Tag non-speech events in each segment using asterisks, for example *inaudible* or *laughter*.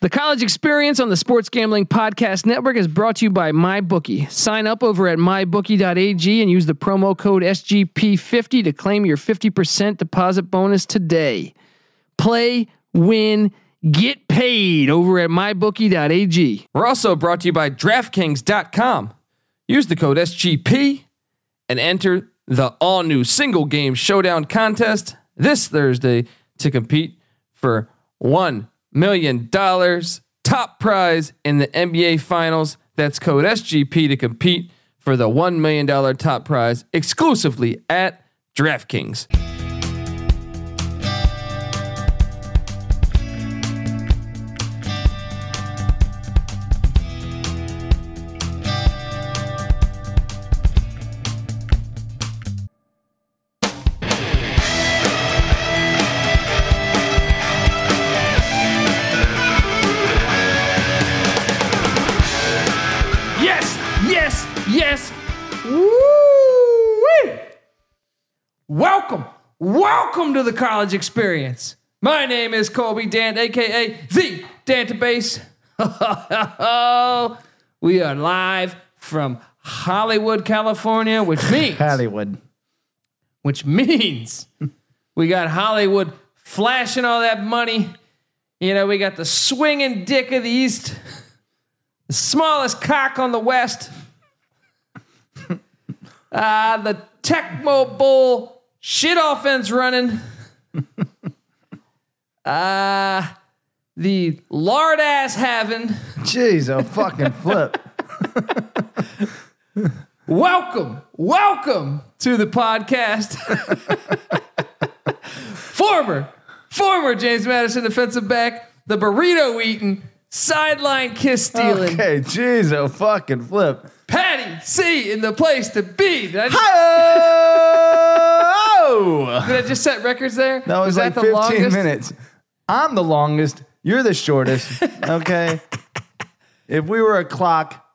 The college experience on the Sports Gambling Podcast Network is brought to you by MyBookie. Sign up over at mybookie.ag and use the promo code SGP50 to claim your 50% deposit bonus today. Play, win, get paid over at mybookie.ag. We're also brought to you by DraftKings.com. Use the code SGP and enter the all new single game showdown contest this Thursday to compete for $1 million top prize in the NBA Finals. That's code SGP to compete for the $1 million top prize exclusively at DraftKings. Yes, yes, yes. Woo! Welcome, welcome to the college experience. My name is Colby Dant, aka the Dantabase. *laughs* we are live from Hollywood, California, which means Hollywood. which *laughs* means we got Hollywood flashing all that money. You know, we got the swinging dick of the East, the smallest cock on the West, *laughs* uh, the Tecmo Bowl shit offense running, *laughs* uh, the lard ass having. Jeez, a fucking *laughs* flip. Welcome, welcome to the podcast. *laughs* former, former James Madison defensive back, the burrito eating, sideline kiss stealing, Okay, jeez, a fucking flip. Patty C in the place to be. Did I just, Oh! did I just set records there? That was, like 15 minutes. I'm the longest. You're the shortest. *laughs* Okay. if we were a clock,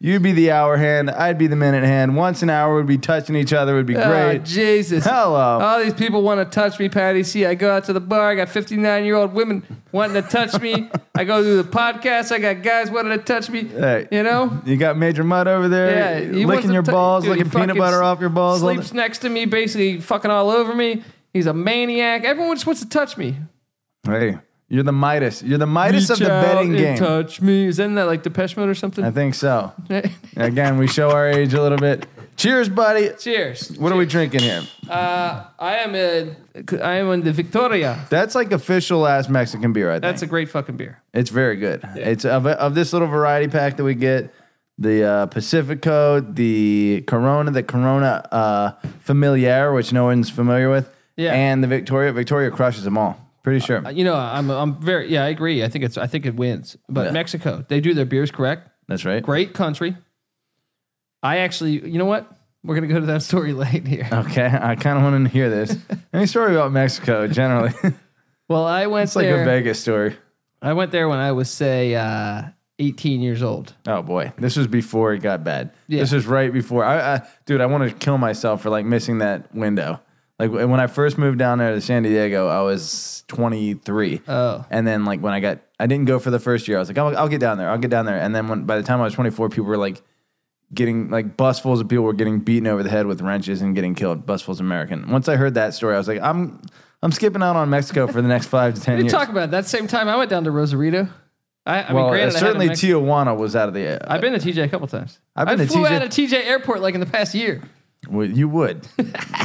you'd be the hour hand. I'd be the minute hand. Once an hour, we'd be touching each other. Would be Oh, great. Jesus. Hello. All these people want to touch me, Patty C. I go out to the bar. I got 59 year old women wanting to touch me. I go through the podcast. I got guys wanting to touch me. Hey. You know? you got Major Mud over there he wants licking to your t- balls, dude, he licking peanut fucking butter off your balls. all Sleeps next to me, basically fucking all over me. He's a maniac. Everyone just wants to touch me. that- Hey, you're the Midas. You're the Midas of the Reach out betting and game. Touch me. Isn't that like Depeche Mode or something? I think so. *laughs* Cheers. Again, we show our age a little bit. Cheers, buddy. What are we drinking here? Uh, I am a, I am in the Victoria. That's like official ass Mexican beer, I think. That's a great fucking beer. it's very good. It's of, of this little variety pack that we get the uh, Pacifico, the Corona, the Corona uh, Familiar, which no one's familiar with, Yeah. and the Victoria. Victoria crushes them all. Pretty sure. You know, I'm I'm very yeah, I agree. I think it's I think it wins. But Yeah. Mexico, they do their beers correct. That's right. Great country. I actually, you know what? We're gonna go to that story *laughs* late here. Okay. *laughs* I kind of want to *laughs* hear this. Any story about Mexico generally? *laughs* it's Well, I went like there. a Vegas story. I went there when I was say uh, 18 years old. Oh boy, this was before it got bad. Yeah. This was right before. I, I dude, I wanted to kill myself for like missing that window. Like w- when I first moved down there to San Diego, I was 23. Oh. And then like when I got, I didn't go for the first year. I was like, I'll, I'll get down there. I'll get down there. And then when by the time I was 24, people were like getting like busfuls of people were getting beaten over the head with wrenches and getting killed. Busfuls American. Once I heard that story, I was like, I'm I'm skipping out on Mexico for the next five to ten What are you years. talking about? That same time I went down to Rosarito. I, I well, mean, granted, uh, certainly I had a Mex- Tijuana was out of the. Uh, I've been to TJ a couple times. I've been I to flew TJ out of TJ airport like in the past year. Well, you would.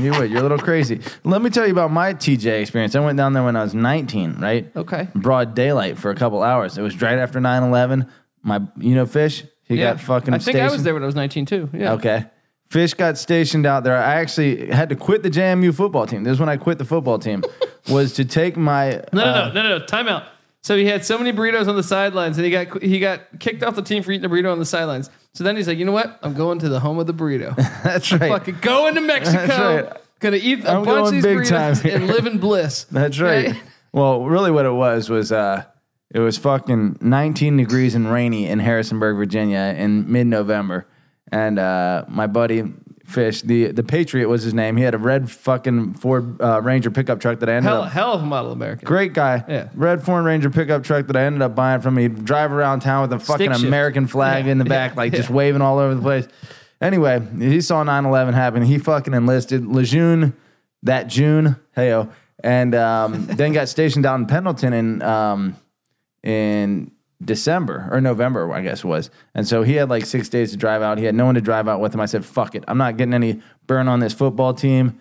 you would. You're a little crazy. Let me tell you about my TJ experience. I went down there when I was 19, right? Okay. Broad daylight for a couple hours. It was right after 9 11. My, you know, Fish, he Yeah. got fucking I think stationed. I was there when I was 19 too. Yeah. Okay. Fish got stationed out there. I actually had to quit the JMU football team. This is when I quit the football *laughs* team, was to take my. uh, No, no, no, no, no, no. Time out. So he had so many burritos on the sidelines, and he got he got kicked off the team for eating a burrito on the sidelines. So then he's like, you know what? I'm going to the home of the burrito. *laughs* That's *laughs* right. Fucking going to Mexico. right. Gonna eat a I'm bunch of going these big time burritos here. and live in *laughs* bliss. That's right. Well, really, what it was was uh, it was fucking 19 degrees and rainy in Harrisonburg, Virginia, in mid-November, and uh, my buddy Fish, the the Patriot was his name. He had a red fucking Ford uh, Ranger pickup truck that I ended Hell, up hell of a model American. Great guy. Yeah. Red Foreign Ranger pickup truck that I ended up buying from. him. He'd drive around town with a fucking shift. American flag Yeah, in the yeah, back, like just waving all over the place. Anyway, he saw 9 11 happen. He fucking enlisted Lejeune that June. Heyo. And *laughs* um, then got stationed down in Pendleton in, um, in December or November, I guess it was. And so he had like six days to drive out. He had no one to drive out with him. I said, fuck it. I'm not getting any burn on this football team.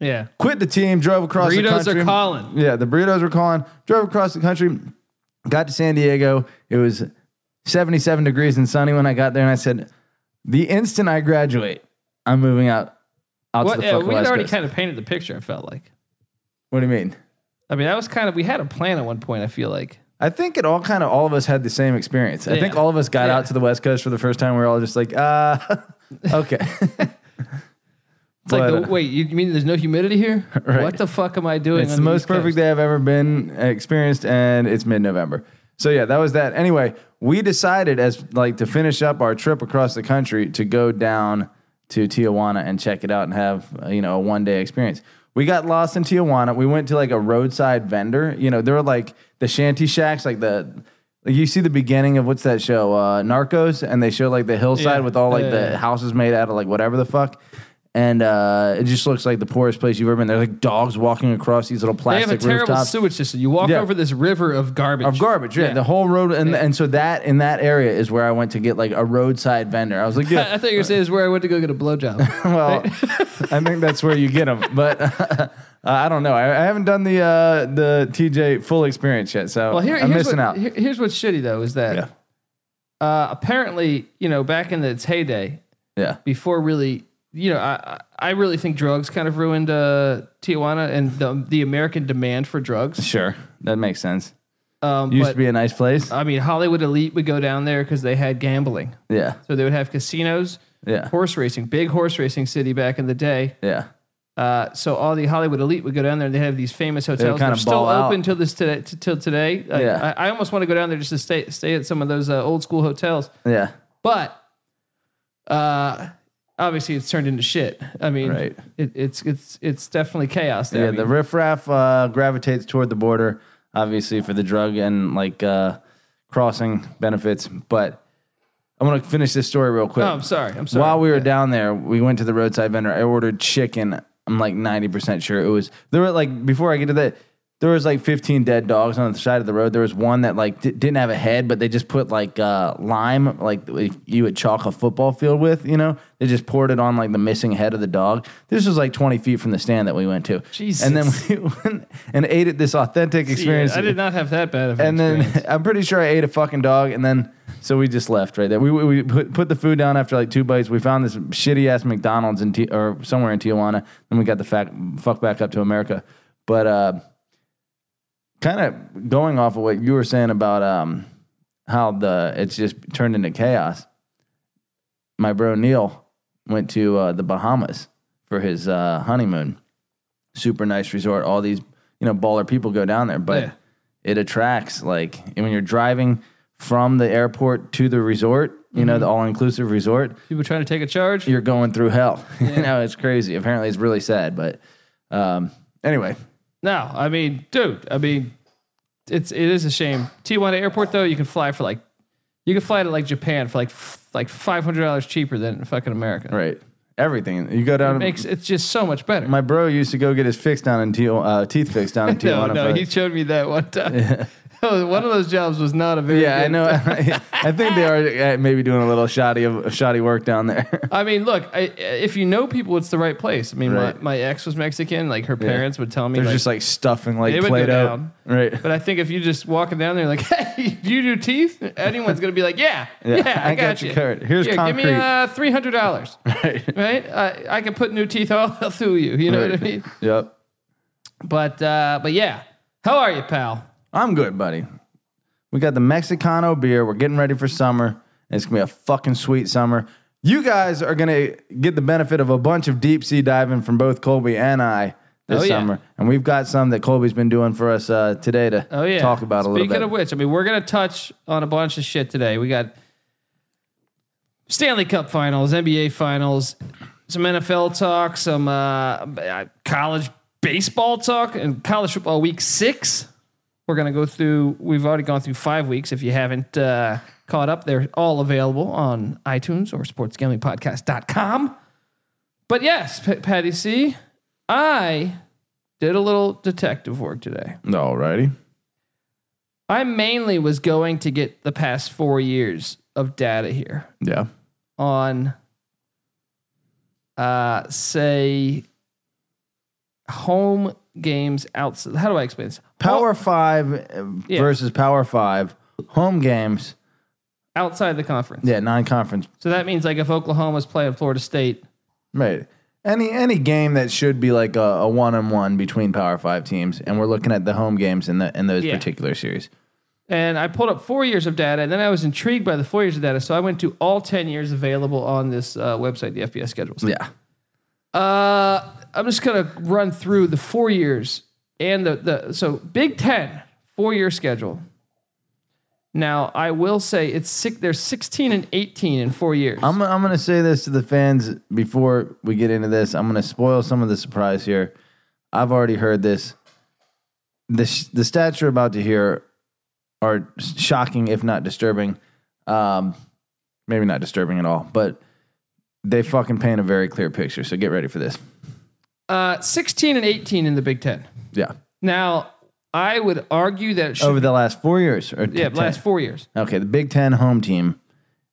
Yeah. Quit the team, drove across the Burritos country. are calling. Yeah, the burritos were calling. Drove across the country, got to San Diego. It was 77 degrees and sunny when I got there, and I said, "The instant I graduate, I'm moving out out What, to the yeah, fucking we had West already Coast." kind of painted the picture, it felt like. what do you mean? I mean, that was kind of, we had a plan at one point, I feel like. I think it all kind of all of us had the same experience. I Yeah. think all of us got Yeah. out to the West Coast for the first time. We are all just like, uh, *laughs* okay. *laughs* It's like, But, the, uh, wait, you mean there's no humidity here? *laughs* Right. What the fuck am I doing? It's on the East most Coast? perfect day I've ever been experienced, and it's mid November. So yeah, that was that. Anyway, we decided as like to finish up our trip across the country to go down to Tijuana and check it out and have uh, you know a one day experience. We got lost in Tijuana. We went to like a roadside vendor. You know, there were like the shanty shacks, like the. like, You see the beginning of what's that show, uh, Narcos, and they show like the hillside Yeah. with all like Yeah, the yeah, yeah. houses made out of like whatever the fuck, and uh, it just looks like the poorest place you've ever been. There's like dogs walking across these little They plastic have a terrible rooftops sewage system. You walk Yeah. over this river of garbage. of garbage. Yeah, the whole road, and and so that in that area is where I went to get like a roadside vendor. I was like, *laughs* I *laughs* yeah, thought you were saying is where I went to go get a *laughs* blowjob. well, I think that's where you get them, but. *laughs* Uh, I don't know. I, I haven't done the uh, the TJ full experience yet, so Well, here, I'm here's, missing what, out. here- here's what's shitty though is that Yeah. uh, apparently, you know, back in its heyday, yeah, before really, you know, I I I really think drugs kind of ruined uh, Tijuana and the the American demand for drugs. sure, that makes sense. Um, Used but to be a nice place. I mean, Hollywood elite would go down there because they had gambling, yeah, so they would have casinos, yeah, horse racing, big horse racing city back in the day. yeah. Uh, so all the Hollywood elite would go down there, and they have these famous hotels. kinda They're still ball out. open till this today. t- Till today, Like, Yeah. I, I almost want to go down there just to stay stay at some of those uh, old school hotels. Yeah, But uh, obviously, it's turned into shit. I mean, Right. it, it's it's it's definitely chaos there. yeah. I mean, the riffraff uh, gravitates toward the border, obviously for the drug and like uh, crossing benefits. But I'm gonna finish this story real quick. oh, I'm sorry. I'm sorry. While we were down there, we went to the roadside vendor. I ordered chicken. I'm like 90% sure it was there were like before I get to that there was like 15 dead dogs on the side of the road. There was one that like di- didn't have a head, but they just put like uh, lime like if you would chalk a football field with, you know. They just poured it on like the missing head of the dog. This was like 20 feet from the stand that we went to. And then Jesus. we *laughs* went and ate at this authentic Yeah, experience I did not have that bad of an and experience. then *laughs* I'm pretty sure I ate a fucking dog, and then so we just left right there. We we, we put, put the food down after like two bites. We found this shitty ass McDonald's in T- or somewhere in Tijuana. Then we got the fact, fuck back up to America. But uh, kind of going off of what you were saying about um, how the it's just turned into chaos. My bro Neil went to uh, the Bahamas for his uh, honeymoon. Super nice resort. All these you know baller people go down there, but Yeah. it attracts like and when you're driving from the airport to the resort. You know the Mm-hmm. all-inclusive resort. People trying to take a charge. You're going through hell. *laughs* you know it's crazy. Apparently, it's really sad. But um, anyway, No, I mean, dude, I mean, it's it is a shame. Tijuana Airport though, you can fly for like, you can fly to like Japan for like f- like five hundred dollars cheaper than fucking America. right. Everything you go down. Makes it's just so much better. My bro used to go get his fix down in Tio, uh, teeth fixed down in *laughs* no, Tijuana. no, for- he showed me that one time. *laughs* one of those jobs was not a very. yeah, I good- know. *laughs* I think they are uh, maybe doing a little shoddy of shoddy work down there. *laughs* I mean, look, I, if you know people, it's the right place. I mean, Right. my, my ex was Mexican. Like her parents would tell me, They're like- just like stuffing They like would go Play-Doh. down. *laughs* Right. but I think if you just walking down there, like, *laughs* hey, do you do teeth? Anyone's gonna be like, yeah, yeah, I, got, you you. covered. Here's Yeah, give me concrete. uh, three hundred dollars. Right. right? I, I can put new teeth all *laughs* through you. You know what I mean? Yep. But uh, but yeah, how are you, pal? I'm good, buddy. We got the Mexicano beer. We're getting ready for summer. And it's gonna be a fucking sweet summer. You guys are gonna get the benefit of a bunch of deep sea diving from both Colby and I this Oh, yeah. summer. And we've got some that Colby's been doing for us uh, today to Oh yeah. talk about a little Speaking bit. of which, I mean, we're gonna touch on a bunch of shit today. We got Stanley Cup Finals, NBA Finals, some NFL talk, some uh, b- uh, college baseball talk, and college football week six. We're going to go through, we've already gone through five weeks. If you haven't uh, caught up, they're all available on iTunes or sportsgamblingpodcast.com. But yes, P- Patty C, I did a little detective work today. Alrighty. I mainly was going to get the past four years of data here Yeah. on uh say home games outside how do i explain this Power Home- five uh, Yeah. versus power five home games. outside the conference Yeah, non-conference. so that means like if oklahoma's playing florida state Right. Any any game that should be like a, a one on one between power five teams, and we're looking at the home games in the in those Yeah. particular series. and i pulled up four years of data and then i was intrigued by the four years of data so i went to all 10 years available on this uh, website the fbs schedules Yeah. Uh, I'm just gonna run through the four years and the the so Big Ten four year schedule. Now I will say it's six. There's 16 and 18 in four years. I'm I'm gonna say this to the fans before we get into this. I'm gonna spoil some of the surprise here. I've already heard this. The sh- the stats you're about to hear are shocking, if not disturbing. Um, maybe not disturbing at all, but they fucking paint a very clear picture. So get ready for this. Uh, 16 and 18 in the Big Ten. Yeah, Now I would argue that it should over the last four years or yeah ten- last four years. Okay, the Big Ten home team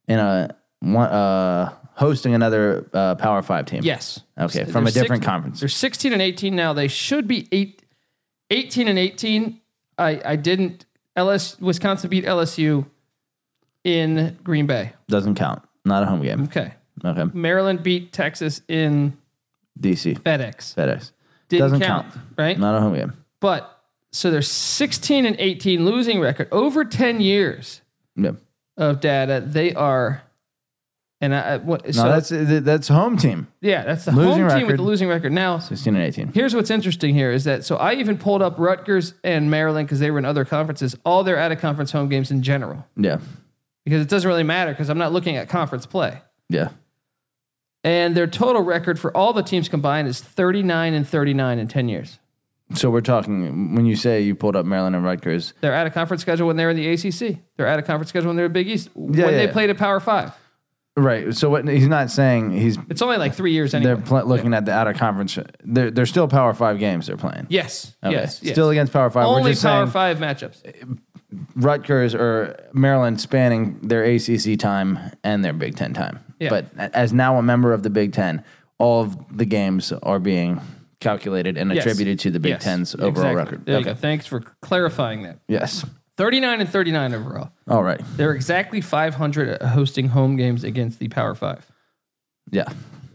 in a one uh hosting another uh, Power Five team. Yes. Okay, So from a there's six- different conference. They're 16 and 18 now. They should be eight, 18 and 18. I, I didn't. LS Wisconsin beat LSU in Green Bay. Doesn't count. Not a home game. Okay. Okay. Maryland beat Texas in DC. FedEx. FedEx. Didn't Doesn't count, count. right? Not a home game. But so there's 16 and 18 losing record over 10 years Yeah. of data. They are, and I, I- what, so No, that's uh, that's home team. yeah, that's the home team losing with record. the losing record. Now, 16 and 18. here's what's interesting here is that so I even pulled up Rutgers and Maryland because they were in other conferences, all their out of conference home games in general, Yeah. because it doesn't really matter because I'm not looking at conference play. Yeah. And their total record for all the teams combined is 39 and 39 in 10 years. So we're talking when you say you pulled up Maryland and Rutgers. They're at a conference schedule when they're in the ACC. They're at a conference schedule when they're at Big East. Yeah, when yeah, they yeah. played at Power Five, Right. So what he's not saying he's it's only like three years anyway. they're pl- looking at the out of conference. They're they're still Power Five games they're playing. yes, Okay. yes, yes. Still against Power Five. we're only just Power saying Five matchups. Rutgers or Maryland spanning their ACC time and their Big Ten time. Yeah. But a- as now a member of the Big Ten, all of the games are being calculated and Yes. attributed to the Big Yes, Ten's overall exactly. record. There you go. Thanks for clarifying that. Yes. Thirty-nine and thirty-nine overall. All right. They're exactly five hundred at hosting home games against the Power Five, Yeah.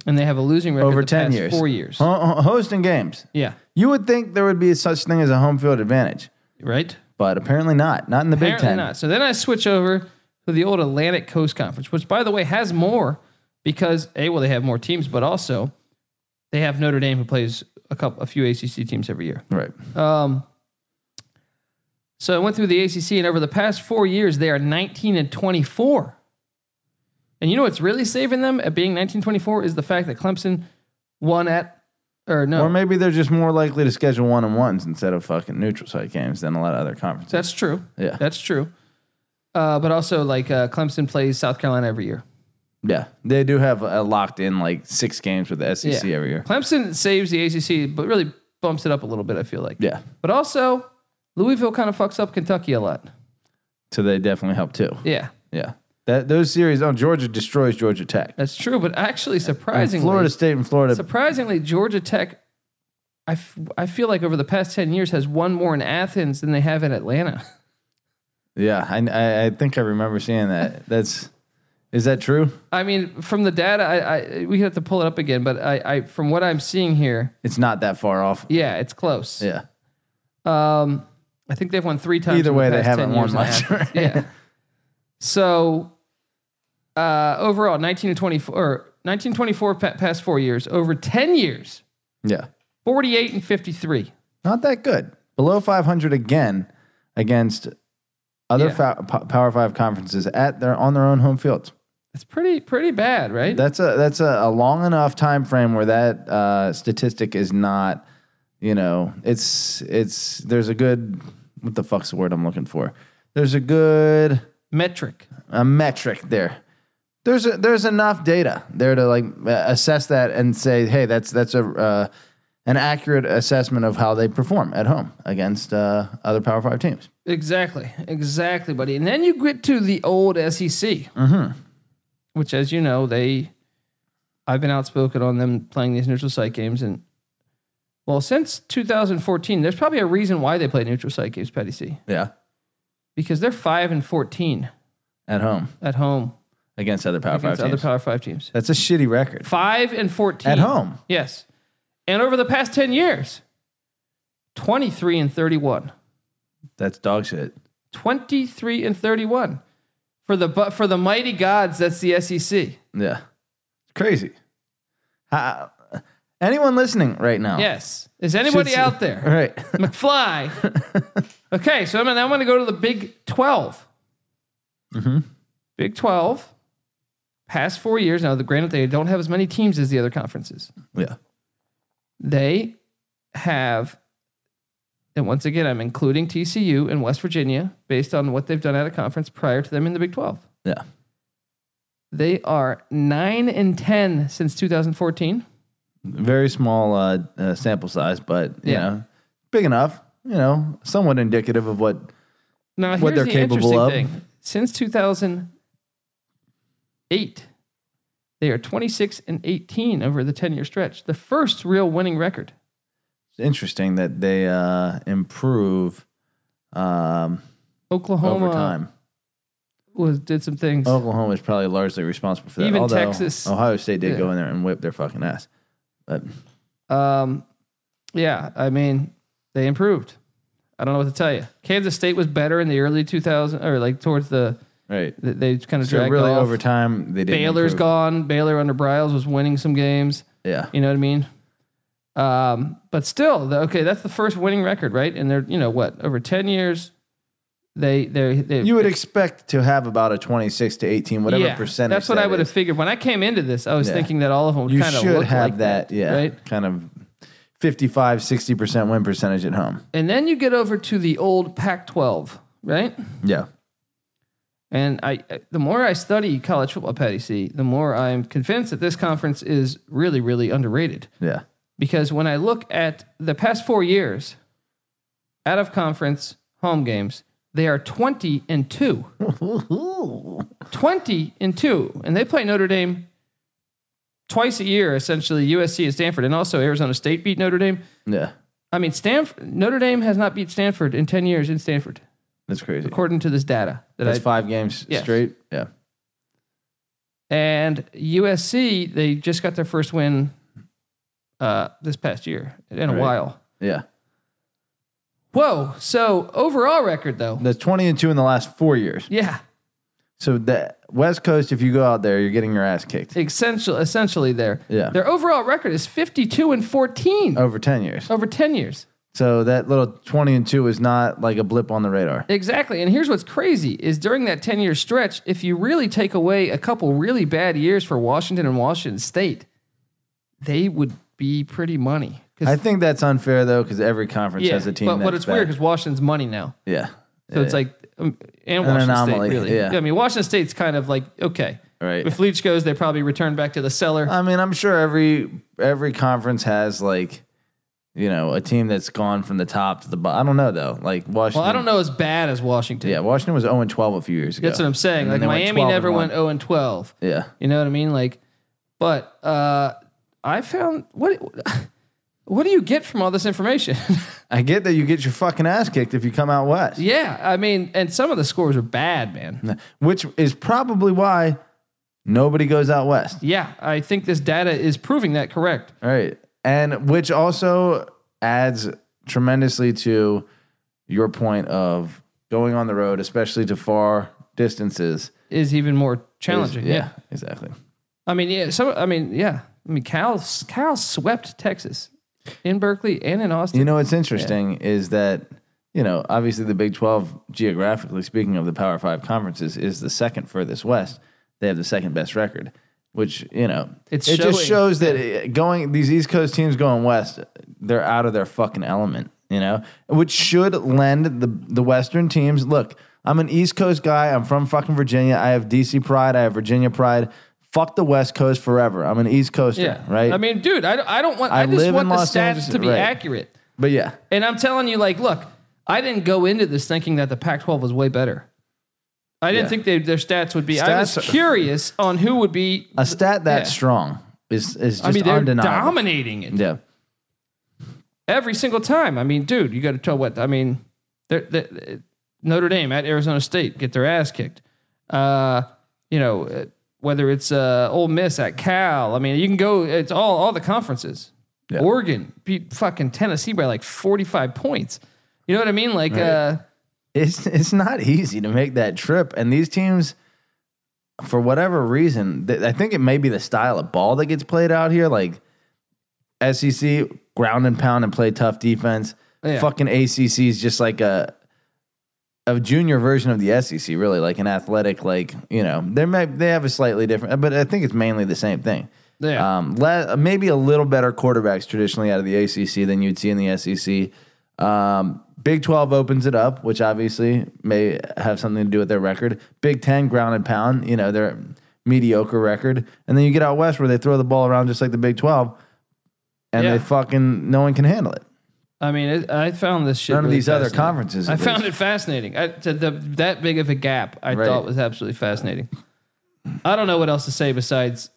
and they have a losing record Over the 10 past years. four years. Ho- ho- hosting games. Yeah, You would think there would be such thing as a home field advantage, right. but apparently not. Not in the Big Apparently Ten. not. So then I switch over to the old Atlantic Coast Conference, which by the way has more because a well they have more teams, but also they have Notre Dame who plays a couple a few ACC teams every year. Right. Um, so I went through the ACC, and over the past four years, they are 19 and 24. And you know what's really saving them at being 1924 is the fact that Clemson won at or no, Or maybe they're just more likely to schedule one on ones instead of fucking neutral site games than a lot of other conferences. that's true. Yeah. That's true. Uh, but also, like uh, Clemson plays South Carolina every year. Yeah. They do have a locked in like six games with the SEC Yeah. every year. Clemson saves the ACC, but really bumps it up a little bit. I feel like. Yeah. But also, Louisville kind of fucks up Kentucky a lot. So they definitely help too. Yeah, Yeah. That those series on Georgia destroys Georgia Tech. that's true. But actually, And surprisingly, Florida State and Florida. surprisingly, Georgia Tech, I, f- I feel like over the past 10 years has won more in Athens than they have in Atlanta. *laughs* yeah, I, I I think I remember seeing that. That's is that true? I mean, from the data, I, I we have to pull it up again, but I, I from what I'm seeing here, It's not that far off. yeah, it's close. Yeah. Um, I think they've won three times. Either in the way, they past haven't 10 won years in *laughs* much. Athens. yeah. So, uh, overall, 19 to 24, or 1924 pa- past four years, over 10 years, Yeah. 48 and 53. Not that good. Below 500 again against other Yeah. fa- po- Power 5 conferences at their on their own home fields. That's pretty pretty bad, right? That's a that's a, a long enough time frame where that uh, statistic is not, you know, it's it's there's a good what the fuck's the word I'm looking for? There's a good Metric. a metric there. There's a, there's enough data there to like uh, assess that and say, hey, that's that's a uh, an accurate assessment of how they perform at home against uh, other Power Five teams. Exactly, exactly, buddy. And then you get to the old SEC, Mm-hmm. which, as you know, they I've been outspoken on them playing these neutral site games, and well, since 2014, there's probably a reason why they play neutral site games, Petty C, Yeah, because they're five and 14 at home at home against other Power against Five other teams. Power Five teams. that's a shitty record Five and 14 at home. Yes, and over the past 10 years, 23 and 31. That's dog shit. 23 and 31 for the but for the mighty gods that's the E SEC. Yeah, it's crazy. How, anyone listening right now? Yes. Is anybody Should- out *laughs* All there? right. McFly. okay, so I'm gonna, I'm going to go to the Big 12. Mm-hmm. Big 12 past 4 years now, the granted they don't have as many teams as the other conferences. yeah. They have and once again, I'm including TCU and West Virginia based on what they've done at a conference prior to them in the Big 12. Yeah. They are nine and ten since 2014. very small uh, uh, sample size, but you Yeah. know, big enough. You know, somewhat indicative of what. Now here's What they're the capable interesting of. thing: since 2008, they are 26 and 18 over the 10 year stretch. The first real winning record. It's interesting that they uh, improve um, Oklahoma over time. was did some things. Oklahoma is probably largely responsible for that. Even although Texas- Ohio State did Yeah. go in there and whip their fucking ass. But Um, yeah, I mean they improved. I don't know what to tell you. Kansas State was better in the early 2000 or like towards the right, they- they kind of so dragged really off. over time they did. Baylor's improve. gone. Baylor under Bryles was winning some games. Yeah, You know what I mean? Um, but still, the, okay, that's the first winning record, right? And they're you know what over ten years, they they they you would expect to have about a twenty-six to eighteen, whatever yeah, percentage. That's what that I would have is. figured when I came into this. I was Yeah. thinking that all of them would You kind of should look have like that, yeah, right? kind of 55, 60 percent win percentage at home. And then you get over to the old Pac-12, right? Yeah. And I, the more I study college football, Patty C, the more I'm convinced that this conference is really, really underrated. Yeah. because when I look at the past four years, out of conference home games, they are 20 and 2. 20 and 2. And they play Notre Dame twice a year, essentially, USC and Stanford. And also, Arizona State beat Notre Dame. Yeah. I mean, Stanford, Notre Dame has not beat Stanford in 10 years in Stanford, That's crazy. according to this data. That That's I, five games Yes. straight. Yeah. and USC, they just got their first win uh, this past year in a Right. while. Yeah. Whoa. So, overall record, though. That's 20 and 2 in the last four years. Yeah, So the West Coast, if you go out there, you're getting your ass kicked essential, essentially there. Yeah. Oh. Their overall record is 52 and 14 over 10 years. over 10 years. So that little 20 and 2 is not like a blip on the radar. Exactly. And here's what's crazy is during that 10 year stretch, if you really take away a couple really bad years for Washington and Washington State, they would be pretty money. 'Cause- I think that's unfair though, because every conference has a team. but, that's but it's weird bad. because Washington's money now. Yeah. So it's like, um, and Washington anomaly, State, really. yeah. I mean, Washington State's kind of like, okay. Right. Uh, If Leach goes, they probably return back to the cellar. I mean, I'm sure every every conference has like, you know, a team that's gone from the top to the bottom. I don't know though. Like Washington. well, I don't know as bad as Washington. Yeah, Washington was 0 and 12 a few years ago. That's what I'm saying. And Like they went Miami 12 and never one. went 0 and 12. Yeah. You know what I mean? Like, but uh, I found what *laughs* what do you get from all this information? *laughs* I get that you get your fucking ass kicked if you come out west, yeah, I mean, and some of the scores are bad, man. which is probably why nobody goes out west. Yeah, I think this data is proving that correct. All right. And which also adds tremendously to your point of going on the road, especially to far distances. Is even more challenging. yeah. exactly. I mean, yeah. So I mean, yeah. I mean, Cal Cal swept Texas in Berkeley and in Austin. You know, what's interesting is that, you know, obviously the Big 12, geographically speaking, of the Power Five conferences is the second furthest west. they have the second best record, which you know It's it just showing. shows that uh, going these East Coast teams going west, they're out of their fucking element, you know, which should lend the the Western teams. Look, I'm an East Coast guy. I'm from fucking Virginia. I have DC pride. I have Virginia pride. Fuck the West Coast forever. I'm an East Coaster, Yeah. right? I mean, dude, I, don't- I don't want. I, I just live want in the Los stats Angeles- to be right. accurate. but yeah, And I'm telling you, like, look, I didn't go into this thinking that the Pac-12 was way better. I didn't Yeah. think they, their stats would be. I was Stats are- curious on who would be. a stat that Yeah. strong is is just I mean, they're undeniable. dominating it yeah. every single time. I mean, dude, you got to tell what I mean. They're, they Notre Dame at Arizona State get their ass kicked. Uh, you know, uh, whether it's uh, Ole Miss at Cal. I mean, you can go. It's all all the conferences. Yeah. Oregon beat fucking Tennessee by like forty five points. You know what I mean? Like. Uh, it's it's not easy to make that trip, and these teams, for whatever reason, th- I think it may be the style of ball that gets played out here, like SEC ground and pound and play tough defense. Yeah. Fucking ACC is just like a a junior version of the SEC, really, like an athletic, like you know, they may they have a slightly different, but I think it's mainly the same thing. Yeah. Um, le- maybe a little better quarterbacks traditionally out of the ACC than you'd see in the SEC. Um, Big 12 opens it up, which obviously may have something to do with their record. Big 10 ground and pound, you know, their mediocre record. And then you get out west where they throw the ball around just like the Big 12 and Yeah. they fucking no one can handle it. I mean, it, I found this shit. None of really these other fascinating. conferences. I at found least. it fascinating. I, to the, that big of a gap, I Right. thought was absolutely fascinating. I don't know what else to say besides.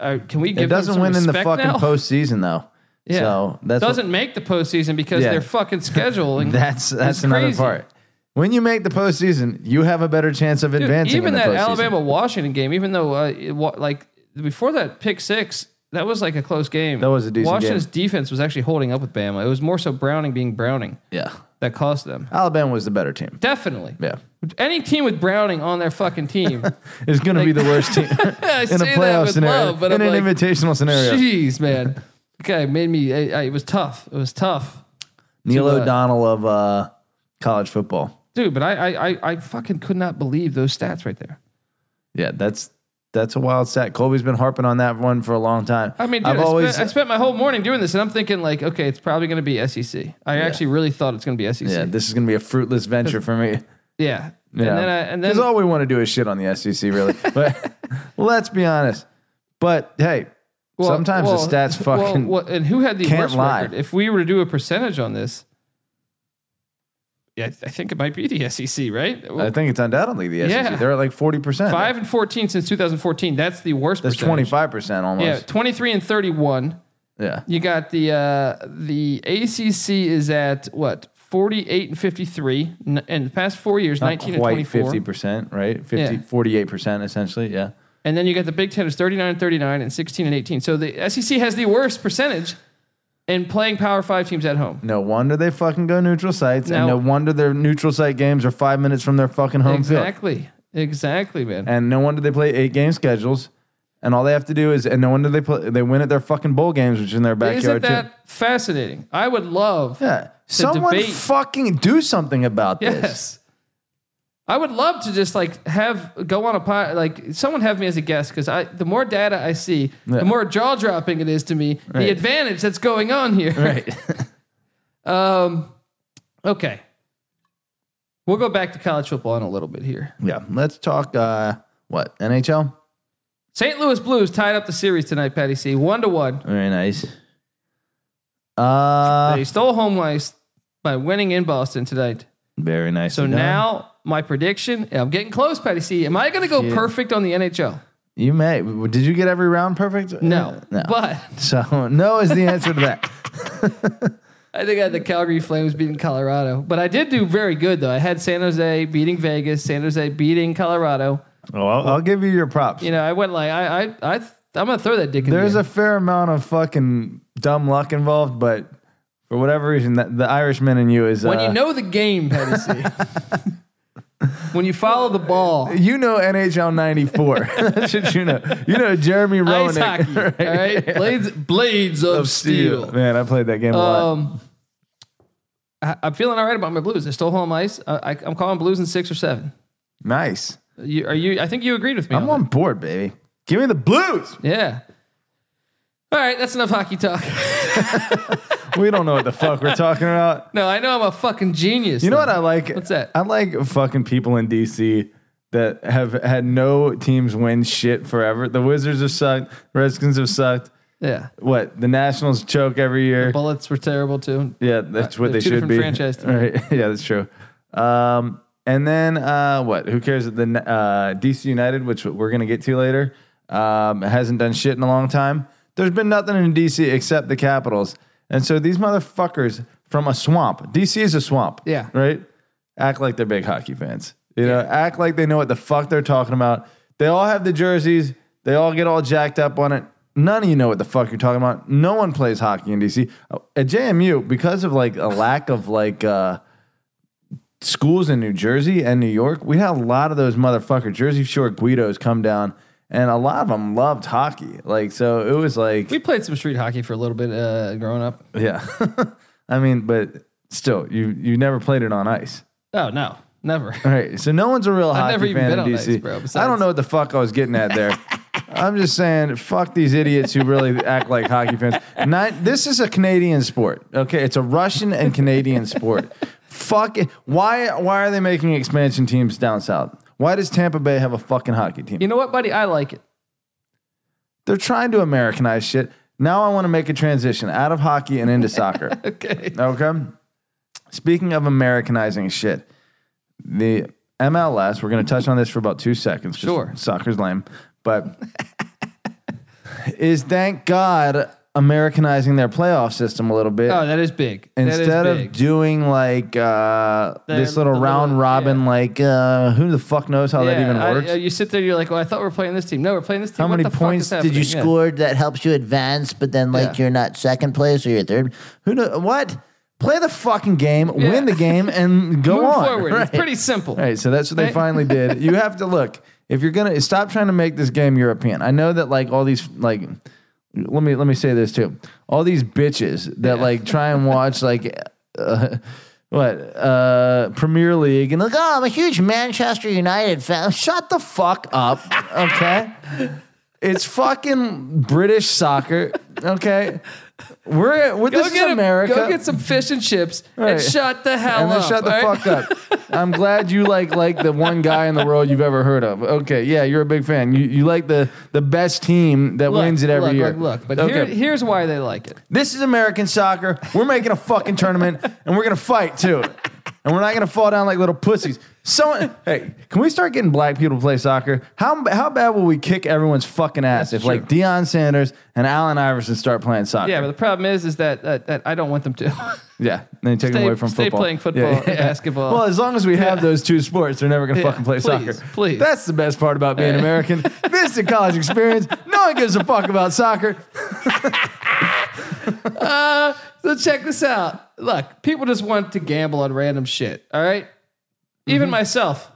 Uh, can we give it doesn't them win in some the respect fucking now? postseason though. *laughs* Yeah. So that's what- doesn't make the postseason because Yeah. their *laughs* fucking schedule. And that's that's another crazy. part. When you make the postseason, you have a better chance of Dude, advancing. even in the that postseason. Alabama Washington game, even though uh, it, wa- like before that pick six, that was like a close game. That was a decent game. Washington's defense was actually holding up with Bama. It was more so Browning being Browning Yeah. that cost them. Alabama was the better team. Definitely. Yeah. Any team with Browning on their fucking team It's going to be the worst team *laughs* I *laughs* in a say that playoff with scenario. love, but in I'm an like, invitational scenario. jeez, *laughs* man. Okay, it made me. I, I, it was tough. It was tough, Neil to, uh, O'Donnell of uh, college football. dude. But I, I, I, I fucking could not believe those stats right there. Yeah, that's that's a wild stat. Colby's been harping on that one for a long time. I mean, dude, I've I, always spent, I spent my whole morning doing this, and I'm thinking like, okay, it's probably going to be SEC. I actually really thought it's going to be SEC. yeah, Yeah, this is going to be a fruitless venture for me. *laughs* and then I, and because then all we want to do is shit on the *laughs* SEC, really. But let's be honest. But hey, well, sometimes well, the stats well, fucking well, and who had the can't worst lie. record? If we were to do a percentage on this, yeah, I I think it might be the SEC, right? I think it's undoubtedly the SEC. Yeah. They're at like forty percent. Five and fourteen since 2014. That's the worst. That's twenty percentage. five percent Yeah, almost. 23 and 31. Yeah. You got the uh, the ACC is at what 48 and 53, N- and the past four years, 19 and Quite 24. fifty percent, right? 50, Yeah. 48 percent essentially. Yeah. And then you got the Big Ten is 39 and 39 and 16 and 18. So the SEC has the worst percentage in playing Power Five teams at home. No wonder they fucking go neutral sites, and No. no wonder their neutral site games are five minutes from their fucking home field, Exactly, exactly, man. and no wonder they play eight game schedules, and all they have to do is, and no wonder they play, they win at their fucking bowl games, which is in their Isn't backyard that too. fascinating? I would love Yeah, someone debate- fucking do something about this. Yes. I would love to just like have go on a pod, like someone have me as a guest because I the more data I see, Yeah. the more jaw dropping it is to me. The Right. advantage that's going on here. Right. *laughs* Um, okay, we'll go back to college football in a little bit here. yeah. Let's talk. Uh, what NHL? St. Louis Blues tied up the series tonight, Patty C. One to one. Very nice. Uh, They stole home ice by winning in Boston tonight. very nice. So now my prediction, and I'm getting close, Patty C. Am I going to go Shit. perfect on the NHL? you may. Did you get every round perfect? No, No. but. *laughs* so no is the answer to that. I think I had the Calgary Flames beating Colorado, but I did do very good though. I had San Jose beating Vegas, San Jose beating Colorado. Oh, I'll, I'll give you your props. You know, I went like I I, I I'm gonna throw that dick. in There's the a fair amount of fucking dumb luck involved, but for whatever reason, that, the Irishman in you is when uh, you know the game, Patty C. *laughs* when you follow the ball, you know NHL *laughs* *laughs* '94. That's what you know. You know Jeremy ice Roenick. hockey, *laughs* right? all right, blades blades of, Of steel. steel. Man, I played that game a lot. Um, I, I'm feeling all right about my Blues. They're still home ice. I, I, I'm calling Blues in six or seven. Nice. You, are you? I think you agreed with me. I'm on on board, baby. Give me the blues. that. Yeah. All right, that's enough hockey talk. we don't know what the fuck we're talking about. No, I know I'm a fucking genius. You know what I like? What's that? I like fucking people in DC that have had no teams win shit forever. The Wizards have sucked. Redskins have sucked. Yeah. What? The Nationals choke every year. Bullets were terrible too. Yeah, that's what they're they uh, two different should be. *laughs* franchise teams. Right. yeah, that's true. Um, and then uh, what? Who cares? The uh, DC United, which we're gonna get to later, um, hasn't done shit in a long time. There's been nothing in DC except the Capitals, and so these motherfuckers from a swamp. DC is a swamp. Yeah. Right. Act like they're big hockey fans. You know, act like they know what the fuck they're talking about. They all have the jerseys. They all get all jacked up on it. None of you know what the fuck you're talking about. No one plays hockey in DC. At JMU, because of like a lack of like uh, schools in New Jersey and New York, we had a lot of those motherfucker Jersey Shore Guidos come down, and a lot of them loved hockey. Like so, it was like We played some street hockey for a little bit uh, growing up. yeah. *laughs* I mean, but still, you you never played it on ice. Oh no, never. *laughs* All right, so no one's a real hockey never even fan been in on ice, DC. bro, I besides- don't know what the fuck I was getting *laughs* at there. I'm just saying, fuck these idiots who really act like hockey fans. Not, this is a Canadian sport, okay? It's a Russian and Canadian sport. Fuck it. Why? Why are they making expansion teams down south? Why does Tampa Bay have a fucking hockey team? You know what, buddy? I like it. *laughs* They're trying to Americanize shit. Now I want to make a transition out of hockey and into soccer. *laughs* Okay. Okay. Speaking of Americanizing shit, the MLS, we're going to touch on this for about two seconds. 'cause Sure. Soccer's lame, but is thank God Americanizing their playoff system a little bit. Oh, that is big. That is Instead of big. doing like uh, this Their- little the round little- robin, yeah. like uh, who the fuck knows how that Yeah, even I- uh, works? you sit there, you're like, well, I thought we were playing this team. No, we're playing this team. how What many the fuck points is did you happening? Yeah. score? scored that helps you advance, but then like Yeah. you're not second place or you're third. Who know what? Play the fucking game, win the game, and *laughs* go Move on. forward. Right. It's pretty simple. All right, so that's what they Right? finally *laughs* did. You have to look if you're gonna stop trying to make this game European. I know that like all these like let me let me say this too. All these bitches that like try and watch like uh, *laughs* what uh Premier League and like Oh, I'm a huge Manchester United fan. *laughs* shut the fuck up, *laughs* okay? it's fucking British soccer, okay? We're we're Go this get is a- America. Go get some fish and chips Right. and shut the hell and then up. shut the all right? fuck *laughs* up. I'm glad you like like the one guy in the world you've ever heard of. Okay, yeah, you're a big fan. You you like the the best team that Look, wins it every look, year. Look, look. But okay. here, here's why they like it. this is American soccer. We're making a fucking tournament, and we're gonna fight too. And we're not gonna fall down like little pussies. So hey, can we start getting black people to play soccer? How how bad will we kick everyone's fucking ass if That's like true. Deion Sanders and Allen Iverson start playing soccer? Yeah, but the problem is, is that that, that I don't want them to. Yeah, then you take Stay- them away from stay football. playing football and basketball. Well, as long as we have those two sports, they're never going to Yeah, fucking play please, soccer. please. that's the best part about *laughs* being American. this is a college experience. No one gives a fuck about soccer. So check this out. Look, people just want to gamble on random shit. All right? Mm-hmm. even myself.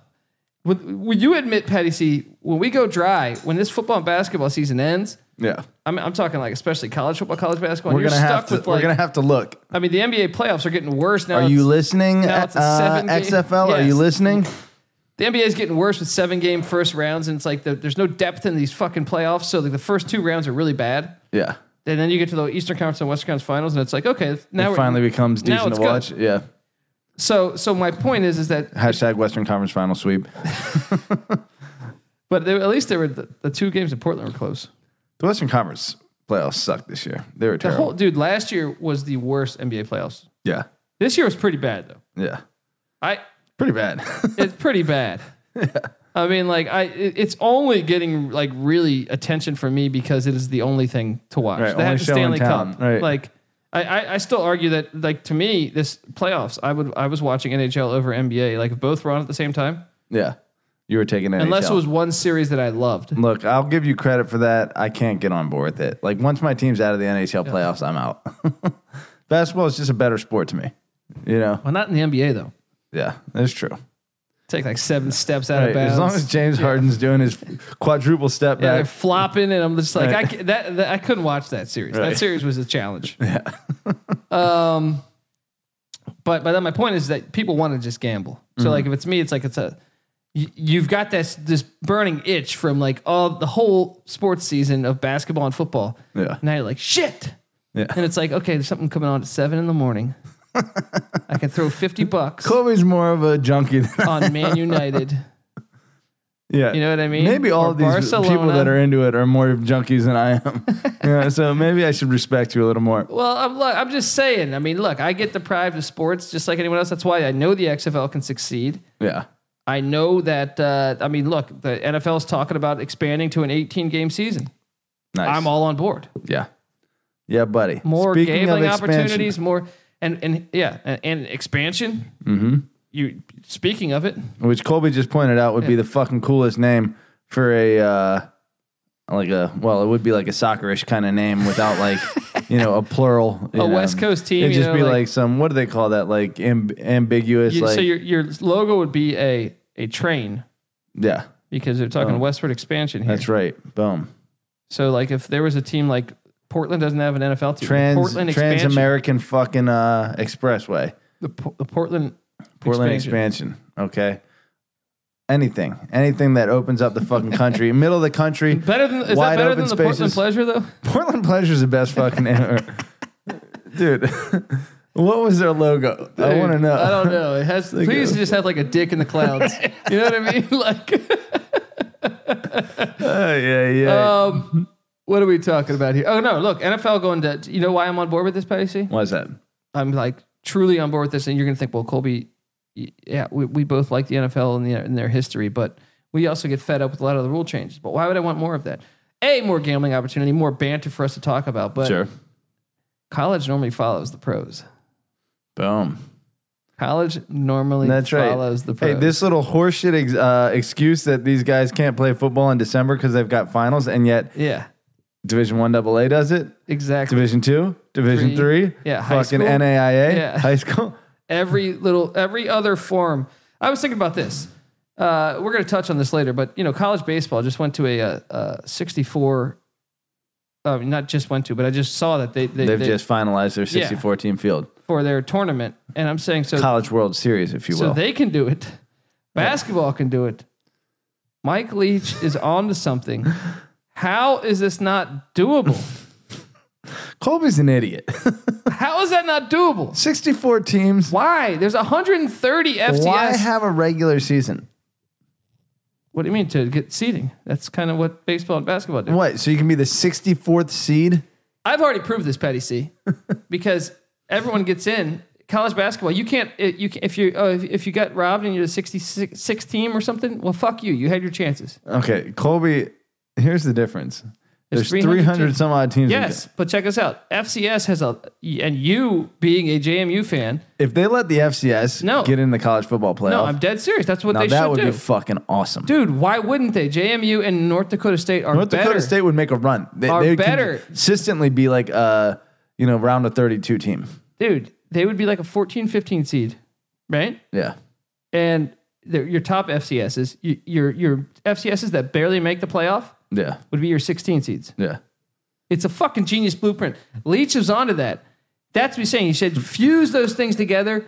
Would, would you admit, Patty C, when we go dry, when this football and basketball season ends? Yeah, I'm, I'm talking like especially college football, college basketball. we're you're gonna have stuck to. with we're like. gonna have to look. I mean, the NBA playoffs are getting worse now. Are you It's- listening? now it's a uh, seven game- XFL, are Yes. you listening? the NBA is getting worse with seven game first rounds, and it's like the, there's no depth in these fucking playoffs. So like the first two rounds are really bad. Yeah, And then you get to the Eastern Conference and Western Conference finals, and it's like okay, now it we're- finally becomes now decent it's to good. watch. Yeah. So so my point is is that Hashtag Western Conference Final Sweep. but there, at least there were the, the two games in Portland were close. The Western Conference playoffs sucked this year. They were The terrible. whole dude last year was the worst NBA playoffs. yeah, This year was pretty bad though. yeah, I *laughs* pretty bad. it's pretty *laughs* bad. I mean, like I, it- it's only getting like really attention from me because it is the only thing to watch. Right, they only had the show in Stanley town, Cup. right. Like I, I, I still argue that like to me this playoffs I would I was watching NHL over NBA like if both were on at the same time yeah, you were taking it. unless it was one series that I loved. Look, I'll give you credit for that. I can't get on board with it. Like once my team's out of the NHL playoffs, I'm out. *laughs* Basketball is just a better sport to me. You know? Well, not in the NBA though. Yeah, that's true. Take like seven steps out Right, of bounds. As long as James Harden's doing his quadruple step yeah, they're back, flopping, and I'm just like, Right. I ca- that, that I couldn't watch that series. Right. That series was a *laughs* challenge. Um, Yeah. um, Mm-hmm. but but then my point is that people want to just gamble. So like if it's me, it's like it's a y- you've got this this burning itch from like all the whole sports season of basketball and football. Yeah. Now you're like shit. Yeah. And it's like okay, there's something coming on at seven in the morning. *laughs* I can throw fifty bucks Kobe's more of a junkie. Than I, on Man United. yeah, You know what I mean? Maybe all Or of these people Barcelona. that are into it are more junkies than I am. *laughs* yeah, so maybe I should respect you a little more. Well, I'm, look, I'm just saying. I mean, look, I get deprived of sports just like anyone else. That's why I know the XFL can succeed. Yeah, I know that. Uh, I mean, look, the NFL is talking about expanding to an 18 game season. nice. I'm all on board. yeah, yeah, buddy. More gambling expansion- opportunities, more and and yeah, and, and expansion. Mm-hmm. You speaking of it, which Colby just pointed out would be the fucking coolest name for a uh, like a well, it would be like a soccerish kind of name *laughs* without like you know a plural. you A know. West Coast team, It'd you just know, be like- like, some what do they call that? Like amb- ambiguous. you, like so your your logo would be a a train yeah, because they're talking westward expansion here. Oh. that's right. Boom. So like if there was a team like Portland doesn't have an NFL team, Trans Portland Trans expansion. American fucking uh, expressway. the, Po- the Portland Portland expansion. Okay. Anything, anything that opens up the fucking country, middle of the country, Better than is that Wide better open than the Portland spaces. Pleasure though? Portland Pleasure's the best fucking *laughs* name ever. Dude, *laughs* what was their logo? I want to know. I *laughs* don't know. It has. please uh, just have like a dick in the *laughs* clouds. you know what I mean? *laughs* Like, Uh, yeah, yeah. um, what are we talking about here? Oh no! Look, NFL going to. You know why I'm on board with this, Patty C? What's that? I'm like truly on board with this, and you're gonna think, well, Colby, y- yeah, we, we both like the NFL and, the, and their history, but we also get fed up with a lot of the rule changes. But why would I want more of that? A more gambling opportunity, more banter for us to talk about. But Sure. college normally follows the pros. Boom. College normally That's right. follows the pros. Hey, this little horseshit ex- uh, excuse that these guys can't play football in December because they've got finals, and yet yeah, Division One AA does it. exactly. Division Two, Division Three. Three, Yeah, high fucking school. NAIA, Yeah. high school. every little every other form. I was thinking about this. Uh, we're going to touch on this later, but you know, college baseball just went to a, uh uh 64. I mean, not just went to, but I just saw that *laughs* they, they, They've they- just finalized their 64 team field, for their tournament, and I'm saying so. College World Series, if you so will. they can do it. Basketball can do it. Mike Leach is on to something. How is this not doable? Colby's an idiot. *laughs* How is that not doable? 64 teams. Why? There's 130 FTS. Why have a regular season? what do you mean to get seating? That's kind of what baseball and basketball do. What? So you can be the 64th seed? I've already proved this, Patty *laughs* C, because everyone gets in college basketball. You can't it- you can, if you uh, if, if you got robbed and you're the 66 sixth team or something. Well, fuck you. You had your chances. Okay, Colby, here's the difference. There's 300 300, teams. some odd teams. in Yes, but check this out. FCS has a and you being a JMU fan. the- If they let the FCS No. get in the college football playoff, No, I'm dead serious. That's what now they that should would do. be fucking awesome. Dude, why wouldn't they? JMU and North Dakota State are North better. Dakota State would make a run. They, Are they could better. consistently be like a you know round of 32 team. Dude, they would be like a 14, 15 seed, right? Yeah, And they're- your top FCSs, y- your your FCSs that barely make the playoff yeah, would be your 16 seeds. yeah. It's a fucking genius blueprint. Leach was onto that. That's what he's saying. He said fuse those things together.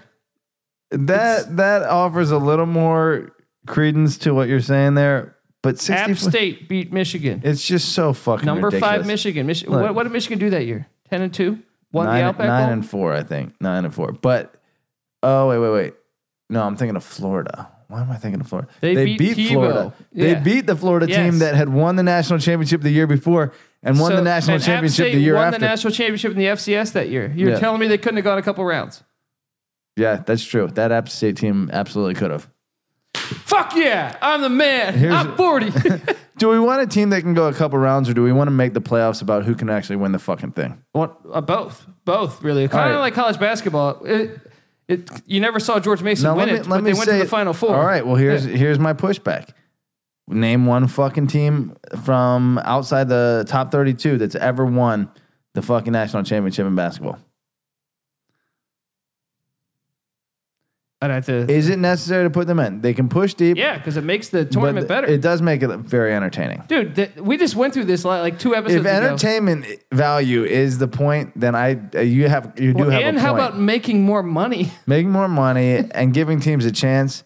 That that offers a little more credence to what you're saying there, but 64. App State beat Michigan. It's just so fucking Number five, ridiculous. Michigan. Michi- what, what did Michigan do that year? Ten and two. Won the nine, Outback nine Bowl? and four, I think. Nine and four. But oh wait, wait, wait. No, I'm thinking of Florida. Why am I thinking of Florida? They beat Tebow. Florida. Yeah. They beat the Florida Yes. team that had won the national championship the year before and won So- the national and App championship State the year won after. the national championship in the FCS that year. You're Yeah. telling me they couldn't have gone a couple rounds? yeah, that's true. That App State team absolutely could have. Fuck yeah! I'm the man. Here's- I'm forty. *laughs* *laughs* Do we want a team that can go a couple rounds, or do we want to make the playoffs about who can actually win the fucking thing? What? Uh, both. Both really. Kind of right. like college basketball. It, it, you never saw George Mason win it, but they went to say- the Final Four. All right, well here's here's my pushback. Name one fucking team from outside the top 32 that's ever won the fucking national championship in basketball. I'd have to. Is it necessary to put them in? They can push deep. yeah, because it makes the but tournament better. It does make it very entertaining. Dude, th- we just went through this li- like two episodes If ago. entertainment value is the point, then I uh, you have you do have and a how point. about making more money? *laughs* making more money and giving teams a chance.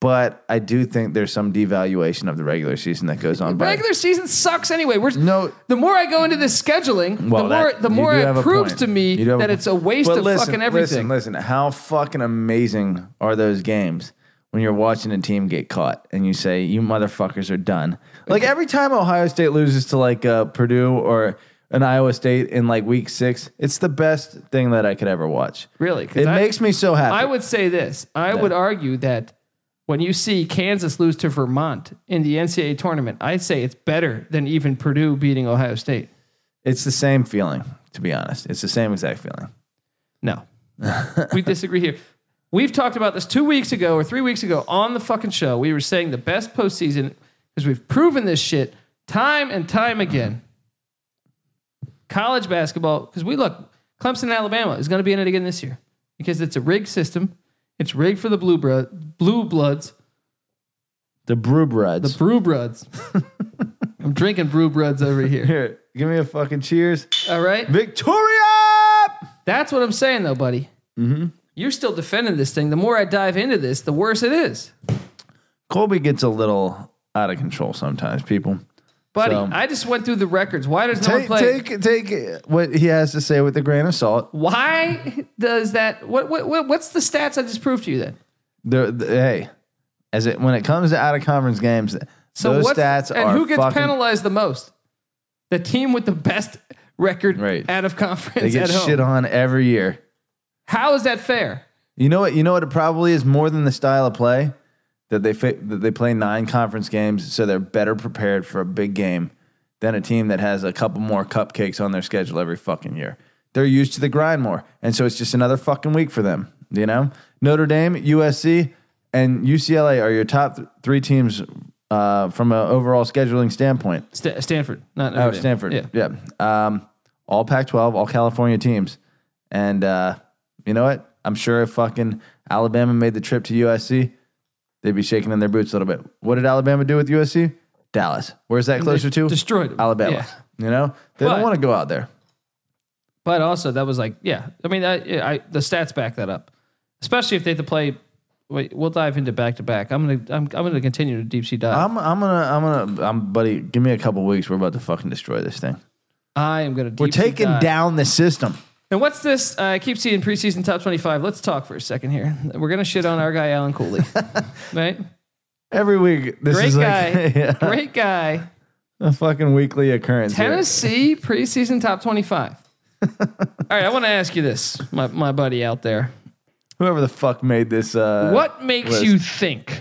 But I do think there's some devaluation of the regular season that goes on. by- Regular season sucks anyway. We're No. The more I go into this scheduling, Well, the more that- the you more do it have a proves point. to me You do have that a it's a point. waste But of listen, fucking everything. Listen, listen, how fucking amazing are those games when you're watching a team get caught and you say, "You motherfuckers are done." Like every time Ohio State loses to like uh, Purdue or an Iowa State in like week six, it's the best thing that I could ever watch. Really? 'Cause it I- makes me so happy. I would say this. I would argue that when you see Kansas lose to Vermont in the NCAA tournament, I'd say it's better than even Purdue beating Ohio State. it's the same feeling, to be honest. It's the same exact feeling. No. we disagree here. We've talked about this two weeks ago or three weeks ago on the fucking show. We were saying the best postseason because we've proven this shit time and time again. College basketball, because we look, Clemson, and Alabama is going to be in it again this year because it's a rigged system. It's rigged for the blue, bro- blue bloods. The Brew Bruds. The brew bruds. *laughs* I'm drinking brew bruds over here. Here, give me a fucking cheers. All right. Victoria! That's what I'm saying though, buddy. Mm-hmm. You're still defending this thing. The more I dive into this, the worse it is. Colby gets a little out of control sometimes, people. Buddy, So- I just went through the records. Why does no one Take, play? take take what he has to say with a grain of salt. Why does that? What, what what what's the stats I just proved to you then? The, the- hey, as it when it comes to out of conference games, those what's- stats and are who gets fucking, penalized the most? The team with the best record Right. out of conference They get at home. shit on every year. How is that fair? You know what? You know what? It probably is more than the style of play that they fa- that they play nine conference games, so they're better prepared for a big game than a team that has a couple more cupcakes on their schedule every fucking year. They're used to the grind more, and so it's just another fucking week for them. You know, Notre Dame, USC, and UCLA are your top th- three teams uh, from an overall scheduling standpoint. Sta Stanford, not Oh, Notre Dame. Stanford. Yeah. Yeah. Um, all Pac 12, all California teams. And uh, you know what? I'm sure if fucking Alabama made the trip to USC, they'd be shaking in their boots a little bit. What did Alabama do with USC? Dallas. Where's that closer to? destroyed 'em. Alabama. Yeah. You know? They But- don't want to go out there. But also, that was like, yeah. I mean, I, I the stats back that up, especially if they had to play. Wait, we'll dive into back to back. I'm gonna, I'm, I'm gonna continue to deep sea dive. I'm I'm gonna I'm gonna I'm buddy, give me a couple weeks. We're about to fucking destroy this thing. I am gonna. Deep We're taking down the system. And what's this? I keep seeing preseason top 25. Let's talk for a second here. We're gonna shit on our guy Alan *laughs* Cooley, right? Every week this Great is guy, like *laughs* yeah, great guy. a fucking weekly occurrence. here. Tennessee preseason top *laughs* 25. All right, I want to ask you this, my my buddy out there. Whoever the fuck made this uh What makes list. you *laughs* think?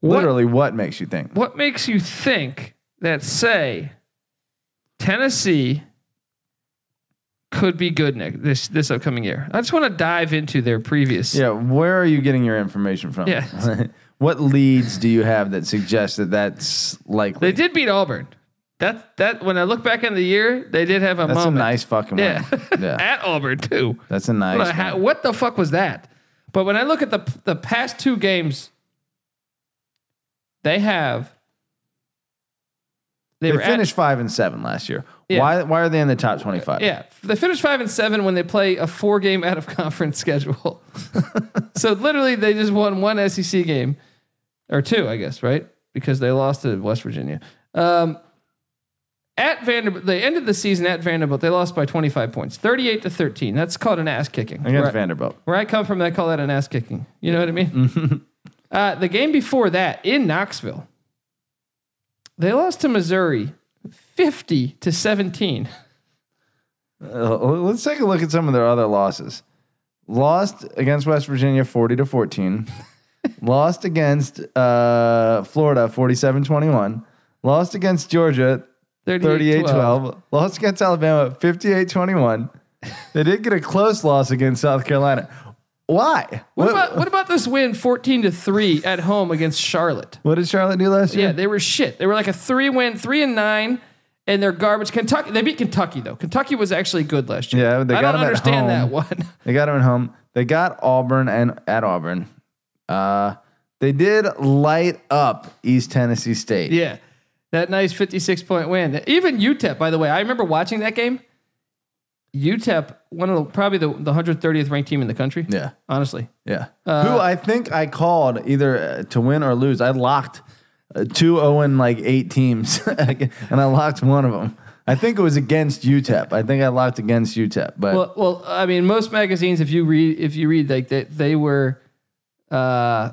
what literally what makes you think? what makes you think that say Tennessee could be good next this this upcoming year? I just want to dive into their previous. Yeah, where are you getting your information from? Yeah. *laughs* what leads do you have that suggests that that's They likely? did beat Auburn. That that when I look back in the year, they did have a That's a moment. nice fucking yeah. win. *laughs* Yeah, At Auburn too. that's a nice. What, how- win. what the fuck was that? But when I look at the the past two games, they have They were at- finished five and seven last year. Yeah. Why? Why are they in the top twenty-five? Yeah, they finished five and seven when they play a four-game out-of-conference *laughs* schedule. so literally, they just won one SEC game or two, I guess, right? Because they lost to West Virginia. Um, at Vanderbilt, they ended the season at Vanderbilt. They lost by 25 points, 38 to 13. That's called an ass kicking. against Right. Vanderbilt. Where I come from, I call that an ass kicking. You know what I mean? uh, the game before that in Knoxville, they lost to Missouri 50 to 17. Uh, let's take a look at some of their other losses. Lost against West Virginia, forty *laughs* to fourteen. Lost against uh, Florida, 47-21. Lost against Georgia, 38 12. Lost against Alabama 58 21. They did get a close loss against South Carolina. Why? What about what about this win 14 to 3 at home against Charlotte? what did Charlotte do last year? Yeah, they were shit. They were like a 3 win, 3 and 9 and they're garbage. Kentucky, they beat Kentucky though. Kentucky was actually good last year. Yeah, they I got don't them at understand that home. one. *laughs* They got them at home. They got Auburn and at Auburn. Uh, they did light up East Tennessee State. yeah. E That nice 56 point win. Even UTEP, by the way, I remember watching that game. UTEP, E one of the, probably the, the 130th ranked team in the country. Yeah. Honestly. Yeah. Uh, Who I think I called either uh, to win or lose. I locked uh, two zero and like eight teams, *laughs* and I locked one of them. I think it was against UTEP. I think I locked against UTEP, but Well, well, I mean, most magazines, if you read, if you read, like they, they were, uh,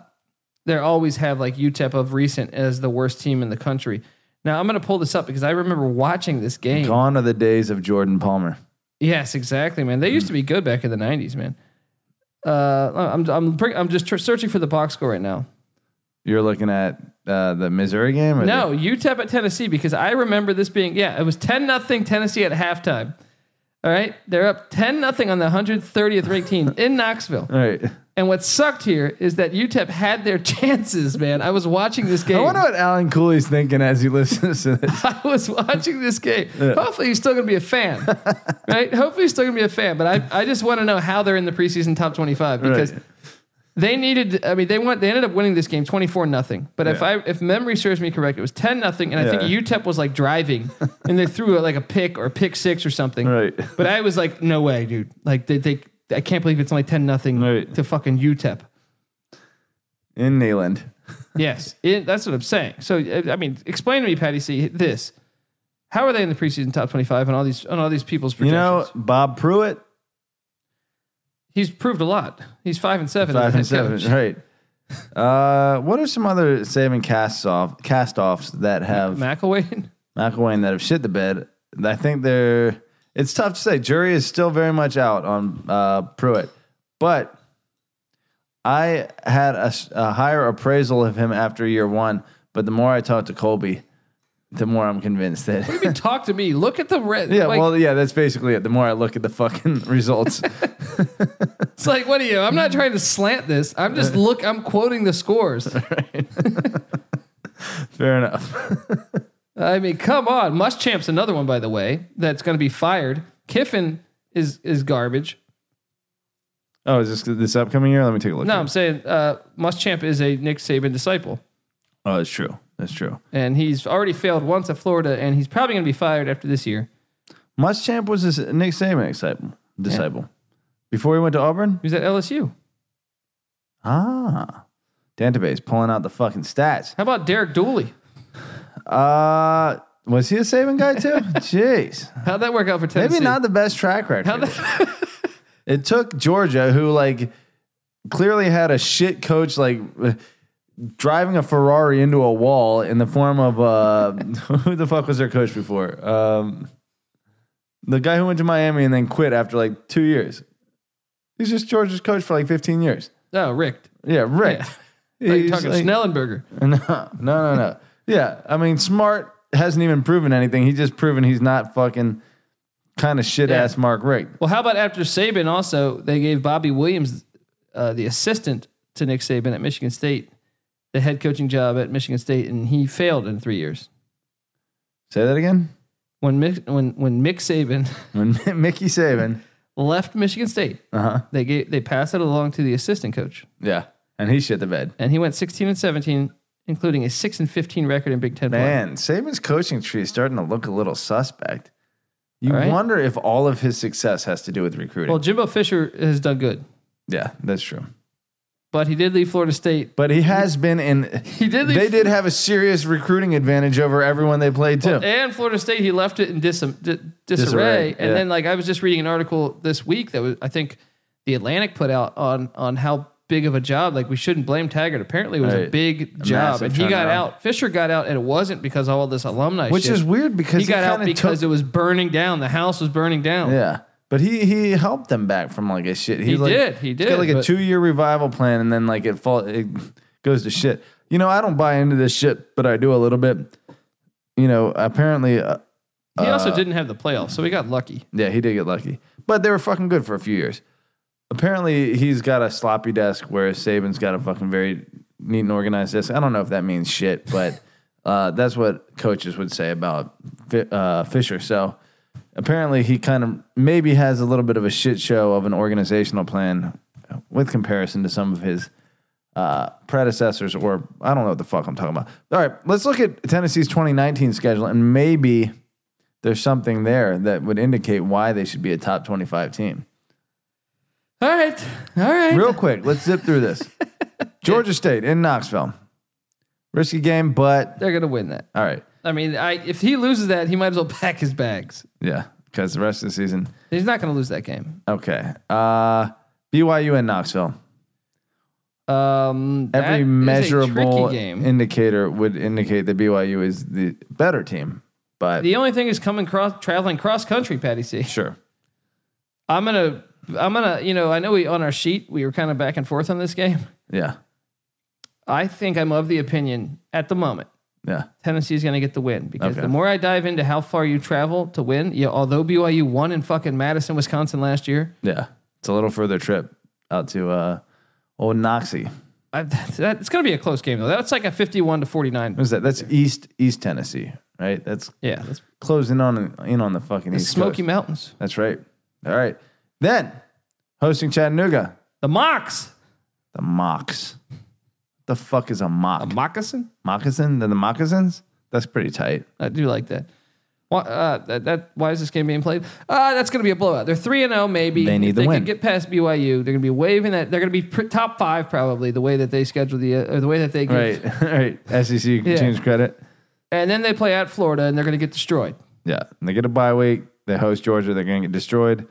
they always have like UTEP of recent as the worst team in the country. Now I'm gonna pull this up because I remember watching this game. gone are the days of Jordan Palmer. Yes, exactly, man. They used to be good back in the '90s, man. Uh, I'm I'm pre- I'm just tr- searching for the box score right now. You're looking at uh, the Missouri game. Or No, UTEP at Tennessee because I remember this being yeah, it was ten nothing Tennessee at halftime. All right, they're up ten nothing on the 130th ranked team in Knoxville. the- all right. And what sucked here is that UTEP had their *laughs* chances, man. I was watching this game. I wonder what Alan Cooley's thinking as he listens to *laughs* this. I was watching this game. Hopefully, he's still going to be a *laughs* fan, right? Hopefully, he's still going to be a fan. But I, I just want to know how they're in the preseason top twenty-five because Right. they needed. I mean, they went. They ended up winning this game twenty-four nothing. But if I, if memory serves me correct, it was ten nothing, and I think Yeah. UTEP was like *laughs* driving, and they threw like a pick or a pick six or something. Right. But I was like, no way, dude. Like they, they I can't believe it's only ten nothing Right. to fucking E UTEP. in Neyland. Yes, it, that's what I'm saying. So uh, I I mean, explain to me, Patty C. This: How are they in the preseason top 25 on all these on all these people's You projections? know Bob Pruitt, he's proved a lot. He's five and seven. five and as a head seven, coach. right? Uh, what are some other saving casts off cast offs that *laughs* have McElwain. *laughs* McElwain that have shit the bed. I think they're. It's tough to say. Jury is still very much out on uh, Pruitt, but I had a, s- a higher appraisal of him after year one. But the more I talk to Colby, the more I'm convinced that. *laughs* I mean, talk to me. Look at the red. Yeah, like, well, yeah, that's basically it. The more I look at the fucking *laughs* *laughs* results, it's like what are you? I'm not trying to slant this. I'm just look. I'm quoting the *laughs* scores. fair enough. *laughs* I mean, come on. Muschamp's another one, by the way, that's going to be fired. Kiffin is is garbage. Oh, is this this upcoming year? Let me take a look. No, I'm saying uh, Muschamp is a Nick Saban disciple. Oh, that's true. That's true. and he's already failed once at Florida, and he's probably going to be fired after this year. Muschamp was his Nick Saban disciple. Disciple. Before he went to Auburn, He was at LSU. Ah, database pulling out the fucking stats. How about Derek Dooley? Uh, was he a saving guy too? Jeez, How'd that work out for Tennessee? maybe not the best track How'd record. that- *laughs* It took Georgia, who like clearly had a shit coach, like uh, driving a Ferrari into a wall in the form of uh, *laughs* who the fuck was their coach before? Um, the guy who went to Miami and then quit after like two years. He's just Georgia's coach for like 15 years. oh, Rick. Yeah, Rick. Like He's talking like- Schnellenberger. *laughs* No, no, no, no. yeah, I mean, Smart hasn't even proven anything. He's just proven he's not fucking kind of shit ass Mark Rick. Well, how about after Saban? Also, they gave Bobby Williams, uh, the assistant to Nick Saban at Michigan State, the head coaching job at Michigan State, and he failed in three years. Say that again. When Mick, when when Mick Saban *laughs* When *laughs* Mickey Saban, left Michigan State, uh huh, they gave they passed it along to the assistant coach. yeah, and he shit the bed. and he went 16 and 17, including a 6 and 15 record in Big Ten play. Man, Saban's coaching tree is starting to look a little suspect. You All right. wonder if all of his success has to do with recruiting. Well, Jimbo Fisher has done good, yeah, that's true. but he did leave Florida State. But he has been in. He did leave. They did have a serious recruiting advantage over everyone they played too. And Florida State, he left it in dis- di- disarray. Disarray, And yeah. then, like, I was just reading an article this week that was, I think, the Atlantic put out on on how big of a job. Like, we shouldn't blame Taggart. Apparently, it was a Right. big A job, massive and he got turnaround. out. Fisher got out, and it wasn't because of all this alumni, which shit. is weird because He got out kinda because took- it was burning down. The house was burning down. Yeah. But he he helped them back from like a shit. He like, did, he he's did, Got like a but- two year revival plan, and then like it fall it goes to shit. You know, I don't buy into this shit, but I do a little bit. You know, apparently, uh, He also didn't have the playoffs, so he got lucky. yeah, he did get lucky, but they were fucking good for a few years. Apparently, he's got a sloppy desk, whereas Saban's got a fucking very neat and organized desk. I don't know if that means shit, but *laughs* uh, that's what coaches would say about Fi- uh, Fisher. So apparently, he kind of maybe has a little bit of a shit show of an organizational plan with comparison to some of his uh, predecessors, or I don't know what the fuck I'm talking about. All right, let's look at Tennessee's 2019 schedule and maybe there's something there that would indicate why they should be a top 25 team. All right. All right. Real quick, let's zip *laughs* through this. Georgia State in Knoxville. Risky game, but They're going to win that. all right. I mean, I, if he loses that, he might as well *laughs* pack his bags. Yeah, because the rest of the season. He's not going to lose that game. Okay. Uh, BYU in Knoxville. Um, that Every is a measurable tricky game. indicator would indicate that BYU is the better team, but the only thing is coming cross traveling cross country, Patty C. sure. I'm gonna I'm gonna you know I know we on our sheet we were kind of back and forth on this game. Yeah. I think I'm of the opinion at the moment Yeah. Tennessee's going to get the win because Okay. the more I dive into how far you travel to win, yeah, although BYU won in fucking Madison, Wisconsin last year, Yeah. It's a little further trip out to uh, old Knoxie. I, that, it's going to be a close game though. That's like a 51 to 49. What is that? That's East East Tennessee, right? That's Yeah, that's closing on in on the fucking the East Smoky Coast. Mountains. That's right. All right. Then hosting Chattanooga, The Mocs. the Mocs. The fuck is a mock? A moccasin? moccasin? Then the moccasins? That's *laughs* pretty tight. I do like that. Why, uh, that, that why is this game being played? Uh, that's going to be a blowout. They're three and zero. Maybe They need if the they win. Could get past BYU. They're going to be waving that. They're going to be pr- top five probably. The way that they schedule the uh, or the way that they give. Right. All *laughs* right. E SEC teams credit. And then they play at Florida, and they're going to get destroyed. Yeah. And they get a bye week. They host Georgia. They're going to get destroyed.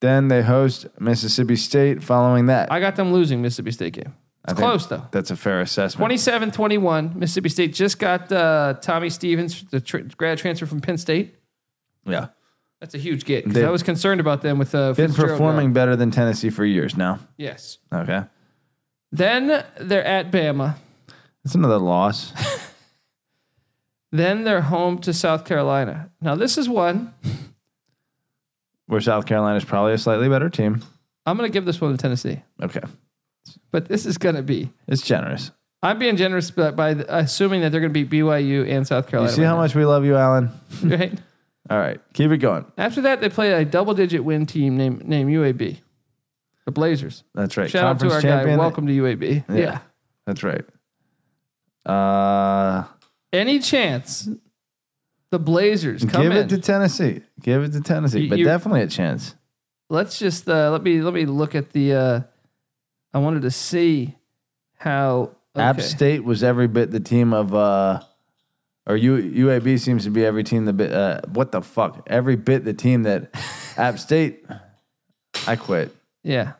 Then they host Mississippi State following that. I got them losing Mississippi State game. It's I think close though. That's a fair assessment. 27 21. Mississippi State just got uh, Tommy Stevens, the tr- grad transfer from Penn State. yeah. That's a huge get because They've I was concerned about them with uh, Been Fitzgerald performing gone. better than Tennessee for years now. Yes. Okay. Then they're at Bama. That's another loss. *laughs* Then they're home to South Carolina. Now, this is one. Where South Carolina's probably a slightly better team. I'm going to give this one to Tennessee, Okay. but this is going to be. It's generous. I'm being generous by, by assuming that they're going to beat BYU and South You Carolina. see right how much we love you, Alan? now, Right? All right. Keep it going. After that, they play a double digit win team named, named UAB, the Blazers. That's right. Shout out to our guy. champion. Welcome to UAB. Yeah. yeah. That's right. Uh, any chance the Blazers come give in? it to Tennessee. Give it to Tennessee, You- but you- definitely a chance. let's just uh, let me let me look at the. Uh, I wanted to see how okay. App State was every bit the team of, uh, or U, UAB seems to be every team the bit. Uh, what the fuck? Every bit the *laughs* team that App State. I quit. Yeah,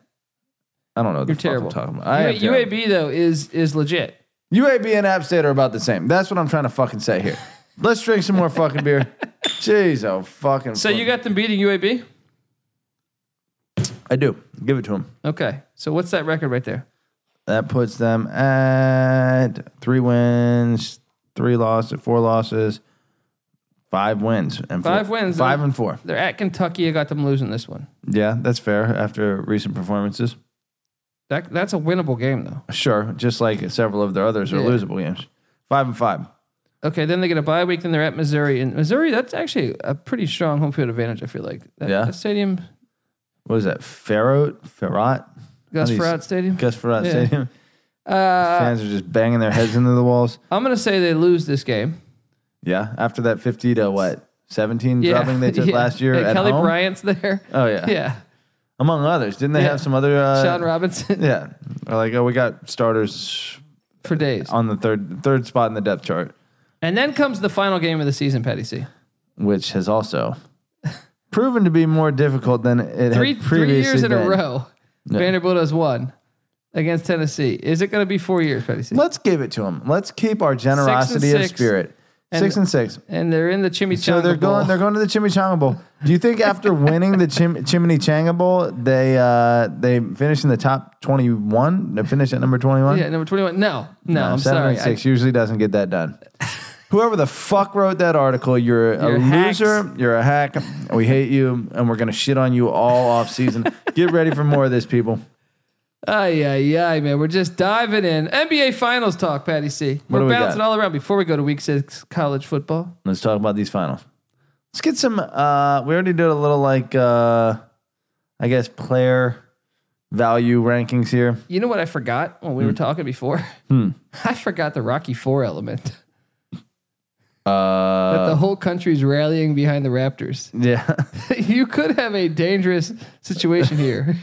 I don't know. You're What the fuck terrible. I'm talking about. I U- am terrible. UAB though is is legit. UAB and App State are about the same. That's what I'm trying to fucking say here. Let's drink some more fucking beer. *laughs* Jeez, oh fucking. So you got them beating UAB. I do. Give it to them. Okay, so what's that record right there? That puts them at three wins, three losses, four losses, five wins, and four- Five wins, five huh? and four. They're at Kentucky. I got them losing this one. Yeah, that's fair. After recent performances, That that's a winnable game though. sure. Just like several of their others are Yeah. losable games. Five and five. Okay, then they get a bye week. Then they're at Missouri. And Missouri, that's actually a pretty strong home field advantage. I feel like that, Yeah. that stadium, What is that? Ferrot, Ferrot, Gus do you s- Frat Stadium. Gus Ferrot Yeah. Stadium. Uh, Fans are just banging their heads into the walls. I'm gonna say they lose this game. Yeah. After that fifty to what seventeen Yeah, drubbing they *laughs* took yeah. last year Yeah, at Kelly home. Bryant's there. Oh *laughs* yeah. yeah, Among others, didn't they Yeah. have some other? Uh, Sean *laughs* Robinson Yeah. Or like, oh, we got starters for days. on the third third spot in the depth chart, And then comes the final game of the season, Patty C. which has *laughs* also proven to be more difficult than it Three had three previously years in a been. row, Vanderbilt has won against Tennessee. Is it going to be four years, Patty C? Let's give it to them. Let's keep our generosity of six. spirit. six and six. And they're in the Chimichanga. So they're Bowl. going. They're going to the Chimichanga Bowl. Do you *laughs* think after winning the Chim- Chimichanga Bowl, they uh, they finish in the top twenty one? They finish at number twenty one. yeah, number twenty-one. No, no, I'm seven sorry. and I, six usually doesn't get *laughs* that done. Whoever the fuck wrote that article, you're a You're hacks. loser. You're a hack. We hate you, and we're gonna shit on you all off season. *laughs* Get ready for more of this, people. ay, ay, ay, man. We're just diving in NBA Finals talk, Patty C. do We're we bouncing got? all around before we go to Week Six college football. Let's talk about these finals. Let's get some. Uh, we already did a little like, uh, I guess, player value rankings here. You know what I *laughs* Hmm. forgot when we were talking before? I forgot the Rocky Four element. Uh, that the whole country's rallying behind the Raptors. *laughs* yeah, *laughs* you could have a dangerous situation *laughs* here.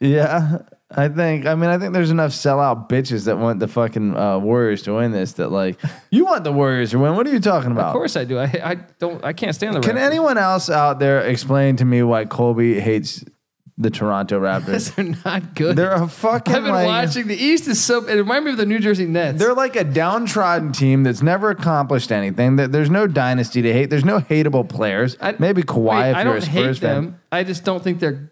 yeah. I think. I mean, I think there's enough sellout bitches that want the fucking uh, Warriors to win this. That like, *laughs* you want the Warriors to win? What are you talking about? of course I do. I, I don't. I can't stand the. Can Raptors. anyone else out there explain to me why Colby hates the Toronto *laughs* Raptors? They're not good. They're a fucking. I've been like, watching the East is so. It reminded me of the New Jersey Nets. They're like a downtrodden team that's never accomplished anything. There- There's no dynasty to hate. There's no hateable players. I- Maybe Kawhi Wait, if I you're don't a hate Spurs them. fan. I just don't think they're.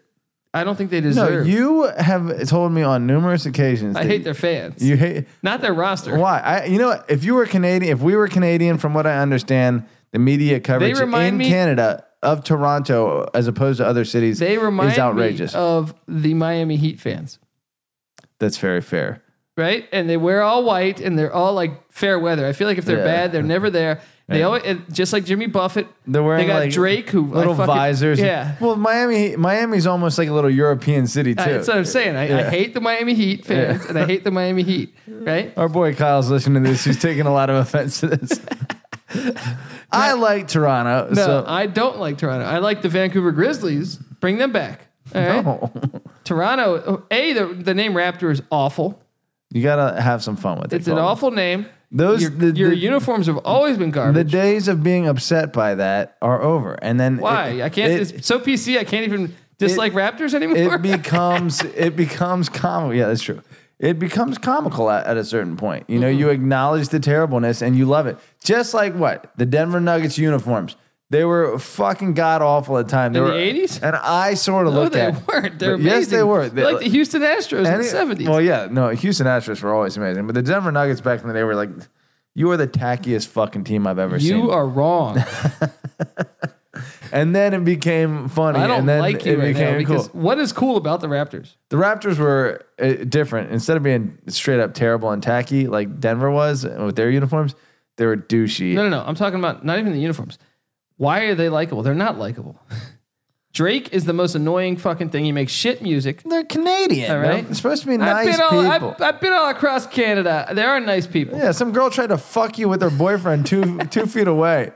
I don't think they No, deserve. you have told me on numerous occasions. I that hate their fans. You hate not their roster. why? I you know what? if you were Canadian, if we were Canadian, from what I understand, the media coverage remind in me- Canada of Toronto as opposed to other cities They remind is outrageous. me of the Miami Heat fans, that's very fair. right? And they wear all white and they're all like fair weather. I feel like if they're Yeah. bad, they're never there. They Yeah. always and just like Jimmy Buffett. They're wearing They got like Drake, who I little fucking- visors. Yeah. Well, Miami, Miami's almost like a little European city too. I- that's what I'm saying. I, I Yeah. hate the Miami Heat fans and I hate the Miami *laughs* Heat, right? Our boy Kyle's listening to this. He's taking a lot of offense *laughs* to this. I like Toronto. No, so I don't like Toronto. I like the Vancouver Grizzlies. Bring them back. All right. No. Toronto, oh, A, the, the name Raptor is awful. you gotta have some fun with it. It's an Cole. awful name. Those your, the, your the- uniforms have always been the garbage. days of being upset by that are over. And then Why? it- I can't. It, it's so PC. I can't even dislike Raptors *laughs* anymore. it becomes it becomes comical. Yeah, that's true. It becomes comical at, at a certain point. You know, you Mm-hmm. acknowledge the terribleness and you love it. Just like what the Denver Nuggets uniforms. They were fucking god awful at the time. They In the were 80s? and I sort of no, looked they *laughs* at. weren't. They're But Yes, they amazing. were. They- like the Houston Astros in the any- seventies. Well, yeah, no, Houston Astros were always amazing, but the Denver Nuggets back in the day were like, you are the tackiest fucking team I've ever seen. you are wrong. *laughs* and then it became funny. I don't and then like it you right now became because cool. what is cool about the Raptors? The Raptors were uh, different. Instead of being straight up terrible and tacky like Denver was with their uniforms, they were douchey. No, no, no. I'm talking about not even the uniforms. Why are they likable? They're not likable. *laughs* Drake is the most annoying fucking thing. He makes shit music. They're Canadian. All right. They're supposed to be nice I've been all people. I've, I've been all across Canada. There are nice people. Yeah, yeah, some girl tried to fuck you with her *laughs* boyfriend two two feet away.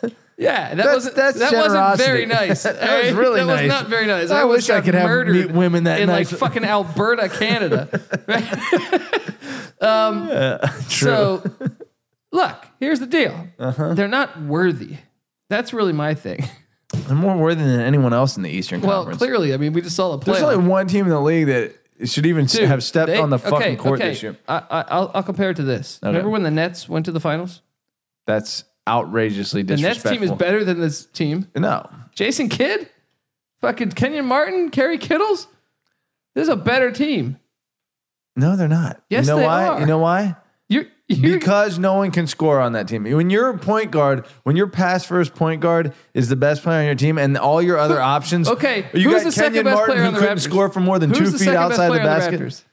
that That's- wasn't that's that wasn't very generosity. nice. *laughs* That was all right? really that nice. was not very nice. I almost wish I got could have murdered meet women that in nice. like fucking Alberta, *laughs* Canada. *laughs* Right? True. Uh-huh. so look, here's the deal. They're not worthy. That's really my thing. They're more worthy than anyone else in the Eastern Well, Conference. clearly, I mean, we just saw the There's playoff. only one team in the league that should even s Dude, have stepped they- on the okay, fucking court okay. this year. I, I, I'll, I'll compare it to this. Remember when the Nets went to the finals? That's outrageously The Nets disrespectful. team is better than this team. No, Jason Kidd, fucking Kenyon Martin, Kerry Kittles. This is a better team. no, they're not. Yes, you know they why? are. You know why? You're, you're Because no one can score on that team. When you're a point guard, when your pass first point guard is the best player on your team, and all your other options, okay, you who's got the second Kenyon best Martin player who on the couldn't Raptors? score from more than who's two the feet second best outside the player on basket. The Raptors?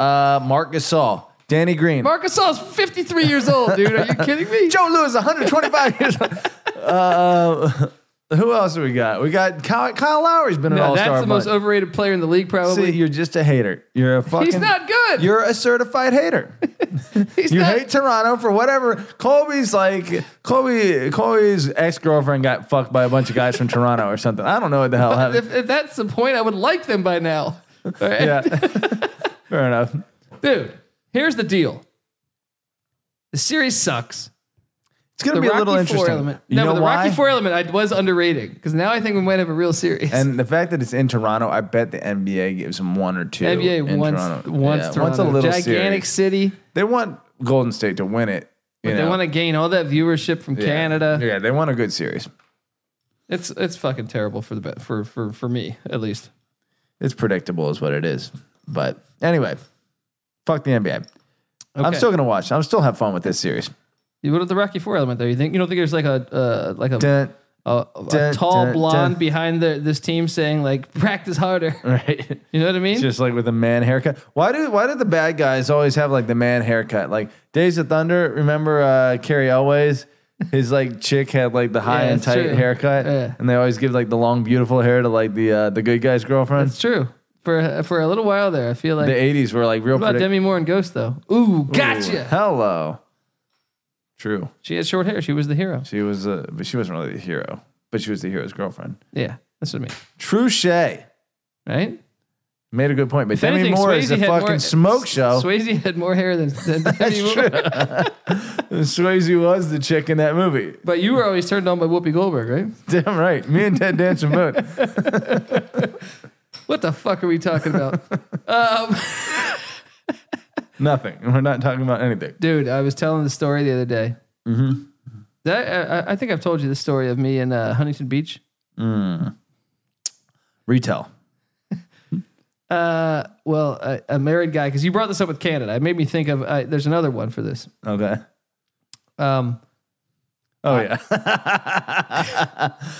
uh, Mark Gasol, Danny Green, Marc Gasol's 53 years old, dude. Are you kidding me? *laughs* Joe Lewis, 125 years. old. Uh, who else we got? We got Kyle, Kyle Lowry's been an No, all that's star. the most overrated player in the league, See, probably. you're just a hater. You're a fucking. He's not good. You're a certified hater. *laughs* He's You not, hate Toronto for whatever. Colby's like Colby. Colby's ex girlfriend got fucked by a bunch of guys from Toronto or something. I don't know what the *laughs* hell happened. if, if that's the point, I would like them by *laughs* now. All right? Yeah, *laughs* fair enough. Dude, here's the deal. The series sucks. It's gonna The be a little Rocky Four interesting. element. You no, know but the why? Rocky Four element I was underrating because now I think we might have a real series. *laughs* and the fact that it's in Toronto, I bet the NBA gives them one or two. NBA in wants Toronto. wants, Yeah, Toronto. wants a little gigantic series. city. They want Golden State to win it. But they want to gain all that viewership from Canada. Yeah, they want a good series. It's it's fucking terrible for the bet for for for me at least. It's predictable, is what it is. But anyway, fuck the NBA. I'm Okay. still gonna watch. I'm still have fun with this series. You what are the Rocky Four element though? You think you don't think there's like a uh, like a Dun, a, a dun, tall dun, blonde dun. behind the, this team saying like *laughs* practice *laughs* harder. right? You know what I mean? Just like with a man haircut. Why do why do the bad guys always have like the man haircut? Like Days of Thunder. Remember uh, Carrie Elways? His like chick had like the high Yeah, and that's tight true. haircut, Yeah. and they always give like the long beautiful hair to like the uh, the good guy's girlfriend. It's true. For for a little while there, I feel like the '80s were like real. What about predict- Demi Moore and Ghost though? Ooh, gotcha. Hello. True. She had short hair. She was the hero. She was a, but she wasn't really the hero, but she was the hero's girlfriend. Yeah, that's what I mean. Truche right? made a good point, but If Demi anything, Moore is Swayze a had fucking more- smoke show. Swayze had more hair than, *laughs* than Demi Moore. Swayze was the chick in that movie. *laughs* But you were always turned on by Whoopi Goldberg, right? Damn right. Me and Ted Danson both. *laughs* What the fuck are we talking *laughs* about? Nothing. We're not talking about anything. Dude, I was telling the story the other day. Mm-hmm. That, I, I think I've told you the story of me in uh, Huntington Beach. Retail. Uh, well, a, a married guy, because you brought this up with Canada. It made me think of, uh, there's another one for this. Okay. Um, Oh yeah.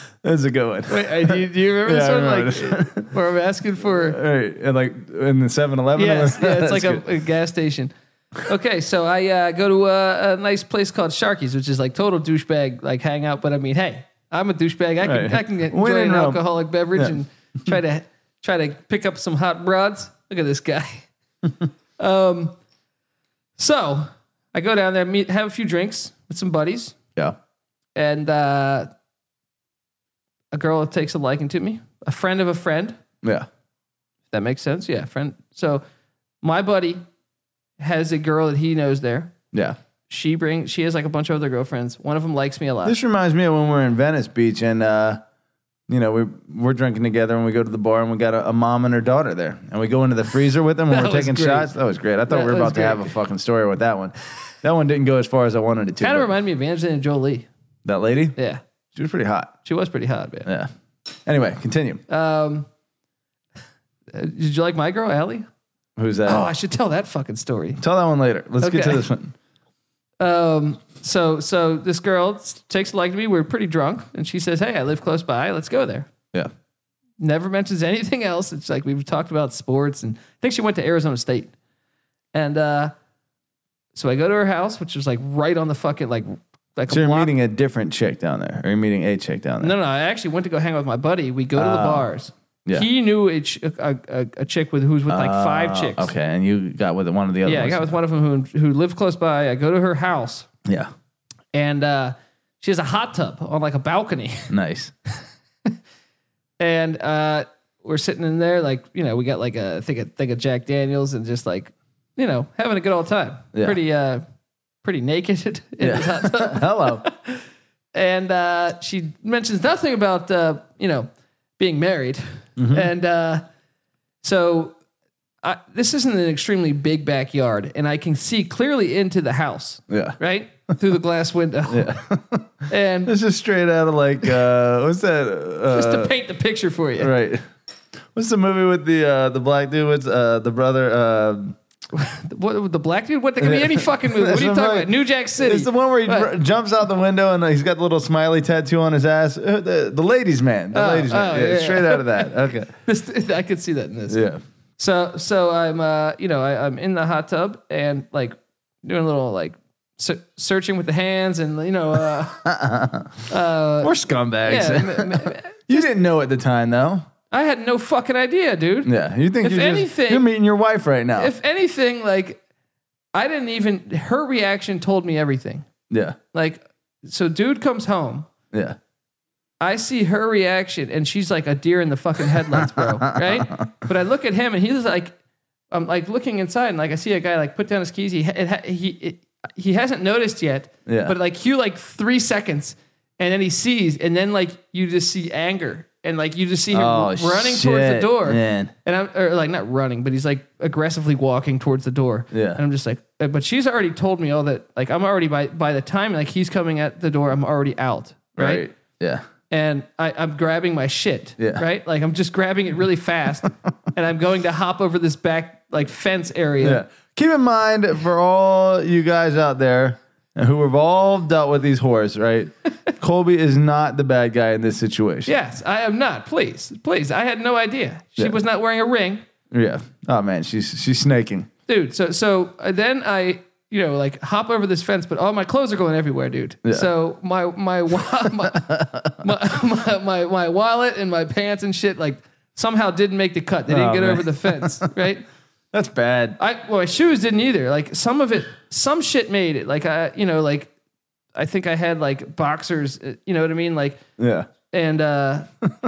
*laughs* That's a good one. wait, I, do, you, do you remember *laughs* Yeah, I this one? remember Like, where I'm asking for All right. And like in the 7 Eleven? Yes, *laughs* yeah, it's like a, a gas station. Okay, so I uh, go to a, a nice place called Sharky's, which is like total douchebag like hangout. But I mean, hey, I'm a douchebag. I can Right. I can *laughs* When enjoy in an Rome. alcoholic beverage Yeah. and try to try to pick up some hot broads. Look at this *laughs* guy. um, so I go down there, meet, have a few drinks with some buddies, Yeah. and uh, a girl takes a liking to me, a friend of a friend. Yeah. That makes sense. Yeah, friend. So my buddy has a girl that he knows there. Yeah. She brings she has like a bunch of other girlfriends. One of them likes me a lot. This reminds me of when we were in Venice Beach and, uh, you know, we, we're drinking together and we go to the bar and we got a, a mom and her daughter there. And we go into the freezer with them *laughs* when That we're was taking great. shots. That was great. I thought That we were was about to great. have a fucking story with that one. That one didn't go as far as I wanted it to. kind of but reminded me of Angelina Jolie. that lady, Yeah. she was pretty hot. She was pretty hot, man. Yeah. Anyway, continue. Um uh, did you like my girl, Allie? Who's that? Oh, I should tell that fucking story. Tell that one later. Let's get to Okay. this one. Um, so so this girl s- takes a like to me. We're pretty drunk, and she says, "Hey, I live close by. Let's go there." Yeah. never mentions anything else. It's like we've talked about sports, and I think she went to Arizona State. And uh, so I go to her house, which was like right on the fucking like like So a you're block. meeting a different chick down there, or you're meeting a chick down there. No, no, I actually went to go hang out with my buddy. We go to the bars. Oh. yeah. He knew a, ch- a, a, a chick with who's with like five Oh, chicks. Okay, and you got with one of the other. Yeah, I ones. got with one of them who who lived close by. I go to her house, Yeah, and uh, she has a hot tub on like a balcony. *laughs* nice. and uh, we're sitting in there, like you know, we got like a think of think of Jack Daniels and just like you know having a good old time, Yeah. pretty uh, pretty naked, *laughs* in his hot tub. Hello. and uh, she mentions nothing about uh, you know being married, Mm-hmm. and uh, so. I, this isn't an extremely big backyard, and I can see clearly into the house, Yeah, right through the glass window. *laughs* and this is straight out of like uh, what's that? Uh, just to paint the picture for you, right. What's the movie with the uh, the black dude? What's uh, the brother? Uh, What with the black dude? What? There could be any fucking movie. What are you *laughs* That's talking right. about? New Jack City. it's the one where he What? dr- jumps out the window and he's got the little smiley tattoo on his ass. Uh, the, the ladies' man. The Oh, ladies' man. oh, yeah, yeah. Straight out of that. *laughs* Okay. This- I could see that in this. Yeah. So so I'm uh you know I, I'm in the hot tub and like doing a little like se- searching with the hands and you know uh, *laughs* We're scumbags. *laughs* yeah, m- m- you didn't know at the time though. I had no fucking idea, dude. Yeah, you think If you're, just- anything- you're meeting your wife right now? If anything, like I didn't even her reaction told me everything. yeah, Like so, dude comes home. yeah, I see her reaction, and she's like a deer in the fucking headlights, *laughs* bro. Right? But I look at him, and he's like, I'm like looking inside, and like I see a guy like put down his keys. He it, ha- he it, he hasn't noticed yet. Yeah. But like cue like three seconds, and then he sees, and then like you just see anger, and like you just see him Oh, running towards the shit, door, man. and I'm or like not running, but he's like aggressively walking towards the door. Yeah. And I'm just like, uh, but she's already told me all that. Like I'm already by by the time like he's coming at the door, I'm already out. right yeah, and I, I'm grabbing my shit. Yeah. Right? Like I'm just grabbing it really *laughs* fast and I'm going to hop over this back like fence area. yeah. Keep in mind for all you guys out there who have all dealt with these whores, right? *laughs* Colby is not the bad guy in this situation. Yes, I am not. Please, please. I had no idea. She Yeah. was not wearing a ring. Yeah. Oh man, she's she's snaking. Dude, so so uh, then I you know, like hop over this fence, but all my clothes are going everywhere, dude. So my my, wa- *laughs* my, my my my my wallet and my pants and shit like somehow didn't make the cut. They didn't Oh, get man. over the *laughs* fence, right? That's bad. I well, my shoes didn't either. Like some of it, some shit made it. Like I, you know, like I think I had like boxers. uh, You know what I mean? Like Yeah. and *laughs* uh,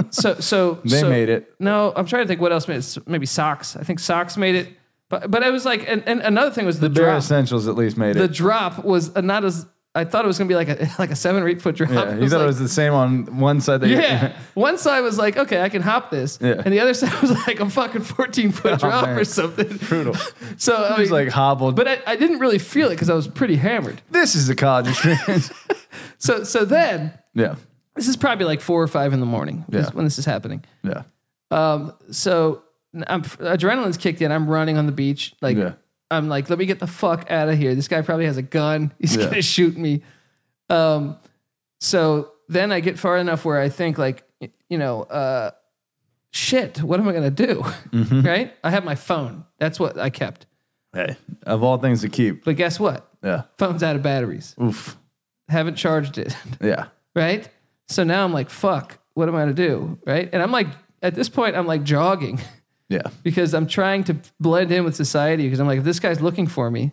so so They so- made it. No, I'm trying to think what else made it. S- Maybe socks. I think socks made it. But but I was like, and, and another thing was the, Bare drop. essentials at least made The it. drop was uh, not as I thought it was gonna be like a *laughs* like a seven or eight foot drop. yeah. I You was thought like- it was the same on one side. That you- yeah. One side was like, okay, I can hop this, Yeah. Oh, and the other *laughs* side was like a fucking 14 foot drop man. or something. *laughs* *laughs* brutal. So I It was mean, like hobbled. but I, I didn't really feel it because I was pretty hammered. this is a *laughs* college experience. So so then yeah. this is probably like four or five in the morning is Yeah. when this is happening. Yeah. So I'm adrenaline's kicked in. I'm running on the beach. Like Yeah. I'm like, let me get the fuck out of here. This guy probably has a gun. *laughs* He's Yeah. gonna shoot me. Um, so then I get far enough where I think like, y- you know, uh, shit. What am I gonna do? *laughs* Mm-hmm. Right? I have my phone. That's what I kept. Hey. Of all things to keep. But guess what? Yeah. Phone's out of batteries. Oof. Haven't charged it. *laughs* Yeah. right? So now I'm like, fuck, what am I gonna do? Right? And I'm like, at this point, I'm like jogging *laughs* Yeah. because I'm trying to blend in with society because I'm like, if this guy's looking for me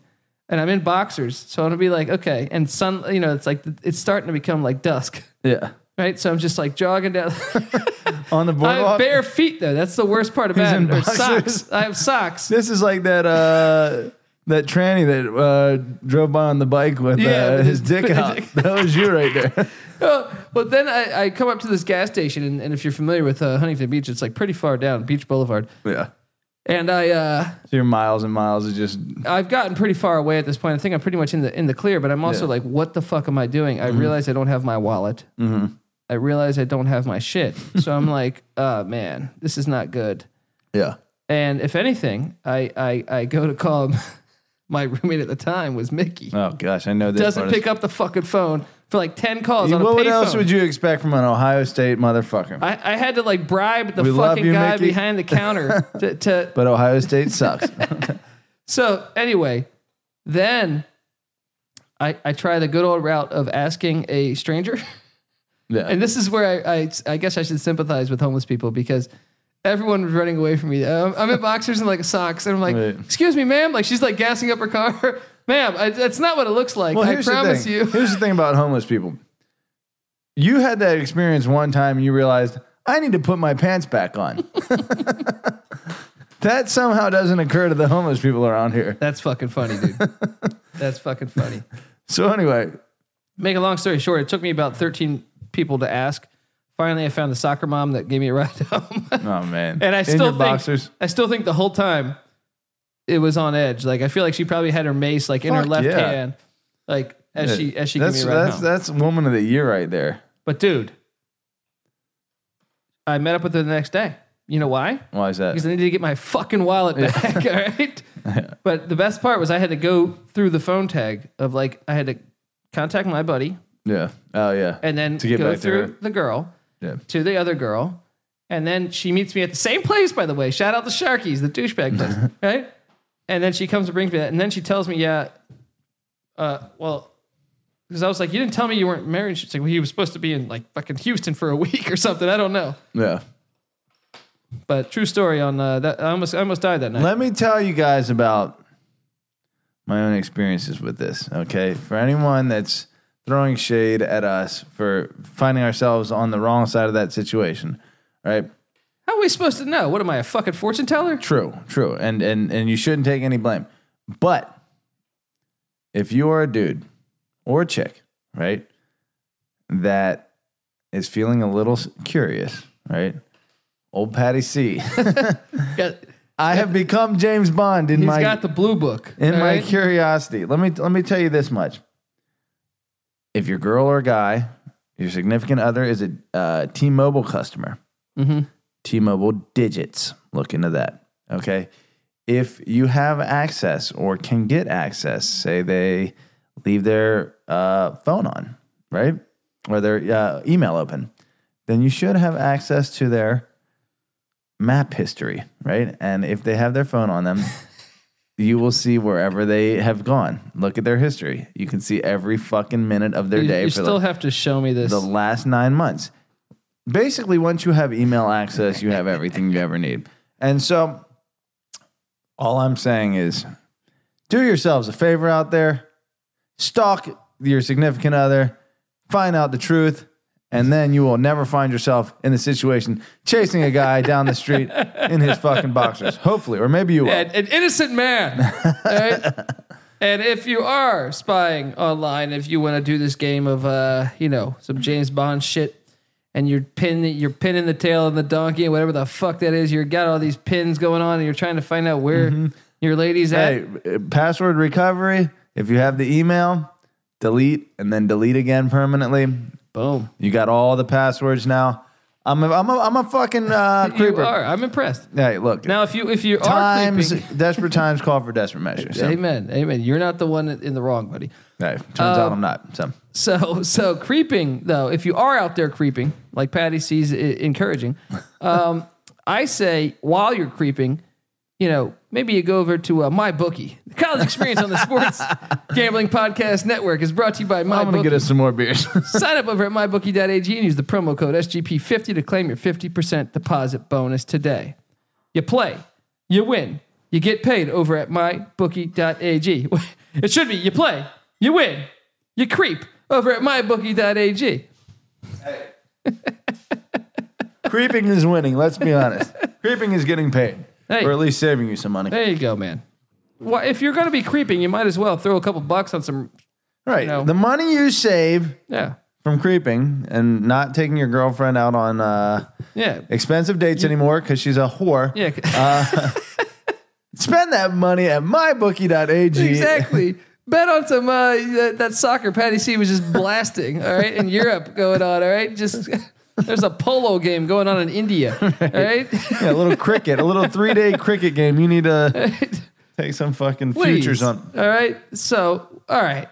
and I'm in boxers, so I'm gonna be like, okay. And sun, you know, it's like, it's starting to become like dusk, *laughs* Yeah. right? So I'm just like jogging down. *laughs* On the I have boardwalk. bare feet though. That's the worst part about in it. Or boxers. Socks. I have *laughs* socks. This is like that uh that tranny that uh drove by on the bike with Yeah, uh, with his his- dick with his out. dick. *laughs* That was you right there. Oh, but then I, I come up to this gas station, and, and if you're familiar with uh, Huntington Beach, it's like pretty far down Beach Boulevard. yeah. And I, uh, So you're miles and miles of just I've gotten pretty far away at this point. I think I'm pretty much in the in the clear, but I'm also Yeah. Mm-hmm. like, what the fuck am I doing? I realize I don't have my wallet. I realize I don't have my *laughs* shit. So I'm like, oh man, this is not good. yeah. And if anything, I I, I go to call *laughs* my roommate at the time was Mickey. Oh gosh, I know this Doesn't part is- pick up the fucking phone for like ten calls on a What else payphone. would you expect from an Ohio State motherfucker? I, I had to like bribe the We love fucking you, guy Mickey. behind the *laughs* counter to, to but Ohio *laughs* State sucks. So anyway, then I I try the good old route of asking a stranger, *laughs* yeah. and this is where I I, I guess I should sympathize with homeless people because. Everyone was running away from me. Um, I'm in boxers and like socks, and I'm like, Right. "Excuse me, ma'am." Like she's like gassing up her car, *laughs* ma'am. I, that's not what it looks like. well, I here's promise the thing. you. *laughs* Here's the thing about homeless people. You had that experience one time and you realized I need to put my pants back on. *laughs* that somehow doesn't occur to the homeless people around here. That's fucking funny, *laughs* dude. that's fucking funny. So anyway, Make a long story short, it took me about 13 people to ask. Finally, I found the soccer mom that gave me a ride *laughs* home. oh man. And I In still your think boxers. I still think the whole time it was on edge. Like I feel like she probably had her mace like in her Fuck left yeah. hand, like as she as she gave me that's a ride that's home. that's woman of the year right there. But dude, I met up with her the next day. You know why? Why is that? Because I needed to get my fucking wallet back. *laughs* All *laughs* right. But the best part was I had to go through the phone tag of like I had to contact my buddy Yeah. Oh yeah. and then To get go back to through her. the girl Yeah. to the other girl, and then she meets me at the same place. By the way, shout out the Sharkies, the douchebag place, *laughs* right? And then she comes and brings me that, and then she tells me, yeah, uh, well, because I was like, you didn't tell me you weren't married. She's like, well, he was supposed to be in like fucking Houston for a *laughs* week or something. I don't know, yeah. but true story on uh, that. I almost I almost died that night. Let me tell you guys about my own experiences with this. Okay. For anyone that's throwing shade at us for finding ourselves on the wrong side of that situation, right? How are we supposed to know? What am I, a fucking fortune teller? True, true. And and and you shouldn't take any blame. But if you are a dude or a chick, right, that is feeling a little s- curious, right? Old Patty C. *laughs* Got, I have become James Bond in he's my got the blue book. in all my right? curiosity. Let me let me tell you this much: if your girl or guy, your significant other is a uh, T-Mobile customer, T-Mobile digits. Look into that. Okay, if you have access or can get access, say they leave their uh, phone on, right, or their uh, email open, then you should have access to their map history, right? And if they have their phone *laughs* on them, you will see wherever they have gone. Look at their history. You can see every fucking minute of their You, day you for still like have to show me this. the last nine months. Basically, once you have email access, you have everything you ever need. And so, all I'm saying is do yourselves a favor out there, stalk your significant other, find out the truth, and then you will never find yourself in the situation chasing a guy down the street in his fucking boxers. Hopefully, or maybe you will. an, an innocent man. all *laughs* right? And if you are spying online, if you want to do this game of uh, you know, some James Bond shit, and you're pin you're pinning the tail on the donkey and whatever the fuck that is, you're got all these pins going on, and you're trying to find out where your lady's at. Mm-hmm. hey, uh, password recovery. If you have the email, delete and then delete again permanently. Boom. You got all the passwords now. I'm a, I'm a, I'm a fucking uh, *laughs* You creeper. are. I'm impressed. Hey, look. Now, if you if you times are creeping, *laughs* desperate times call for desperate measures. So, amen, amen. You're not the one in the wrong, buddy. hey, turns out I'm not. So So, so creeping though, if you are out there creeping, like Patty sees i- encouraging, um, *laughs* I say while you're creeping, you know, maybe you go over to uh, my bookie. The college experience on the *laughs* Sports Gambling Podcast Network is brought to you by my I'm gonna get us some more *laughs* beers. Sign up over at mybookie.ag and use the promo code SGP50 to claim your 50% deposit bonus today. You play, you win, you get paid over at mybookie.ag. *laughs* It should be you play, you win, you creep over at mybookie.ag. Creeping is winning. Let's be honest. Creeping is getting paid, Hey. or at least saving you some money. There you go, man. Well, if you're going to be creeping, you might as well throw a couple bucks on some. Right. No. The money you save Yeah. from creeping and not taking your girlfriend out on uh, Yeah. expensive dates anymore because she's a whore. Yeah. Spend that money at mybookie.ag. Exactly. Bet on some uh, that, that soccer Patty C was just blasting, all right, in Europe going on, all right. Just *laughs* there's a polo game going on in India, all right. *laughs* Yeah, a little cricket, a little three day cricket game. You *laughs* need to take some fucking futures Please. on. all right. So, all right,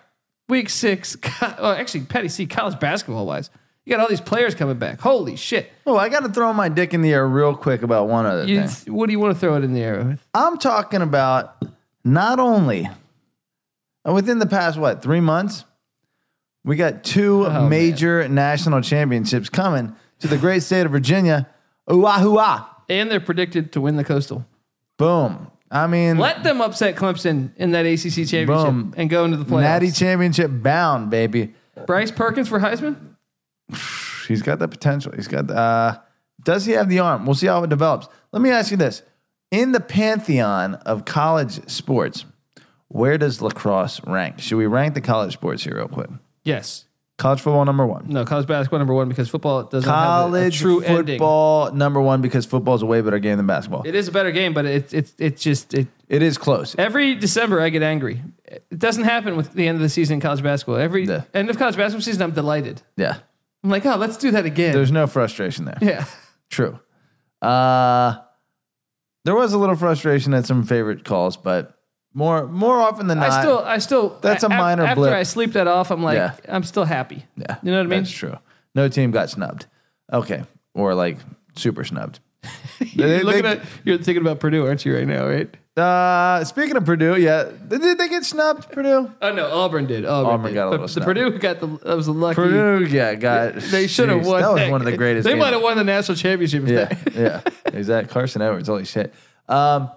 week six. *laughs* co- Oh, actually, Patty C college basketball wise, you got all these players coming back. Holy shit! Oh, I got to throw my dick in the air real quick about one other You, thing. what do you want to throw it in the air with? I'm talking about not only uh, within the past what three months, we got two Oh, man. major national championships coming to the great state of Virginia. Oahu, And they're predicted to win the coastal. boom! I mean, Let them upset Clemson in that ACC championship Boom. and go into the playoffs. natty championship bound, baby. Bryce Perkins for Heisman. He's got the potential. He's got the. Uh, does he have the arm? We'll see how it develops. Let me ask you this: In the pantheon of college sports, where does lacrosse rank? Should we rank the college sports here real quick? Yes. College football number one. No, college basketball number one because football doesn't have a- a College true ending. football number one because football is a way better game than basketball. It is a better game, but it's it's it's just it. it is close. Every December, I get angry. It doesn't happen with the end of the season in college basketball. Every Yeah. end of college basketball season, I'm delighted. Yeah, I'm like, oh, let's do that again. there's no frustration there. *laughs* yeah, True. Uh, there was a little frustration at some favorite calls, but more more often than not, I still, I still. That's a a minor After blip. I sleep that off, I'm like, Yeah. I'm still happy. *laughs* Yeah. You know what I mean? That's true. No team got snubbed. Okay. Or like super snubbed. They- You're, looking they- at, you're thinking about Purdue, aren't you, right now? Right? uh, speaking of Purdue, yeah. Did, did they get snubbed, Purdue? Oh no, Auburn did. Auburn, Auburn did. got a But little the snub. Purdue got the. That was a lucky. Purdue, yeah, got. They should have jeez, won. That was that one of the game. greatest They games. might have won the national championship. if Yeah. they- Yeah. *laughs* Is that Carson Edwards? Holy shit. Um,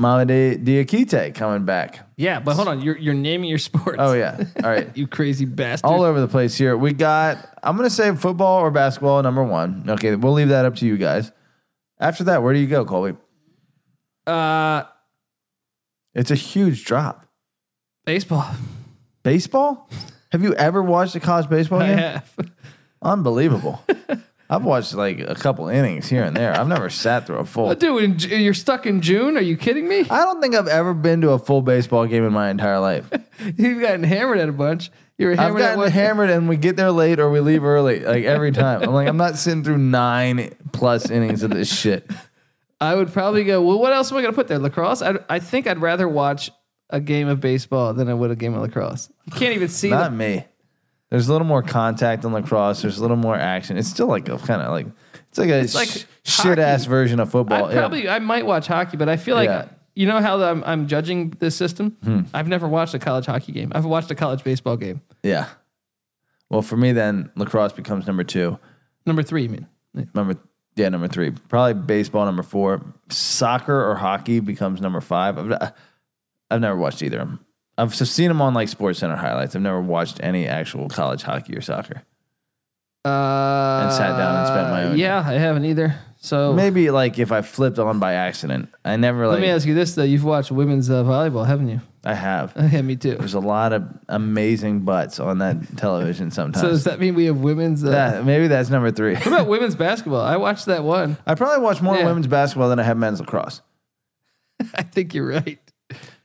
Mamade Diakite coming back. Yeah, but hold on. You're you're naming your *laughs* sports. Oh, yeah. *laughs* All right. you crazy bastard. all over the place here. We got, I'm going to say football or basketball, number one. Okay. We'll leave that up to you guys. After that, where do you go, Colby? uh, It's a huge drop. baseball. *laughs* Baseball? Have you ever watched a college *laughs* baseball I game? have. Unbelievable. *laughs* I've watched like a couple innings here and there. I've never sat through a full. But dude, in, Ju- you're stuck in June. Are you kidding me? *laughs* I don't think I've ever been to a full baseball game in my *laughs* entire life. You've gotten hammered at a bunch. You were I've hammered at gotten one. hammered and we get there late or we leave early *laughs* like every time. I'm like, I'm not sitting through nine plus innings of this shit. I would probably go. Well, what else am I going to put there? Lacrosse. I I think I'd rather watch a game of baseball than I would a game of lacrosse. You can't even see. Not the- me. There's a little more contact on lacrosse. There's a little more action. It's still like a kind of like it's like a like shit ass hockey. version of football. I Yeah. probably I might watch hockey, but I feel like Yeah. Hmm. you know how I'm I'm judging this system. I've never watched a college hockey game. I've watched a college baseball game. Yeah. Well, for me, then lacrosse becomes number two. Number three, you mean? Yeah. Number yeah, number three. Probably baseball. Number four. Soccer or hockey becomes number five. I've, I've never watched either of them. I've s- seen him on like Sports Center highlights. I've never watched any actual college hockey or soccer. Uh, And sat down and spent my own- Yeah, I haven't either. So Maybe like if I flipped on by accident. I never let like me ask you this though: You've watched women's uh, volleyball, haven't you? *laughs* I have. Yeah, me too. There's a lot of amazing butts on *laughs* that television sometimes. So does that mean we have women's? Uh, That- maybe that's number three. *laughs* What about women's basketball? I watched that one. *laughs* I probably watch more Yeah. women's basketball than I have men's lacrosse. I think you're right.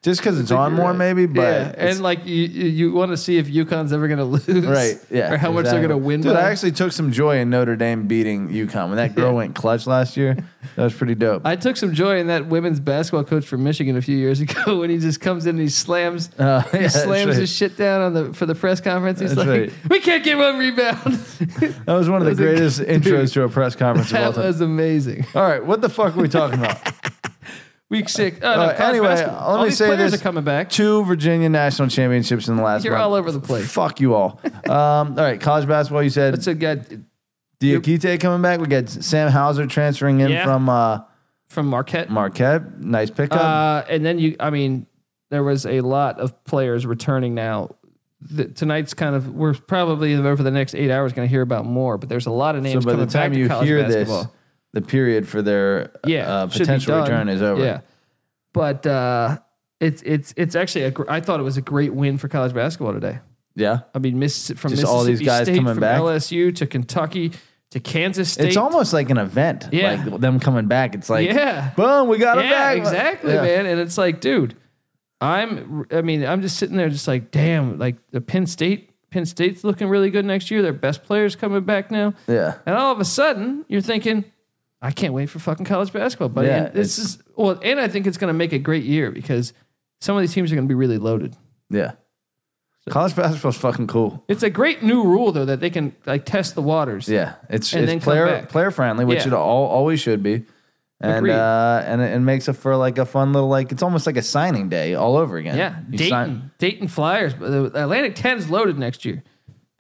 Just because it's I think on you're more, right. maybe, but yeah, it's- and like you, you you want to see if UConn's ever going to *laughs* lose, right, yeah, or how much they're going exactly. to win. Dude, by. I actually took some joy in Notre Dame beating UConn when that girl went clutch last year. That was pretty dope. I took some joy in that women's basketball coach from Michigan a few years *laughs* ago when he just comes in and he slams, Uh, *laughs* yeah, he that's slams right. his shit down on the for the press conference. He's That's like, right. "We can't get one rebound." *laughs* That was one of the That was greatest a- intros to a press conference of all that time. was amazing. all right, what the fuck are we talking *laughs* about? Week six. Oh, no, Uh, college anyway, basketball. let all me these say players this. are coming back. Two Virginia national championships in the last. You're month. all over the place. Fuck you all. Um, all right, college basketball. You said That's a guy Diakite coming back. We got Sam Hauser transferring in Yeah. from uh, from Marquette. Marquette. Nice pickup. Uh, and then you, I mean, there was a lot of players returning now. The, tonight's kind of we're probably over the next eight hours going to hear about more, but there's a lot of so names. by the coming time back to you college hear basketball. this, the period for their yeah, uh, should be potential done. return is over. Yeah, but uh, it's it's it's actually a gr- I thought it was a great win for college basketball today. Yeah? I mean, miss from Just Mississippi all these guys State, coming from back? LSU to Kentucky to Kansas State. It's almost like an event. Yeah. Like them coming back. It's like, yeah, boom, we got it yeah, back. exactly, Yeah. man. And it's like, dude, I'm. I mean, I'm just sitting there, just like, damn, like the Penn State. Penn State's looking really good next year. Their best players coming back now, Yeah. and all of a sudden, you're thinking, I can't wait for fucking college basketball, buddy. Yeah, and this is well, and I think it's going to make a great year because some of these teams are going to be really loaded. Yeah. College basketball's fucking cool. It's a great new rule though that they can like test the waters. Yeah. It's, And it's then come player back. player friendly, which Yeah. it all, always should be. And Agreed. uh, and it, it makes it for like a fun little like it's almost like a signing day all over again. Yeah, You Dayton, sign- Dayton Flyers. The Atlantic 10's loaded next year.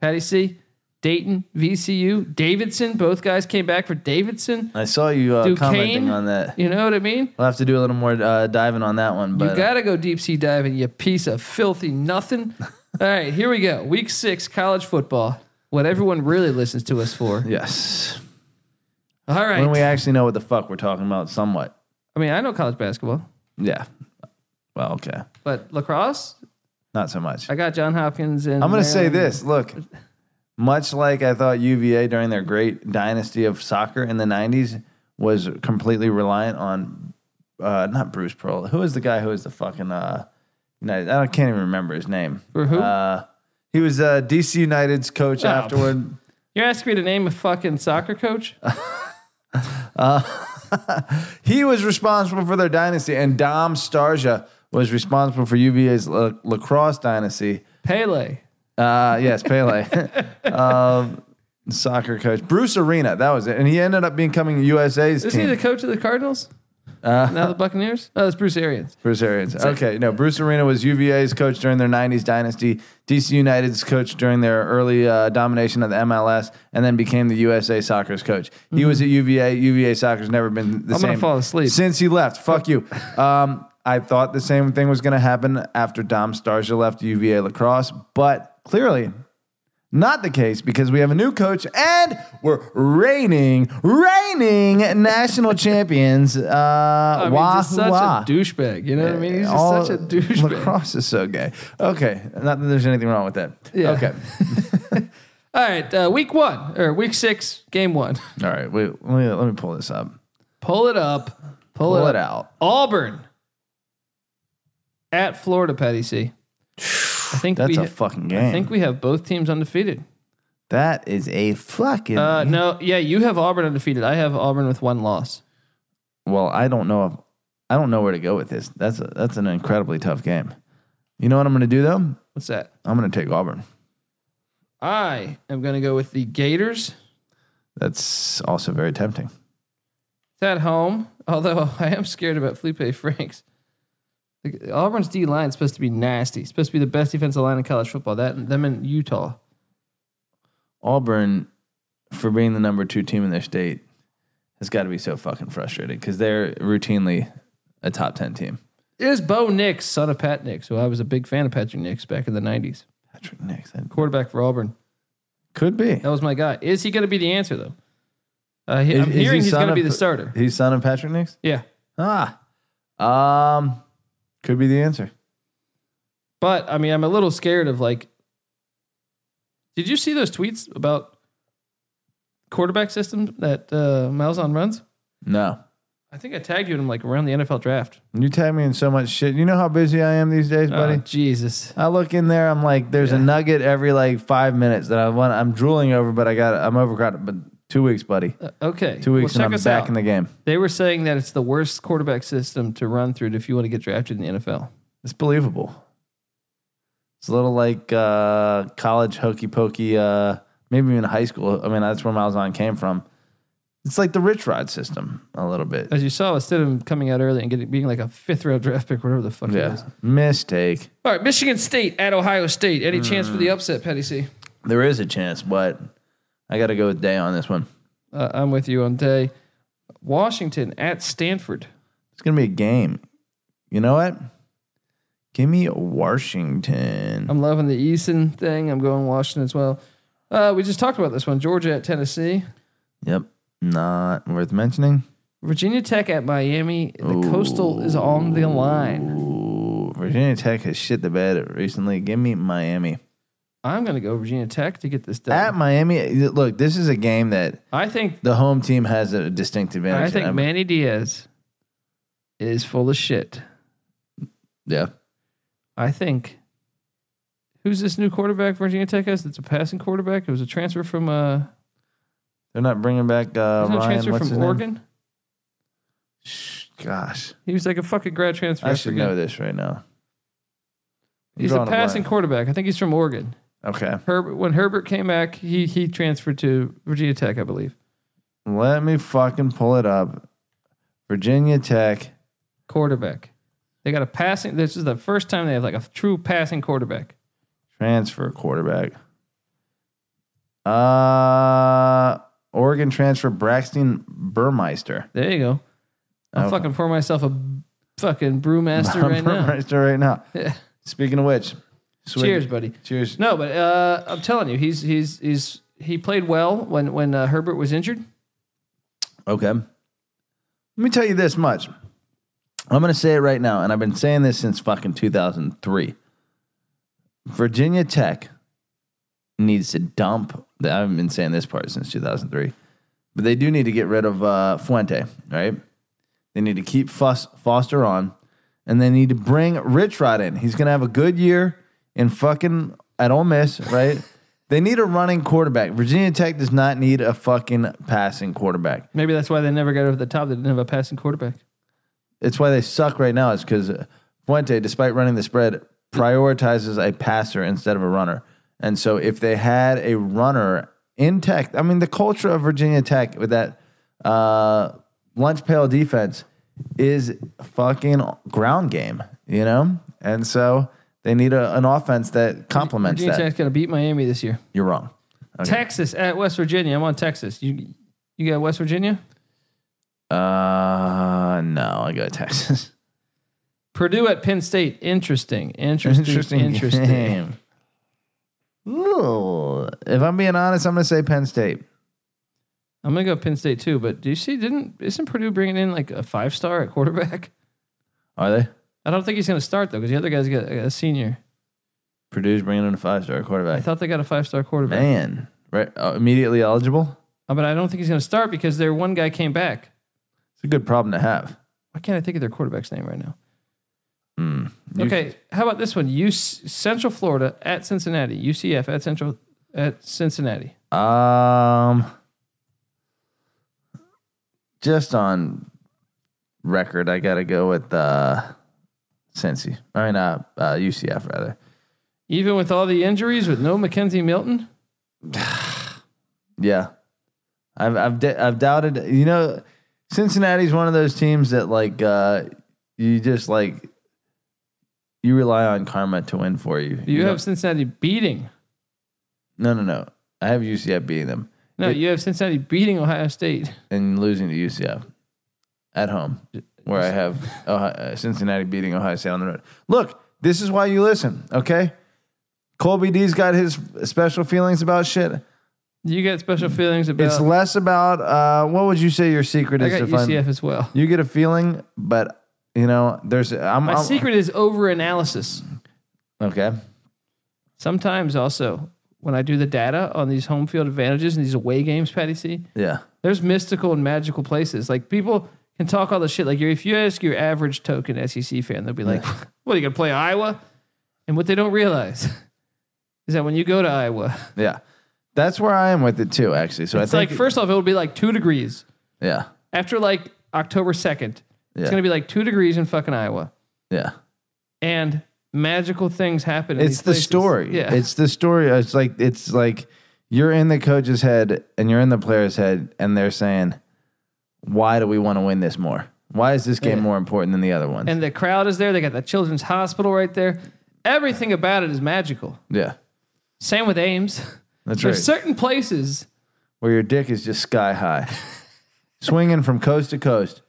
Patty C, Dayton, VCU, Davidson. Both guys came back for Davidson. I saw you uh, Duquesne. commenting on that. You know what I mean? We'll have to do a little more uh, diving on that one. But uh, You got to go deep sea diving, you piece of filthy *laughs* nothing. All right, here we go. Week six, college football. What everyone really listens to us *laughs* for. yes, All right. when we actually know what the fuck we're talking about, somewhat. I mean, I know college basketball, Yeah. Well, okay, but lacrosse, not so much. I got John Hopkins and I'm gonna say Maryland. this. Look, much like I thought UVA during their great dynasty of soccer in the '90s was completely reliant on uh, not Bruce Pearl. Who is the guy who is the fucking uh, United? I don't- can't even remember his name. For who? Uh, he was uh, DC United's coach Oh, afterward. You're asking me to name a fucking soccer *laughs* coach? He was responsible for their dynasty, and Dom Starja was responsible for UVA's la- uh, lacrosse dynasty. Pele. Uh, yes, Pele, *laughs* um, soccer coach Bruce Arena. That was it, and he ended up becoming USA's Isn't he team. the coach of the Cardinals? Uh, now the Buccaneers? Oh, that's Bruce Arians. Bruce Arians. Okay, no, Bruce Arena was UVA's coach during their '90s dynasty. DC United's coach during their early uh, domination of the MLS, and then became the USA Soccer's coach. He was at UVA. UVA Soccer's never been the Mm-hmm. I'm same. gonna fall asleep. since he left. Fuck you. Um, I thought the same thing was going to happen after Dom Starja left UVA lacrosse, but clearly not the case because we have a new coach and we're reigning, reigning national champions. Uh, I mean, wah, just such wah. a douchebag. You know what I mean? He's just All- such a douchebag. Lacrosse is so gay. Okay, not that there's anything wrong with that. Yeah. Okay, All right, uh, week one or week six, game one. *laughs* all right. Wait, let me let me pull this up. Pull it up. Pull, Pull it, it up. out. Auburn at Florida, Patty C. I think That's we. a fucking I game. think we have both teams undefeated. that is a fucking. Uh, no, yeah, you have Auburn undefeated. I have Auburn with one loss. well, I don't know. If, I don't know where to go with this. That's a, that's an incredibly tough game. You know what I'm going to do though? What's that? I'm going to take Auburn. I am going to go with the Gators. That's also very tempting. It's at home, *laughs* although I am scared about Felipe Franks. Like, Auburn's D line is supposed to be nasty. It's supposed to be the best defensive line in college football. That them in Utah. Auburn, for being the number two team in their state, has got to be so fucking frustrated because they're routinely a top ten team. is Bo Nix, son of Pat Nix, who I was a big fan of Patrick Nix back in the 90s. Patrick Nix. That Quarterback for Auburn. could be. That was my guy. Is he going to be the answer, though? Uh, he- Is- I'm is he hearing he's son going to of be the Pa- starter. He's son of Patrick Nix. Yeah. Ah, um, could be the answer. But I mean, I'm a little scared of like. Did you see those tweets about quarterback system that uh, Malzahn runs? No, I think I tagged you in like around the NFL draft. you tag me in so much shit. You know how busy I am these days, buddy. Oh, Jesus. I look in there. I'm like, there's a Yeah. nugget every like five minutes that I want. I'm drooling over, but I got. I'm overcrowded. But two weeks, buddy. Uh, okay. Two weeks, Well, check and I'm us back out. in the game. They were saying that it's the worst quarterback system to run through if you want to get drafted in the NFL. It's believable. It's a little like uh, college hokey pokey, uh, maybe even high school. I mean, that's where Malzahn came from. It's like the rich rod system a little bit. As you saw, instead of coming out early and getting being like a fifth round draft pick, whatever the fuck it Yeah, is. mistake. All right, Michigan State at Ohio State. Any chance for Hmm. the upset, Petty C? There is a chance, but I got to go with Day on this one. Uh, I'm with you on day. Washington at Stanford. It's gonna be a game. You know what? Give me Washington. I'm loving the Eason thing. I'm going Washington as well. Uh, we just talked about this one. Georgia at Tennessee. Yep, not worth mentioning. Virginia Tech at Miami. The coastal is on the line. Ooh, Virginia Tech has shit the bed recently. Give me Miami. I'm going to go Virginia Tech to get this done. At Miami, look, this is a game that I think the home team has a distinct advantage. I think Um, Manny Diaz is full of shit. yeah, I think. Who's this new quarterback Virginia Tech has? That's a passing quarterback. It was a transfer from uh, they're not bringing back uh, wasn't it a Ryan. transfer What's his from name? Oregon. Shh, Gosh, He was like a fucking grad transfer. I should forget. know this right now. I'm He's a drawing a passing blank. quarterback. I think he's from Oregon. Okay, Herbert when Herbert came back, he he transferred to Virginia Tech, I believe. let me fucking pull it up. Virginia Tech. Quarterback. They got a passing. This is the first time they have like a true passing quarterback. transfer quarterback. Uh Oregon transfer Braxton Burmeister. There you go. I'm Okay. fucking pour myself a fucking *laughs* brewmaster right now. Burmeister right now. Yeah. Speaking of which, Swig- Cheers, buddy. Cheers. No, but uh, I'm telling you, he's he's he's he played well when when uh, Herbert was injured. Okay. Let me tell you this much. I'm going to say it right now, and I've been saying this since fucking 2003. Virginia Tech needs to dump. I've been saying this part since 2003, but they do need to get rid of uh, Fuente, right? They need to keep Fos- Foster on, and they need to bring Rich Rod in. He's going to have a good year in fucking at Ole Miss, right? *laughs* they need a running quarterback. Virginia Tech does not need a fucking passing quarterback. Maybe that's why they never got over the top. They didn't have a passing quarterback. It's why they suck right now. Is because Fuente, despite running the spread, prioritizes a passer instead of a runner. And so, if they had a runner in Tech, I mean, the culture of Virginia Tech with that uh, lunch pail defense is fucking ground game, you know. And so, they need a, an offense that complements Virginia that. Tech's gonna beat Miami this year. You're wrong. Okay. Texas at West Virginia. I'm on Texas. You you got West Virginia? Uh, no, I go Texas. *laughs* Purdue at Penn State. Interesting. Interesting. *laughs* Interesting. game. Ooh, if I'm being honest, I'm going to say Penn State. I'm gonna go Penn State too. But do you see? Didn't isn't Purdue bringing in like a five star at quarterback? *laughs* Are they? I don't think he's gonna start though because the other guy's got a senior. Purdue's bringing in a five star I quarterback. thought they got a five star quarterback, Man, right? uh, immediately eligible. Uh, but I don't think he's gonna start because their one guy came back. It's a good problem to have. Why can't I think of their quarterback's name right now? Mm. You- Okay, how about this one? UC, Central Florida at Cincinnati. UCF at Central at Cincinnati. Um, just on record, I got to go with uh, Cincy. I mean, uh, uh, UCF rather. Even with all the injuries, with no Mackenzie Milton, Yeah, I've I've d have doubted. You know, Cincinnati's one of those teams that like uh, you just like you rely on karma to win for you. you know? have Cincinnati beating. no, no, no. I have UCF beating them No, It- you have Cincinnati beating Ohio State. and losing to UCF at home. where I have Ohio, uh, Cincinnati beating Ohio State on the road. Look, this is why you listen, okay? Colby D's got his special feelings about shit. You got special feelings about. It's less about uh, what would you say your secret I is got to find. UCF as well. You get a feeling, but you know there's I'm, My I'm- secret is over analysis. okay. Sometimes also when I do the data on these home field advantages and these away games, Patty C, Yeah, there's mystical and magical places. Like people can talk all the shit. Like if you ask your average token SEC fan, they'll be like, *laughs* "What are you gonna play Iowa?" And what they don't realize *laughs* is that when you go to Iowa, yeah, that's where I am with it too. Actually, so it's I think like first off, it will be like two degrees yeah, after like October second. It's Yeah. gonna be like two degrees in fucking Iowa, yeah. and magical things happen. In It's these the places. story. Yeah, it's the story. It's like it's like you're in the coach's head and you're in the player's head, and they're saying, "Why do we want to win this more? Why is this game Yeah. more important than the other one?" and the crowd is there. They got the children's hospital right there. Everything about it is magical. yeah, Same with Ames. that's right. There's certain places. where your dick is just *laughs* sky high, swinging from coast to coast.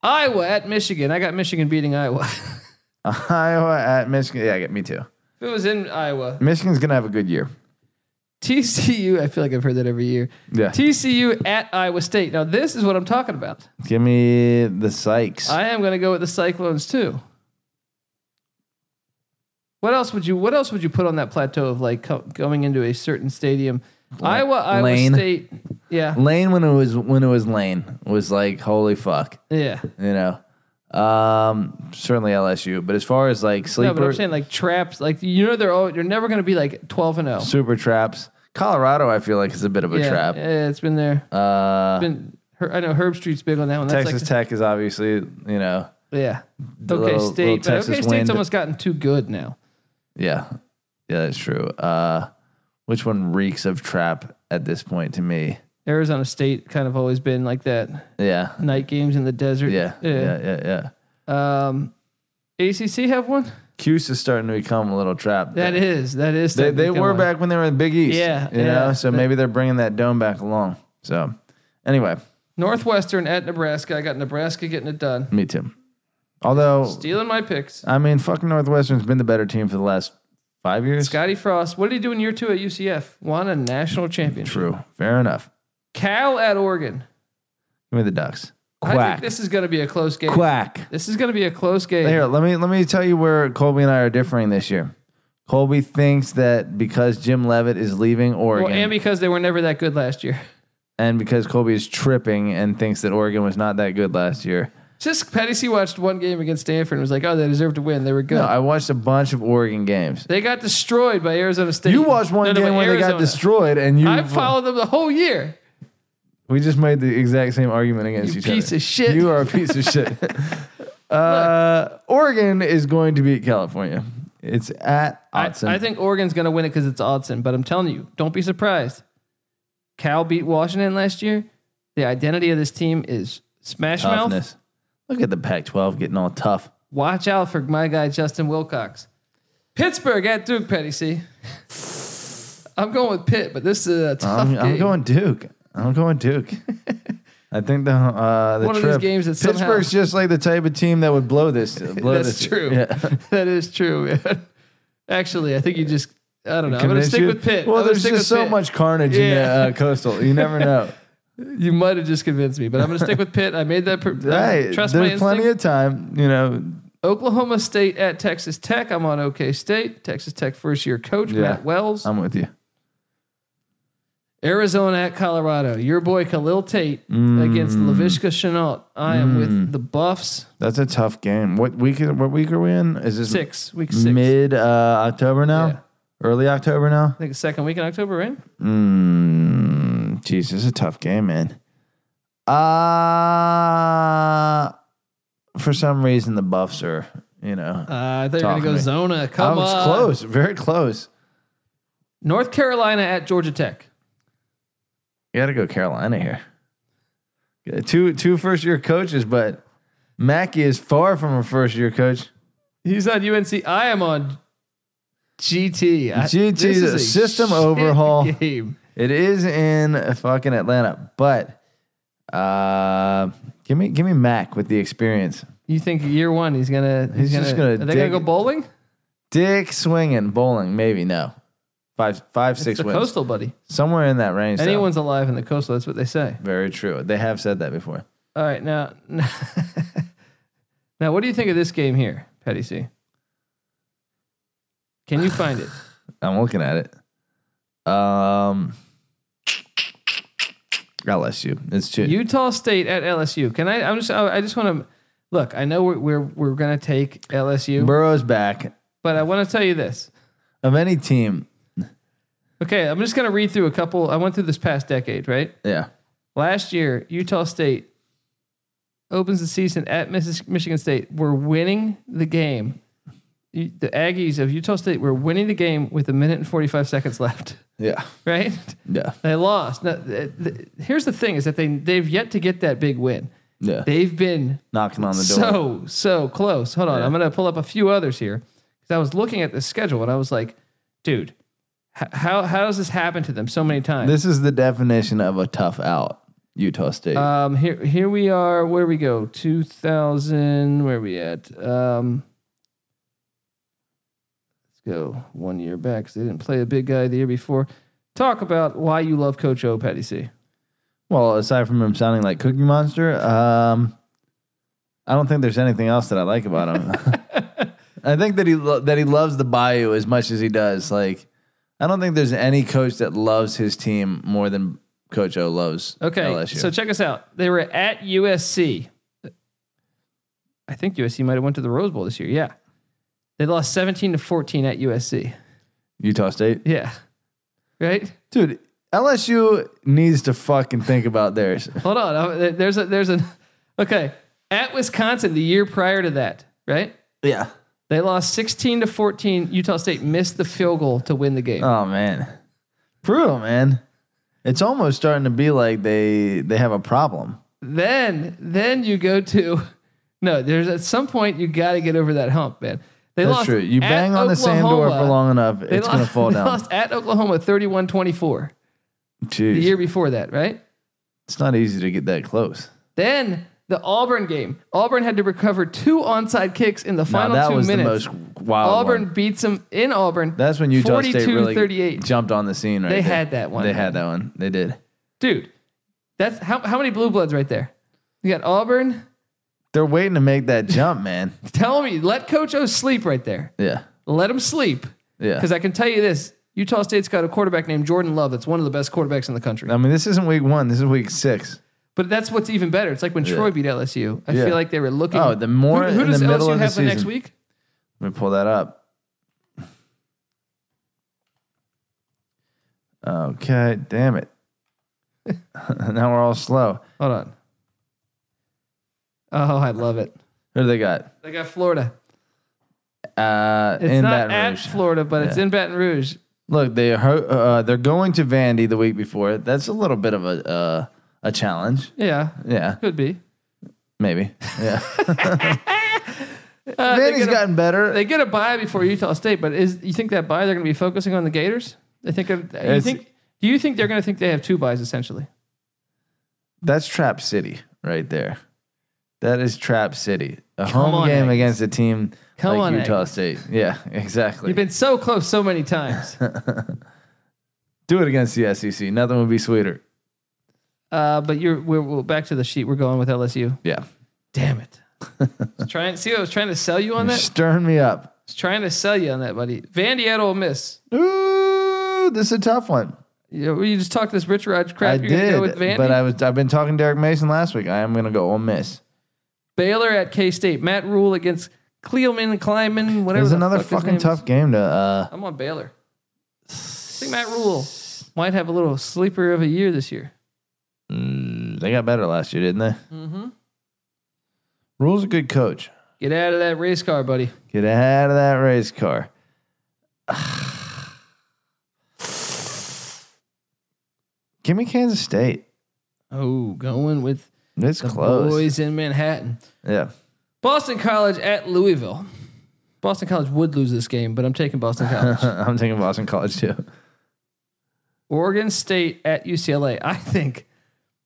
Iowa at Michigan. I got Michigan beating Iowa. *laughs* Iowa at Michigan. Yeah, me too. if it was in Iowa, Michigan's gonna have a good year. TCU. I feel like I've heard that every year. Yeah. TCU at Iowa State. Now this is what I'm talking about. Give me the Sykes. I am going to go with the Cyclones too. What else would you? What else would you put on that plateau of like co- going into a certain stadium? Iowa, Iowa Lane. State. Yeah, Lane when it was when it was Lane was like holy fuck, yeah. you know. Um, certainly LSU, but as far as like No, sleeper but I'm saying like traps. Like you know, they're all, you're never going to be like 12 and 0. super traps, Colorado I feel like is a bit of a yeah, trap. yeah, it's been there. Uh, been. Her, I know Herb Street's big on that one. That's Texas like, Tech is obviously you know yeah. the Okay, little- State. little but Texas okay, State's wind. almost gotten too good now. yeah yeah that's true. Uh, which one reeks of trap at this point to me? Arizona State kind of always been like that. Yeah Night games in the desert. yeah yeah yeah yeah. Um, ACC have one. Cuse is starting to become a little trap. That is that is. They, they technically were one. back when they were in the Big East. Yeah, You yeah. know, so maybe they're bringing that dome back along. So, anyway, Northwestern at Nebraska. I got Nebraska getting it done. me too. Although, Stealing my picks. I mean, fucking Northwestern's been the better team for the last five years. Scotty Frost. What did he do in year two at UCF? Won a national championship. True. Fair enough. Cal at Oregon. Give me the Ducks. I think Quack. this is going to be a close game. Quack. This is going to be a close game. Here, let me let me tell you where Colby and I are differing this year. Colby thinks that because Jim Levitt is leaving Oregon, Well, and because they were never that good last year. and because Colby is tripping and thinks that Oregon was not that good last year, Just Patty C watched one game against Stanford and was like, "Oh, they deserved to win. They were good. No, I watched a bunch of Oregon games. they got destroyed by Arizona State." You watched one No, no, game by when they got Arizona. destroyed, and you. I followed them the whole year. we just made the exact same argument against You each other. piece of shit. You are a piece *laughs* of shit. *laughs* Uh, Oregon is going to beat California. It's at I, Otson. I think Oregon's going to win it because it's Odson, but I'm telling you, don't be surprised. Cal beat Washington last year. The identity of this team is smash mouth. toughness. Look at the Pac-12 getting all tough. Watch out for my guy Justin Wilcox. Pittsburgh at Duke, Petty C. I'm going with Pitt, but this is a tough I'm, game. I'm going Duke. I'm going *laughs* Duke. I think the uh, the One of these trip. games that somehow- Pittsburgh's just like the type of team that would blow this. *laughs* Blow That's this. true. Yeah. *laughs* that is true, man. Actually, I think you just I don't know. I'm gonna Convince stick you? with Pitt. Well, I'm gonna there's stick just with so Pitt. much carnage in the Yeah. uh, coastal. *laughs* You never know. You might have just convinced me, but I'm gonna stick with Pitt. I made that. Per- Hey, I trust my there's instinct. plenty of time. You know, Oklahoma State at Texas Tech. I'm on OK State. Texas Tech first year coach Yeah. Matt Wells. I'm with you. Arizona at Colorado. Your boy Khalil Tate Mm. against Lavishka Chenault. I am with the Buffs. That's a tough game. What week? is- What week are we in? Is this Six week six. mid uh, October now? Yeah. Early October now? I think it's second week in October, right? Mm, geez, this is a tough game, man. Uh for some reason the Buffs are. You know, Uh, I thought you were gonna Talk to go me. Zona. I Come was on, close, very close. North Carolina at Georgia Tech. You got to go Carolina here. Yeah, Two two first year coaches, but Mackey is far from a first year coach. He's on UNC. I am on GT. I- GT this is a system overhaul. Game. It is in fucking Atlanta, but Uh, give me give me Mac with the experience. You think year one he's gonna he's, He's just gonna, gonna are they gonna dig- go bowling? Dick swinging, bowling, maybe no. Five five It's six the wins. coastal buddy. Somewhere in that range. though. Anyone's alive in the coastal. That's what they say. very true. They have said that before. All right, now, *laughs* now, what do you think of this game here, Petty C? Can you find *laughs* it? I'm looking at it. Um LSU. It's two. Utah State at LSU. Can I? I'm just. I I just want to look. I know we're we're, we're gonna take LSU, Burrow's back. but I want to tell you this. Of any team, Okay, I'm just gonna read through a couple. I went through this past decade, right? yeah. Last year, Utah State opens the season at Missis- Michigan State. We're winning the game. You- The Aggies of Utah State were winning the game with a minute and 45 seconds left, *laughs* Yeah. right? Yeah. They lost. Now, th- th- here's the thing is that they, they've yet to get that big win. Yeah. They've been Knocking on the door. so, so close. Hold on. I'm going to pull up a few others here because I was looking at the schedule and I was like, dude, h- how, how does this happen to them so many times? this is the definition of a tough out, Utah State. Um, here, here we are. Where we go? Two thousand. Where we at? Um, let's go one year back 'cause they didn't play a big guy the year before. Talk about why you love Coach O, Patty C. Well, aside from him sounding like Cookie Monster, um, I don't think there's anything else that I like about him. *laughs* I think that he lo- that he loves the Bayou as much as he does. Like, I don't think there's any coach that loves his team more than Coach O loves Okay, LSU. so check us out. They were at USC. I think USC might have went to the Rose Bowl this year. Yeah, they lost seventeen to fourteen at USC. Utah State, Yeah, right. dude. LSU needs to fucking think *laughs* about theirs. Hold on. Uh, there- There's a there's a okay at Wisconsin the year prior to that, right? yeah. They lost 16 to 14. Utah State missed the field goal to win the game. Oh man, brutal man. It's almost starting to be like they they have a problem. Then then you go to *laughs* no. There's at some point you got to get over that hump, man. They That's lost. true. You at bang on the same door for Oklahoma. long enough, They it's lost- gonna *laughs* fall they down. Lost at Oklahoma 31-24 Jeez. the year before that, right? It's not easy to get that close. Then the Auburn game. Auburn had to recover two onside kicks in the final now that two was minutes. the most wild. Auburn one. beats them in Auburn. That's when Utah State really 42-38. jumped on the scene. Right They there. had that one. They had that one. They did. Dude, that's how, how many blue bloods right there? You got Auburn. They're waiting to make that *laughs* jump, man. Tell me, let Coach O sleep right there. Yeah, Let him sleep. yeah. Because I can tell you this Utah State's got a quarterback named Jordan Love that's one of the best quarterbacks in the country. I mean, this isn't week one. This is week six. But that's what's even better. It's like when Troy beat LSU. I Yeah. feel like they were looking. Oh, the more who, who in does the middle LSU of the have the next season. week? Let me pull that up. Okay, damn it. *laughs* now we're all slow. Hold on. Oh, I love it. Who do they got? They got Florida. Uh, It's in not Baton at Rouge. Florida, but it's in Baton Rouge. Look, they ho- uh, they're going to Vandy the week before. That's a little bit of a uh, a challenge. Yeah, Yeah, could be. maybe. *laughs* Yeah, Uh, they Vandy's get a- gotten better. They get a bye before Utah State, but is you think that bye they're going to be focusing on the Gators? They think of, you It's- think do you think they're going to think they have two buys essentially? That's Trap City right there. That is Trap City. A Come home on, game Aggies. against a team Come like on, Utah Aggies. State. Yeah, exactly. You've been so close so many times. Do it against the SEC. Nothing would be sweeter. uh, but you're we're, we're back to the sheet. We're going with LSU. Yeah, Damn *laughs* it! trying see what I was trying to sell you on You're that. I stirring me up. was trying to sell you on that, buddy. Vandy at Ole Miss. Ooh, this is a tough one. You, know, you just talked this Rich Rod crap. I you're gonna go did, with Vandy. but I was I've been talking to Derek Mason last week. I am going to go Ole Miss. Baylor at K State. Matt Rule against Cleelman, Kleinman, whatever. There's the another fuck his name fucking is. tough game to. uh I'm on Baylor. I think Matt Rule might have a little sleeper of a year this year. Mm, they got better last year, didn't they? Mm-hmm. Rule's a good coach. Get out of that race car, buddy. Get out of that race car. *sighs* Give me Kansas State. Oh, going with It's the close. boys in Manhattan. Yeah. *laughs* Boston College at Louisville. Boston College would lose this game, but I'm taking Boston *laughs* College. I'm taking Boston College too. Oregon State at UCLA. I think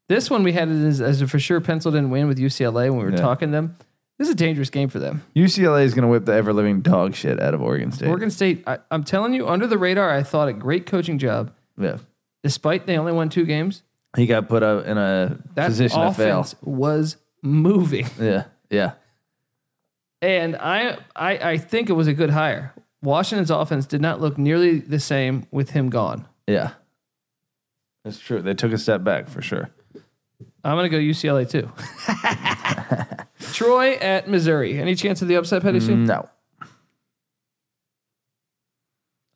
This one we had it as, as a for sure penciled in win with UCLA when we were Yeah. talking to them. This is a dangerous game for them. UCLA is going to whip the ever living dog shit out of Oregon State. Oregon State, I, I'm telling you, under the radar, I thought a great coaching job, Yeah. despite they only won two games. He got put up in a That position of fail. offense was moving, Yeah. Yeah. and I, I I think it was a good hire. Washington's offense did not look nearly the same with him gone. Yeah. That's true. They took a step back for sure. I'm gonna go UCLA too. *laughs* Troy at Missouri. Any chance of the upset, Petty? Sue? No.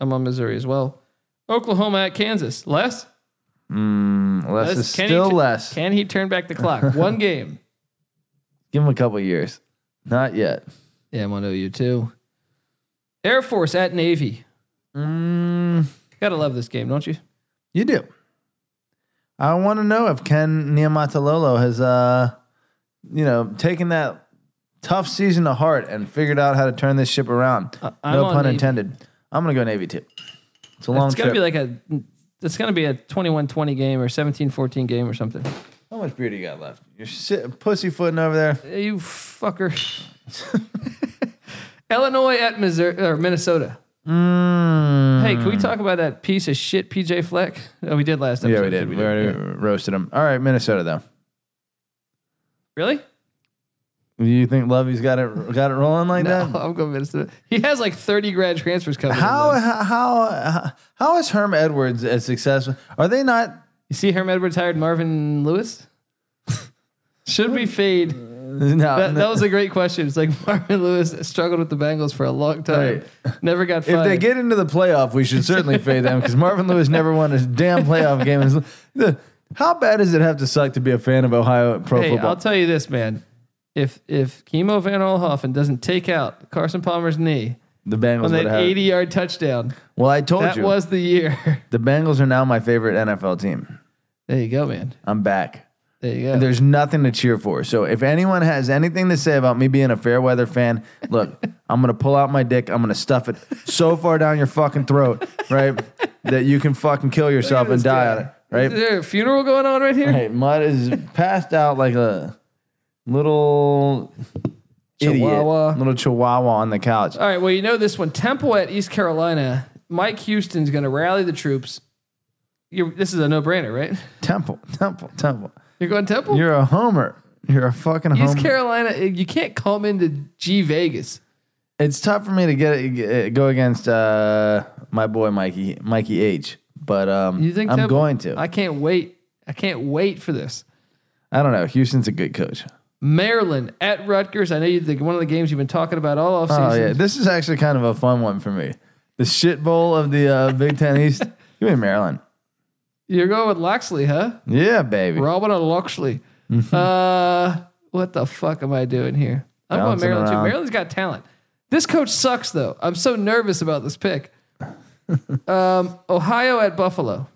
I'm on Missouri as well. Oklahoma at Kansas. Less. Mm, less Less. is Can he still t- less. Can he turn back the *laughs* clock? One game. Give him a couple years. Not yet. Yeah, I'm on OU too. Air Force at Navy. Mm, Gotta love this game, don't you? you do. I want to know if Ken Niamatalolo has, uh, you know, taken that tough season to heart and figured out how to turn this ship around. I- Uh, I'm no on pun Navy. intended. I'm gonna go Navy too. It's a long it's gonna trip. be like a. It's gonna be a 21-20 game or 17-14 game or something. how much beer do you got left? You're sit- pussyfooting over there. Hey, You fucker. *laughs* Illinois at Missouri or Minnesota. Mm. Hey, can we talk about that piece of shit PJ Fleck? Oh, we did last episode. Hmm. Yeah, we did. We already roasted him. All right, Minnesota though. Really? Do you think Lovey's got it got it rolling like No, that? I'm going Minnesota. He has like 30 grad transfers coming. in, *laughs* How though. how how how is Herm Edwards as successful? Are they not? you see Herm Edwards hired Marvin Lewis? *laughs* Should we fade? No, That, that was a great question. It's like *laughs* Marvin Lewis struggled with the Bengals for a long time, never got if fired. they get into the playoff, we should *laughs* certainly fade them because Marvin Lewis never won a damn playoff game. The- How bad does it have to suck to be a fan of Ohio pro hey, football? I'll tell you this, man. If if Chemo Van Olhoffen doesn't take out Carson Palmer's knee the Bengals on would that have. 80 yard touchdown, well, I told that you was the year. *laughs* the Bengals are now my favorite NFL team. there you go, man. I'm back. There you go. There's nothing to cheer for. So if anyone has anything to say about me being a fair weather fan, look, *laughs* I'm gonna pull out my dick. I'm gonna stuff it so far down your fucking throat, right, that you can fucking kill yourself and this die guy. on it, right? Is there a funeral going on right here? Hey, Mud is passed out like a little Chihuahua. idiot, little chihuahua on the couch. All right. Well, you know this one. Temple at East Carolina. Mike Houston's going to rally the troops. You're, this is a no-brainer, right? Temple, Temple, Temple. You're going Temple. You're a homer. You're a fucking East homer. Carolina. eh, You can't come into G Vegas. it's tough for me to get it, go against uh, my boy Mikey, Mikey H. But um, You think I'm Temple- going to. I can't wait. I can't wait for this. I don't know. Houston's a good coach. Maryland at Rutgers. I know you think one of the games you've been talking about all Oh yeah, offseason. this is actually kind of a fun one for me. The shit bowl of the uh, Big Ten *laughs* East. Give me Maryland. You're going with Loxley, huh? Yeah, baby. Robin on Loxley. Mm-hmm. uh, what the fuck am I doing here? I'm on Bouncing Maryland around. too. Maryland's got talent. This coach sucks though. I'm so nervous about this *laughs* pick. um, Ohio at Buffalo.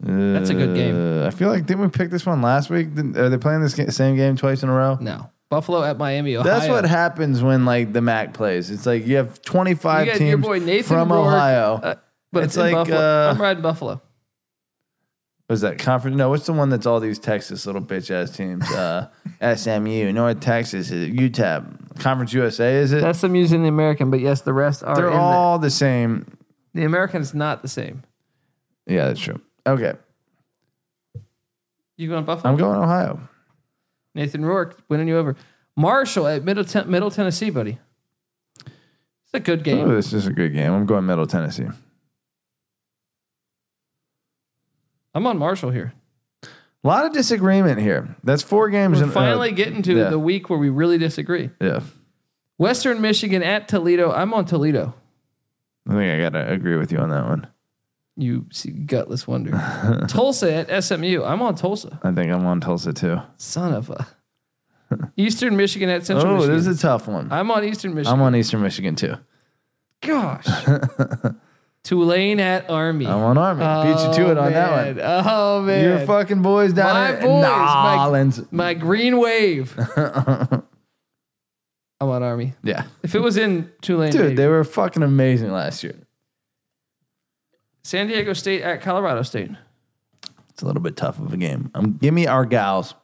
That's a good game. Uh, I feel like didn't we pick this one last week? Didn't- Are they playing this ga- same game twice in a row? No, Buffalo at Miami. Ohio. That's what happens when like the MAC plays. It's like you have 25 You got teams your boy Nathan from Rourke, Ohio. uh, But It's it's, like like, Buffalo. uh, I'm riding Buffalo. was that conference? No, what's the one that's all these Texas little bitch ass teams? *laughs* Uh, SMU, North Texas, UTEP, Conference USA. Is it? That's I'm using the American, but yes, the rest are. They're in the- all the same. the American is not the same. Yeah, that's true. Okay, You going Buffalo? I'm going Ohio. Nathan Rourke winning you over. Marshall at Middle, Ten- Middle Tennessee, buddy. It's a good game. Ooh, this is a good game. I'm going Middle Tennessee. I'm on Marshall here. A lot of disagreement here. That's four games. We're in, uh, finally getting to yeah. the week where we really disagree. yeah. Western Michigan at Toledo. I'm on Toledo. I think I gotta agree with you on that one. You see, gutless *laughs* wonder. Tulsa at SMU. I'm on Tulsa. I think I'm on Tulsa too. Son of *laughs* a. Eastern Michigan at Central Oh, Michigan. this is a tough one. I'm on Eastern Michigan. I'm on Eastern Michigan too. Gosh. *laughs* Tulane at Army. I'm on Army. Beat you to it on that one. that one. Oh man. Your fucking boys down My in boys, my- Nolens. My green *laughs* wave. I'm on Army. Yeah, If it was in Tulane, dude, maybe. they were fucking amazing last year. San Diego State at Colorado State. It's a little bit tough of a game. Um, give me our gals.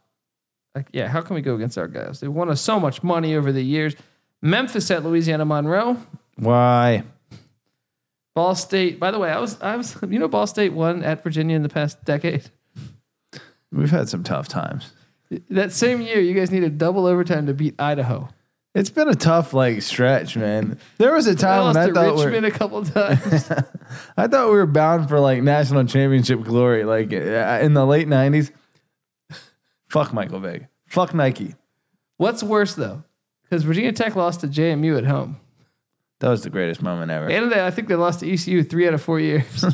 Like, yeah, how can we go against our guys? They've won us so much money over the years. Memphis at Louisiana Monroe. Why? Ball State. By the way, I was I was *laughs* you know Ball State won at Virginia in the past decade. *laughs* We've had some tough times. That same year, you guys needed double overtime to beat Idaho. It's been a tough like stretch, man. There was a I time lost when I to thought we Richmond a couple *laughs* times. I thought we were bound for like national championship glory, like uh, in the late '90s. Fuck Michael Vick. Fuck Nike. What's worse though? Because Virginia Tech lost to JMU at home. That was the greatest moment ever. And they, I think they lost to ECU three out of four years.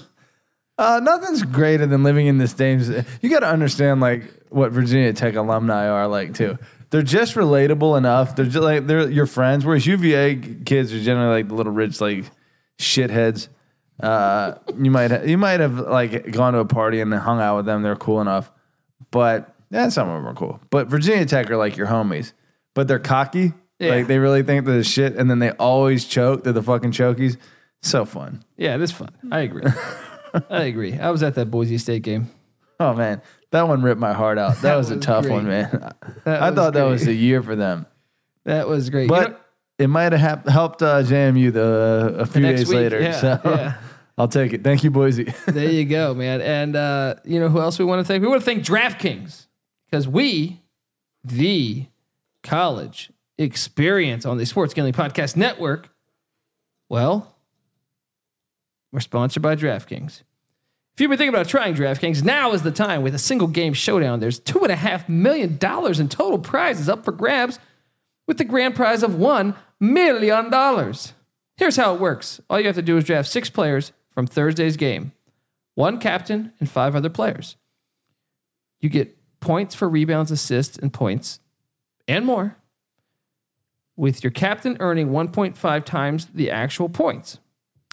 Uh, nothing's greater than living in this day. You got to understand like what Virginia Tech alumni are like too. They're just relatable enough. They're just like they're your friends. Whereas UVA kids are generally like the little rich like shitheads. Uh, you might ha- you might have like gone to a party and hung out with them. They're cool enough, but yeah, some of them are cool. But Virginia Tech are like your homies, but they're cocky. Yeah. Like they really think they're the shit, and then they always choke. They're the fucking chokies. So fun. yeah, it is fun. I agree. I agree. I was at that Boise State game. Oh man, that one ripped my heart out. That, was, a was tough great. one, man. That I thought that great. was a year for them, that was great. You but know- it might have hap- helped uh, JMU the a few next days week, later. yeah, so *laughs* yeah. *laughs* I'll take it. Thank you, Boise. *laughs* There you go, man. And uh, you know who else we want to thank? We want to thank DraftKings because we, the college experience on the Sports Gambling Podcast Network, well, we're sponsored by DraftKings. If you've been thinking about trying DraftKings, now is the time with a single game showdown. There's two and a half million dollars in total prizes up for grabs with the grand prize of $1 million. Here's how it works all you have to do is draft six players from Thursday's game, one captain, and five other players. You get points for rebounds, assists, and points, and more, with your captain earning 1.5 times the actual points.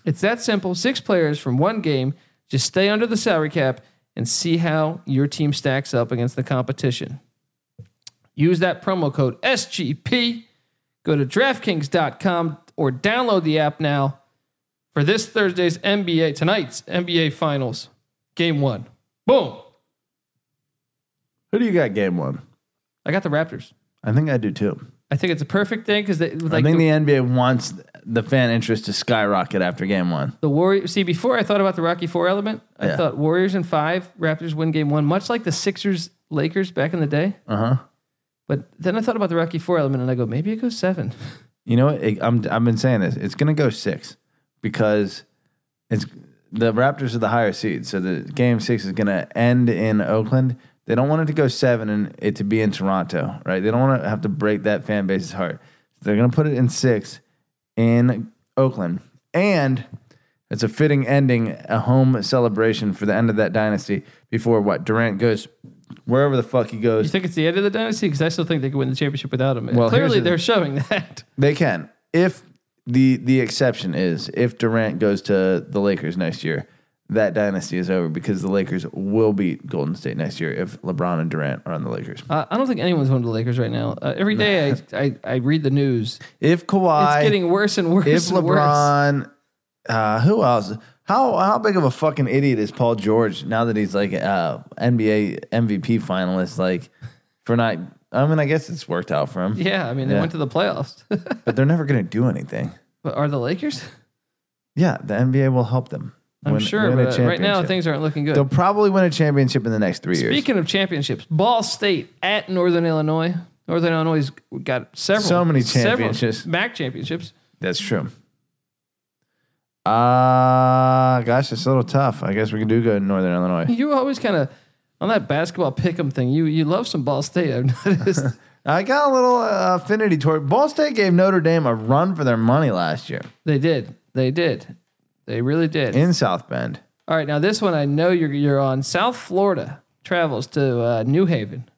It's that simple. Six players from one game. Just stay under the salary cap and see how your team stacks up against the competition. Use that promo code SGP. Go to DraftKings.com or download the app now for this Thursday's NBA, tonight's NBA Finals, game one. Boom. Who do you got? Game one. I got the Raptors. I think I do too. I think it's a perfect thing because like I think the, the NBA wants the fan interest to skyrocket after game one. the Warriors. See, before I thought about the Rocky Four element, I Yeah. thought Warriors in five, Raptors win game one, much like the Sixers Lakers back in the day. Uh huh. But then I thought about the Rocky Four element and I go, maybe it goes seven. *laughs* You know what? It- I'm I've been saying this. It's gonna go six because it's the Raptors are the higher seed, so the game six is gonna end in Oakland. They don't want it to go seven and it to be in Toronto, right? They don't want to have to break that fan base's heart. They're gonna put it in six in Oakland, and it's a fitting ending, a home celebration for the end of that dynasty before what Durant goes wherever the fuck he goes. You think it's the end of the dynasty? Because I still think they could win the championship without him. Well, here's Clearly, the- they're showing that. *laughs* They can. If the the exception is if Durant goes to the Lakers next year, that dynasty is over because the Lakers will beat Golden State next year if LeBron and Durant are on the Lakers. Uh, I don't think anyone's going to the Lakers right now. Uh, every day I, I, I read the news. If It's Kawhi, getting worse and worse if and worse. LeBron, uh, who else? How how big of a fucking idiot is Paul George now that he's like uh, NBA MVP finalist? Like for not, I mean, I guess it's worked out for him, Yeah, I mean, they Yeah. went to the playoffs. *laughs* but they're never gonna do anything. but are the Lakers? Yeah, the NBA will help them. I'm win- sure, win a but uh, right now championship. things aren't looking good. They'll probably win a championship in the next three years. Speaking of championships, Ball State at Northern Illinois. Northern Illinois got several, So many several championships. MAC championships. That's true. Ah, gosh, it's a little tough. I guess we do go to Northern Illinois. You always kind of on that basketball pick'em thing. You you love some Ball State. *laughs* I've noticed. *laughs* I got a little uh, affinity toward Ball State. Gave Notre Dame a run for their money last year they did. They did. They really did. in South Bend. All right, now this one I know you're you're on. South Florida travels to uh, New Haven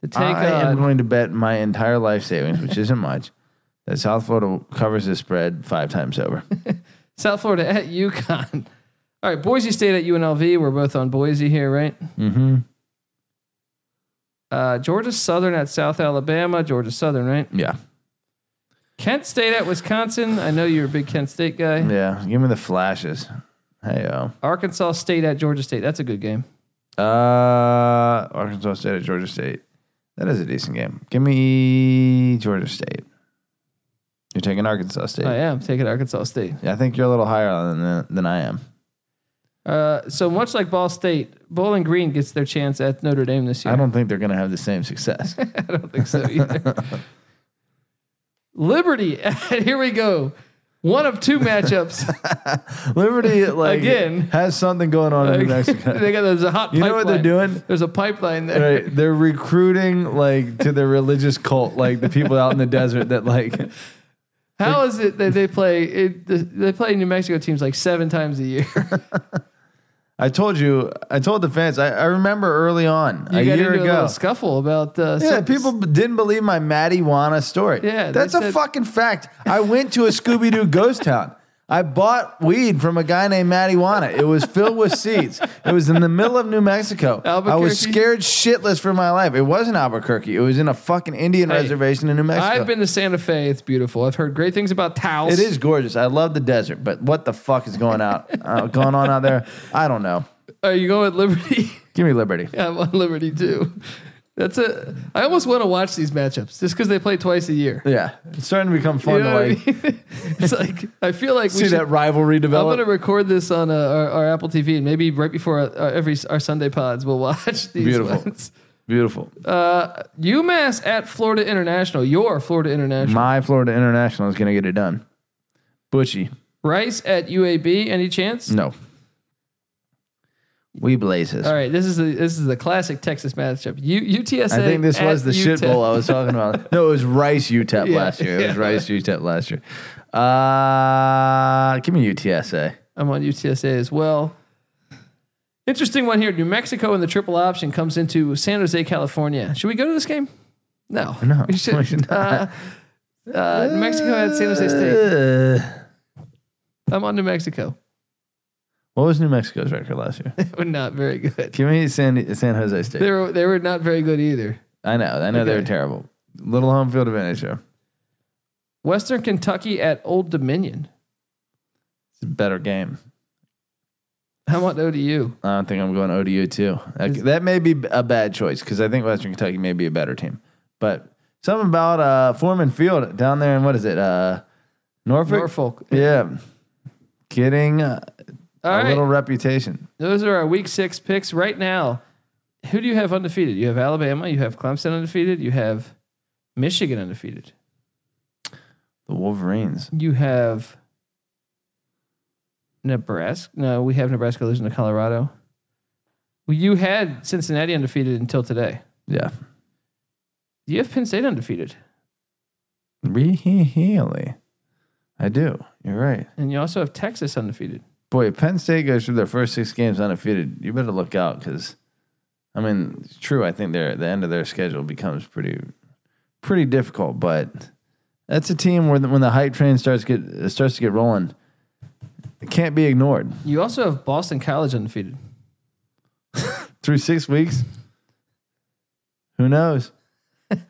to take I am on. going to bet my entire life savings, which isn't much, that South Florida covers this spread five times over. South Florida at UConn. All right, Boise State at UNLV. We're both on Boise here, right? Mm-hmm. Uh, Georgia Southern at South Alabama. Georgia Southern, right? yeah, Kent State at Wisconsin. I know you're a big Kent State guy. yeah. Give me the flashes. Hey, oh. Arkansas State at Georgia State. That's a good game. Uh, Arkansas State at Georgia State. That is a decent game. Give me Georgia State. You're taking Arkansas State. I am taking Arkansas State. Yeah, I think you're a little higher on than than I am. Uh, so much like Ball State, Bowling Green gets their chance at Notre Dame this year. I don't think they're going to have the same success. *laughs* I don't think so either. Liberty. *laughs* Here we go. One of two matchups. Liberty like Again. has something going on in *laughs* New Mexico. they got there's a hot. You know what they're pipeline. doing? There's a pipeline there. Right, they're recruiting like to their religious cult, like the people out in the desert that like How is it that they play? It, they play New Mexico teams like seven times a year. *laughs* I told you, I told the fans. I, I remember early on You a got year into a ago. little scuffle about uh, yeah, some- people didn't believe my marijuana story. Yeah, they that's a said- fucking fact. I went to a Scooby Doo ghost town. I bought weed from a guy named marijuana. It was filled with seeds. It was in the middle of New Mexico. I was Albuquerque? scared shitless for my life. It wasn't Albuquerque. It was in a fucking Indian Hey, reservation in New Mexico. I've been to Santa Fe. It's beautiful. I've heard great things about Taos. It is gorgeous. I love the desert, but what the fuck is *laughs* going out uh, going on out there? I don't know. Are Uh, you going with Liberty? *laughs* Give me liberty. I'm on Liberty too. That's a. I almost want to watch these matchups just because they play twice a year. Yeah, it's starting to become You fun know to what I like mean? *laughs* it's like I feel like see we should, that rivalry I'm develop. gonna record this on uh, our, our Apple TV and maybe right before our, our- every our Sunday pods we'll *laughs* watch these Beautiful. ones. Beautiful. Uh, UMass at Florida International. Your Florida International. My Florida International is going to get it done. Butchie, Rice at UAB. Any chance? no. We blazes. All right, this is the this is the classic Texas matchup. U, UTSA. I think this at was the shit UTEP. bowl I was talking *laughs* about. No, it was Rice UTEP Yeah, last year. It was yeah. Rice UTEP last year. Uh, give me UTSA. I'm on UTSA as well. Interesting one here. New Mexico in the triple option comes into San Jose, California. Should we go to this game? No. *laughs* No, We we should. should Uh, uh, New Mexico at San Jose State. Uh, I'm on New Mexico. what was New Mexico's record last *laughs* year? They were not very good. Give me San, San Jose State. They were, they were not very good either. I know. I know they were Okay. terrible. Little home field advantage. though. Western Kentucky at Old Dominion. It's a better game. How about ODU? I don't think I'm going ODU too. Like, that may be a bad choice because I think Western Kentucky may be a better team. But something about uh, Foreman Field down there in what is it? Uh, Norfolk. Norfolk. Yeah, getting uh, All a right. little reputation. Those are our week six picks right now. Who do you have undefeated? You have Alabama. You have Clemson undefeated. You have Michigan undefeated. The Wolverines. You have Nebraska. No, we have Nebraska losing to Colorado. Well, you had Cincinnati undefeated until today. Yeah, You have Penn State undefeated, really. I do. You're right. and you also have Texas undefeated. Boy, if Penn State goes through their first six games undefeated, you better look out because, I mean, it's true. I think their the end of their schedule becomes pretty, pretty difficult. But that's a team where the, when the hype train starts get starts to get rolling, it can't be ignored. You also have Boston College undefeated. Through six weeks, *laughs* who knows?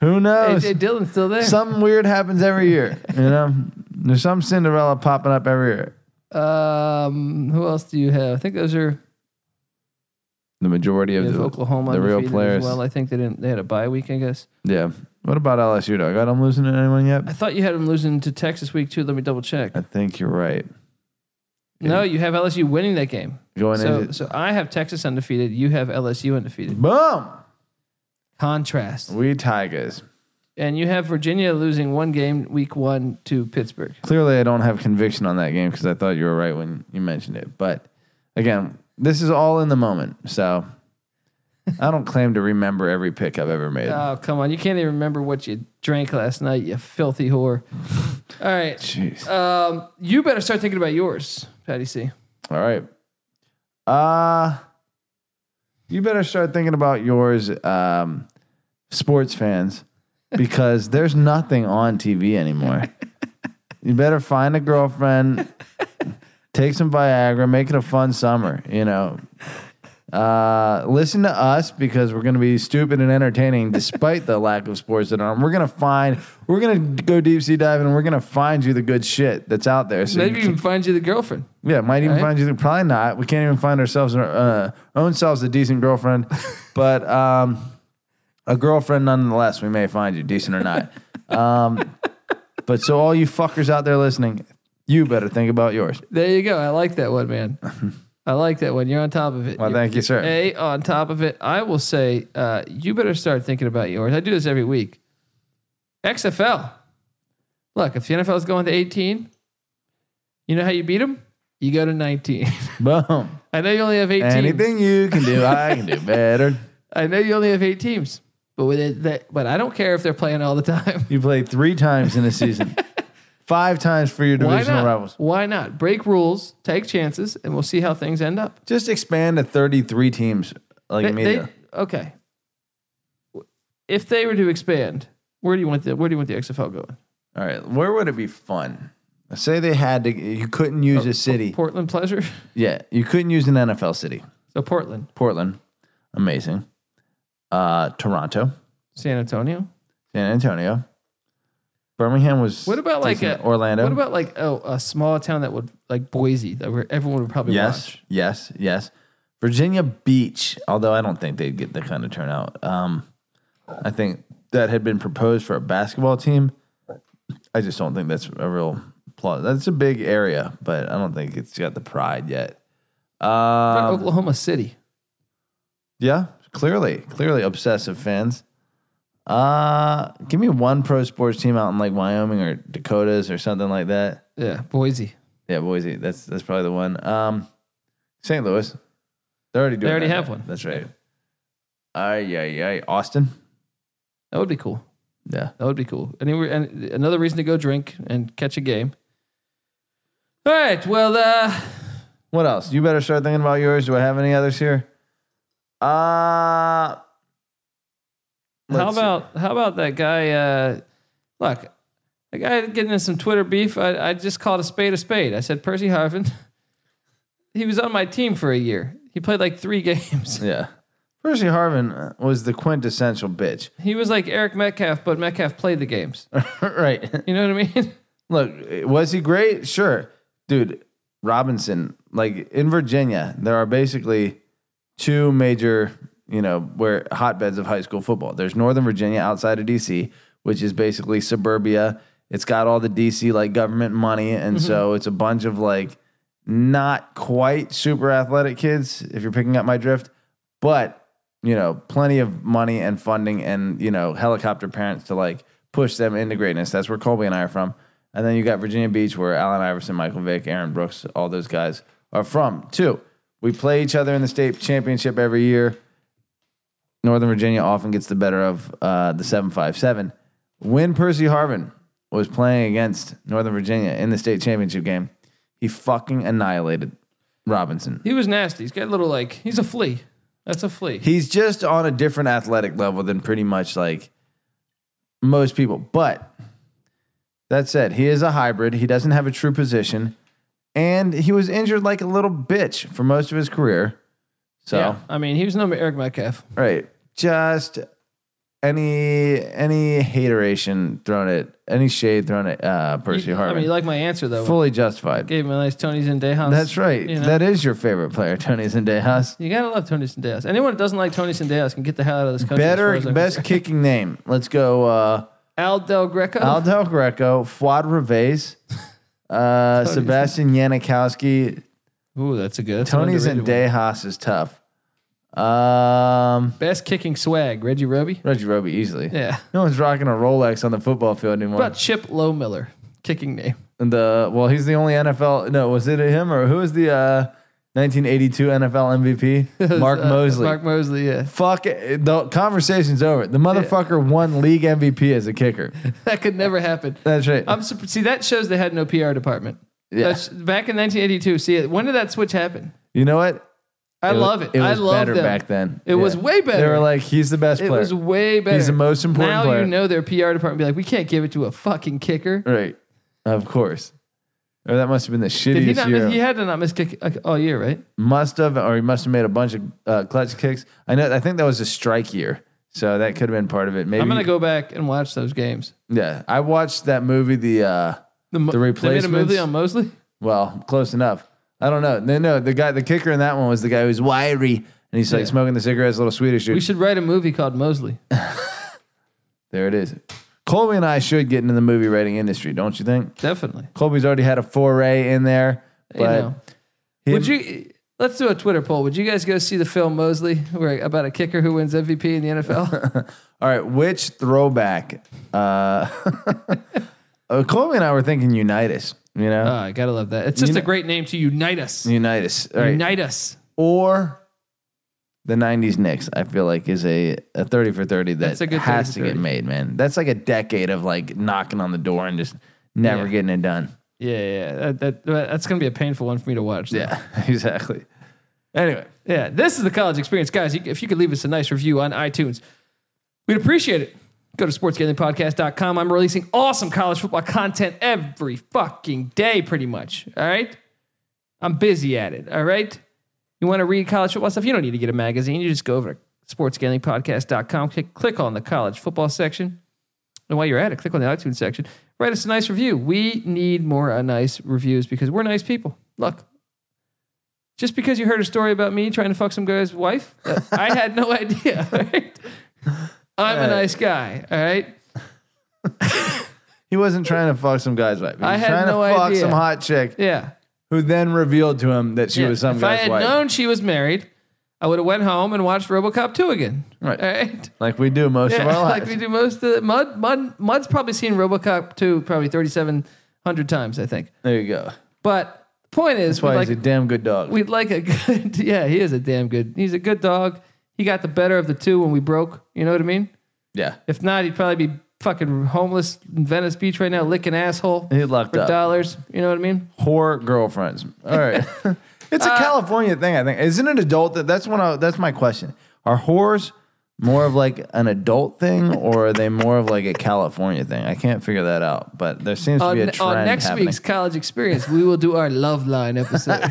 Who knows? AJ Dillon's still there. Something weird happens every year. You know, there's some Cinderella popping up every year. Um, who else do you have? I think those are The majority of you have the Oklahoma the real undefeated as players. well. I think they didn't. They had a bye week, I guess. Yeah. What about LSU? though? I got them losing to anyone yet? I thought you had them losing to Texas week two. Let me double check. I think you're right. No, you have LSU winning that game. Going So, into so I have Texas undefeated. You have LSU undefeated. boom, Contrast. we Tigers. And you have Virginia losing one game week one to Pittsburgh. Clearly, I don't have conviction on that game because I thought you were right when you mentioned it. But again, this is all in the moment, so I don't claim to remember every pick I've ever made. Oh, come on. You can't even remember what you drank last night, you filthy whore. All right. Jeez. Um, you better start thinking about yours, Patty C. All right. Uh you better start thinking about yours, um, sports fans, because there's nothing on TV anymore. you better find a girlfriend, take some Viagra, make it a fun summer, you know. Uh, listen to us because we're going to be stupid and entertaining despite the lack of sports in our We're going to find, we're going to go deep sea diving and we're going to find you the good shit that's out there. So you Maybe we can- can find you the girlfriend. yeah, might even Right? find you. the- Probably not. We can't even find ourselves our uh, own selves a *laughs* decent girlfriend, but um, a girlfriend nonetheless. We may find you decent or not. *laughs* Um, but so all you fuckers out there listening, you better think about yours. There you go. I like that one, man. *laughs* I like that one. You're on top of it. Well, thank you, sir. A on top of it, I will say uh, you better start thinking about yours. I do this every week. XFL. Look, if the NFL is going to 18, you know how you beat them? You go to 19. Boom. *laughs* I know you only have 18. Anything you can do, I can do better. I know you only have eight teams, but with it, that, but I don't care if they're playing all the time. *laughs* You played three times in a season, five times for your Why divisional not? rivals. Why not? Break rules, take chances, and we'll see how things end up. Just expand to thirty-three teams, like They- media. they- okay. If they were to expand, where do you want the where do you want the XFL going? All right, where would it be fun? Oh, Say they had to, you couldn't use a city. Portland Pleasure. *laughs* Yeah, you couldn't use an NFL city. So Portland, Portland, amazing. Uh, Toronto, San Antonio. San Antonio, Birmingham was. What about like decent. a Orlando? What about like oh, a small town that would like Boise that where everyone would probably yes, watch? yes, yes. Virginia Beach, although I don't think they'd get the kind of turnout. Um, I think that had been proposed for a basketball team. I just don't think that's a real plot. That's a big area, but I don't think it's got the pride yet. What about Um, Oklahoma City. Yeah, clearly, clearly obsessive fans. Uh give me one pro sports team out in like Wyoming or Dakotas or something like that. Yeah, Boise. Yeah, Boise. That's that's probably the one. Um, St. Louis. They already do. They already have one. That's right. Ay ay ay. Austin. That would be cool. Yeah. That would be cool. Anywhere, and another reason to go drink and catch a game. All right. Well, uh, What else? You better start thinking about yours. Do I have any others here? Uh how let's see. about how about that guy? Uh, look, the guy getting in some Twitter beef. I, I just called a spade a spade. I said Percy Harvin. *laughs* He was on my team for a year. He played like three *laughs* games. Yeah. Percy Harvin was the quintessential bitch. *laughs* He was like Eric Metcalf, but Metcalf played the games. right. You know what I mean? *laughs* Look, was he great? Sure. Dude, Robinson, like in Virginia, there are basically two major, you know, where hotbeds of high school football. There's Northern Virginia outside of DC, which is basically suburbia. It's got all the DC like government money. And so it's a bunch of like not quite super athletic kids, if you're picking up my drift, but you know, plenty of money and funding and, you know, helicopter parents to like push them into greatness. That's where Colby and I are from. And then you got Virginia Beach where Allen Iverson, Michael Vick, Aaron Brooks, all those guys are from too. We play each other in the state championship every year. Northern Virginia often gets the better of uh, the 757. When Percy Harvin was playing against Northern Virginia in the state championship game, he fucking annihilated Robinson. He was nasty. He's got a little like he's a flea. That's a flea. He's just on a different athletic level than pretty much like most people. But that said, he is a hybrid. He doesn't have a true position. And he was injured like a little bitch for most of his career. So Yeah. I mean, he was no Eric Metcalf. Right. Just any any hateration thrown at any shade thrown at uh, Percy You- I Harvin. mean, you like my answer though. fully justified. Gave him a nice Tony's and Dayhouse. That's right. you know. That is your favorite player, *laughs* Tony Zendejas. You gotta love Tony Sandeas. Anyone that doesn't like Tony Sandeas can get the hell out of this country. as far Better as I'm *laughs* best concerned. kicking name. Let's go uh Al Del Greco. Al Del Greco, Fuad Reves, uh Sebastian Yanikowski, Ooh, that's a good. That's Tony and Day. Zendejas is tough. Um Best kicking swag, Reggie Roby. Reggie Roby easily. Yeah. No one's rocking a Rolex on the football field anymore. What about Chip Lowmiller? Kicking name. And the well, he's the only NFL. No, was it him or who was the uh, *laughs* 1982 NFL MVP? Mark Uh, Mosley. Mark Mosley, yeah. *laughs* Fuck it. The conversation's over. The motherfucker won league MVP as *laughs* a kicker. That could never happen. That's right. I'm surp- see that shows they had no PR department. Yeah. That's, back in 1982. See, when did that switch happen? you know what? I It wa- love it. It was I love better them. back then. It was way better. They were like, he's the best It player. was way better. He's the most important Now player. you know their PR department be like, we can't give it to a fucking kicker. right. Of course. Or that must have been the Did he shittiest not? year. Miss, he had to not miss kick like, all year, right? must have, or he must have made a bunch of uh, clutch kicks. I know. I think that was a strike year, so that could have been part of it. Maybe. I'm gonna go back and watch those games. Yeah, I watched that movie. The uh, Mo- They The made a replacements? movie on Mosley. well, close enough. I don't know. No, no. The guy, the kicker in that one was the guy who's wiry, and he's like Yeah. smoking the cigarettes, little Swedish dude. We should write a movie called Mosley. there it is. Colby and I should get into the movie rating industry, don't you think? Definitely. Colby's already had a foray in there, but you know. him- Would you? Let's do a Twitter poll. Would you guys go see the film Mosley, where about a kicker who wins MVP in the *laughs* NFL? All right, which throwback? Uh, *laughs* uh, Colby and I were thinking Unitas. You know, oh, I gotta love that. It's just a great name to unite us. Unitas. All right, Unite us. or the '90s Knicks. I feel like is a, a thirty for thirty that That's a good 30 has to for get 30. made, man. That's like a decade of like knocking on the door and just never Yeah. getting it done. Yeah, yeah. yeah. That, that, that's gonna be a painful one for me to watch. though. Yeah, *laughs* exactly. Anyway, Yeah, this is the college experience, guys. you- If you could leave us a nice review on iTunes, we'd appreciate it. Go to sportsgamblingpodcast.com. I'm releasing awesome college football content every fucking day, pretty much. All right, I'm busy at it. All right, you want to read college football stuff? You don't need to get a magazine. You just go over to sportsgamblingpodcast.com, click, click on the college football section, and while you're at it, click on the iTunes section. Write us a nice review. We need more uh, nice reviews because we're nice people. Look, just because you heard a story about me trying to fuck some guy's *laughs* wife, uh, I had no idea. Right? I'm a nice guy. All right. he wasn't trying to fuck some guy's wife. He was I had trying no to fuck idea. some hot chick Yeah. who then revealed to him that she Yeah. was some if I guy's had wife. known she was married, I would have went home and watched RoboCop 2 again. Right. All right. like we do most Yeah, of *laughs* our like lives. we do most of the Mud, Mud, Mud's probably seen RoboCop 2 probably 3,700 times, I think. There you go. But the point is, That's why we'd like, he's a damn good dog. we'd like a *laughs* good, yeah, he is a damn good, he's a good dog. He got the better of the two when we broke. You know what I mean? yeah. If not, he'd probably be fucking homeless in Venice Beach right now, licking asshole He locked for up. dollars. You know what I mean? Whore girlfriends. *laughs* All right. it's Uh, a California thing, I think. Isn't it adult? That, that's one. I, that's my question. Are whores more of like an adult thing, or are they more of like a California thing? I can't figure that out. But there seems to On, be a on trend next happening. week's college experience, we will do our love line *laughs* episode.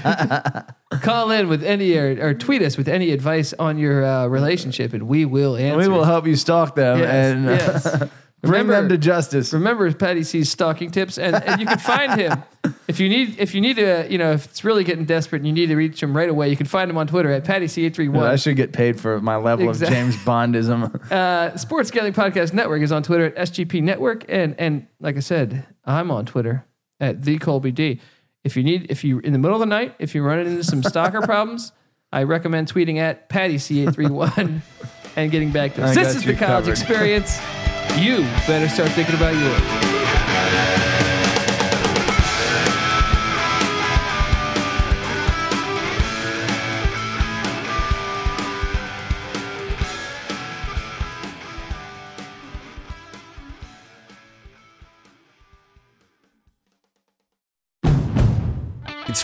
Call in with any or, or tweet us with any advice on your uh, relationship, and we will answer. we will help you stalk them Yes, and uh, yes. *laughs* bring Remember- them to justice. Remember Patty C's stalking tips, and, and you can find him if you need if you need to you know if it's really getting desperate and you need to reach him right away. You can find him on Twitter at Patty C eight three Dude, I one. should get paid for my level Exact- of James *laughs* Bondism. Uh, Sports Gambling Podcast Network is on Twitter at SGP Network, and and like I said, I'm on Twitter at the Colby D. If you need, if you in the middle of the night, if you're running into some *laughs* stalker problems, I recommend tweeting at Patty C eight three *laughs* one and getting back to us. I This got is you the college covered. experience. You better start thinking about yours. It's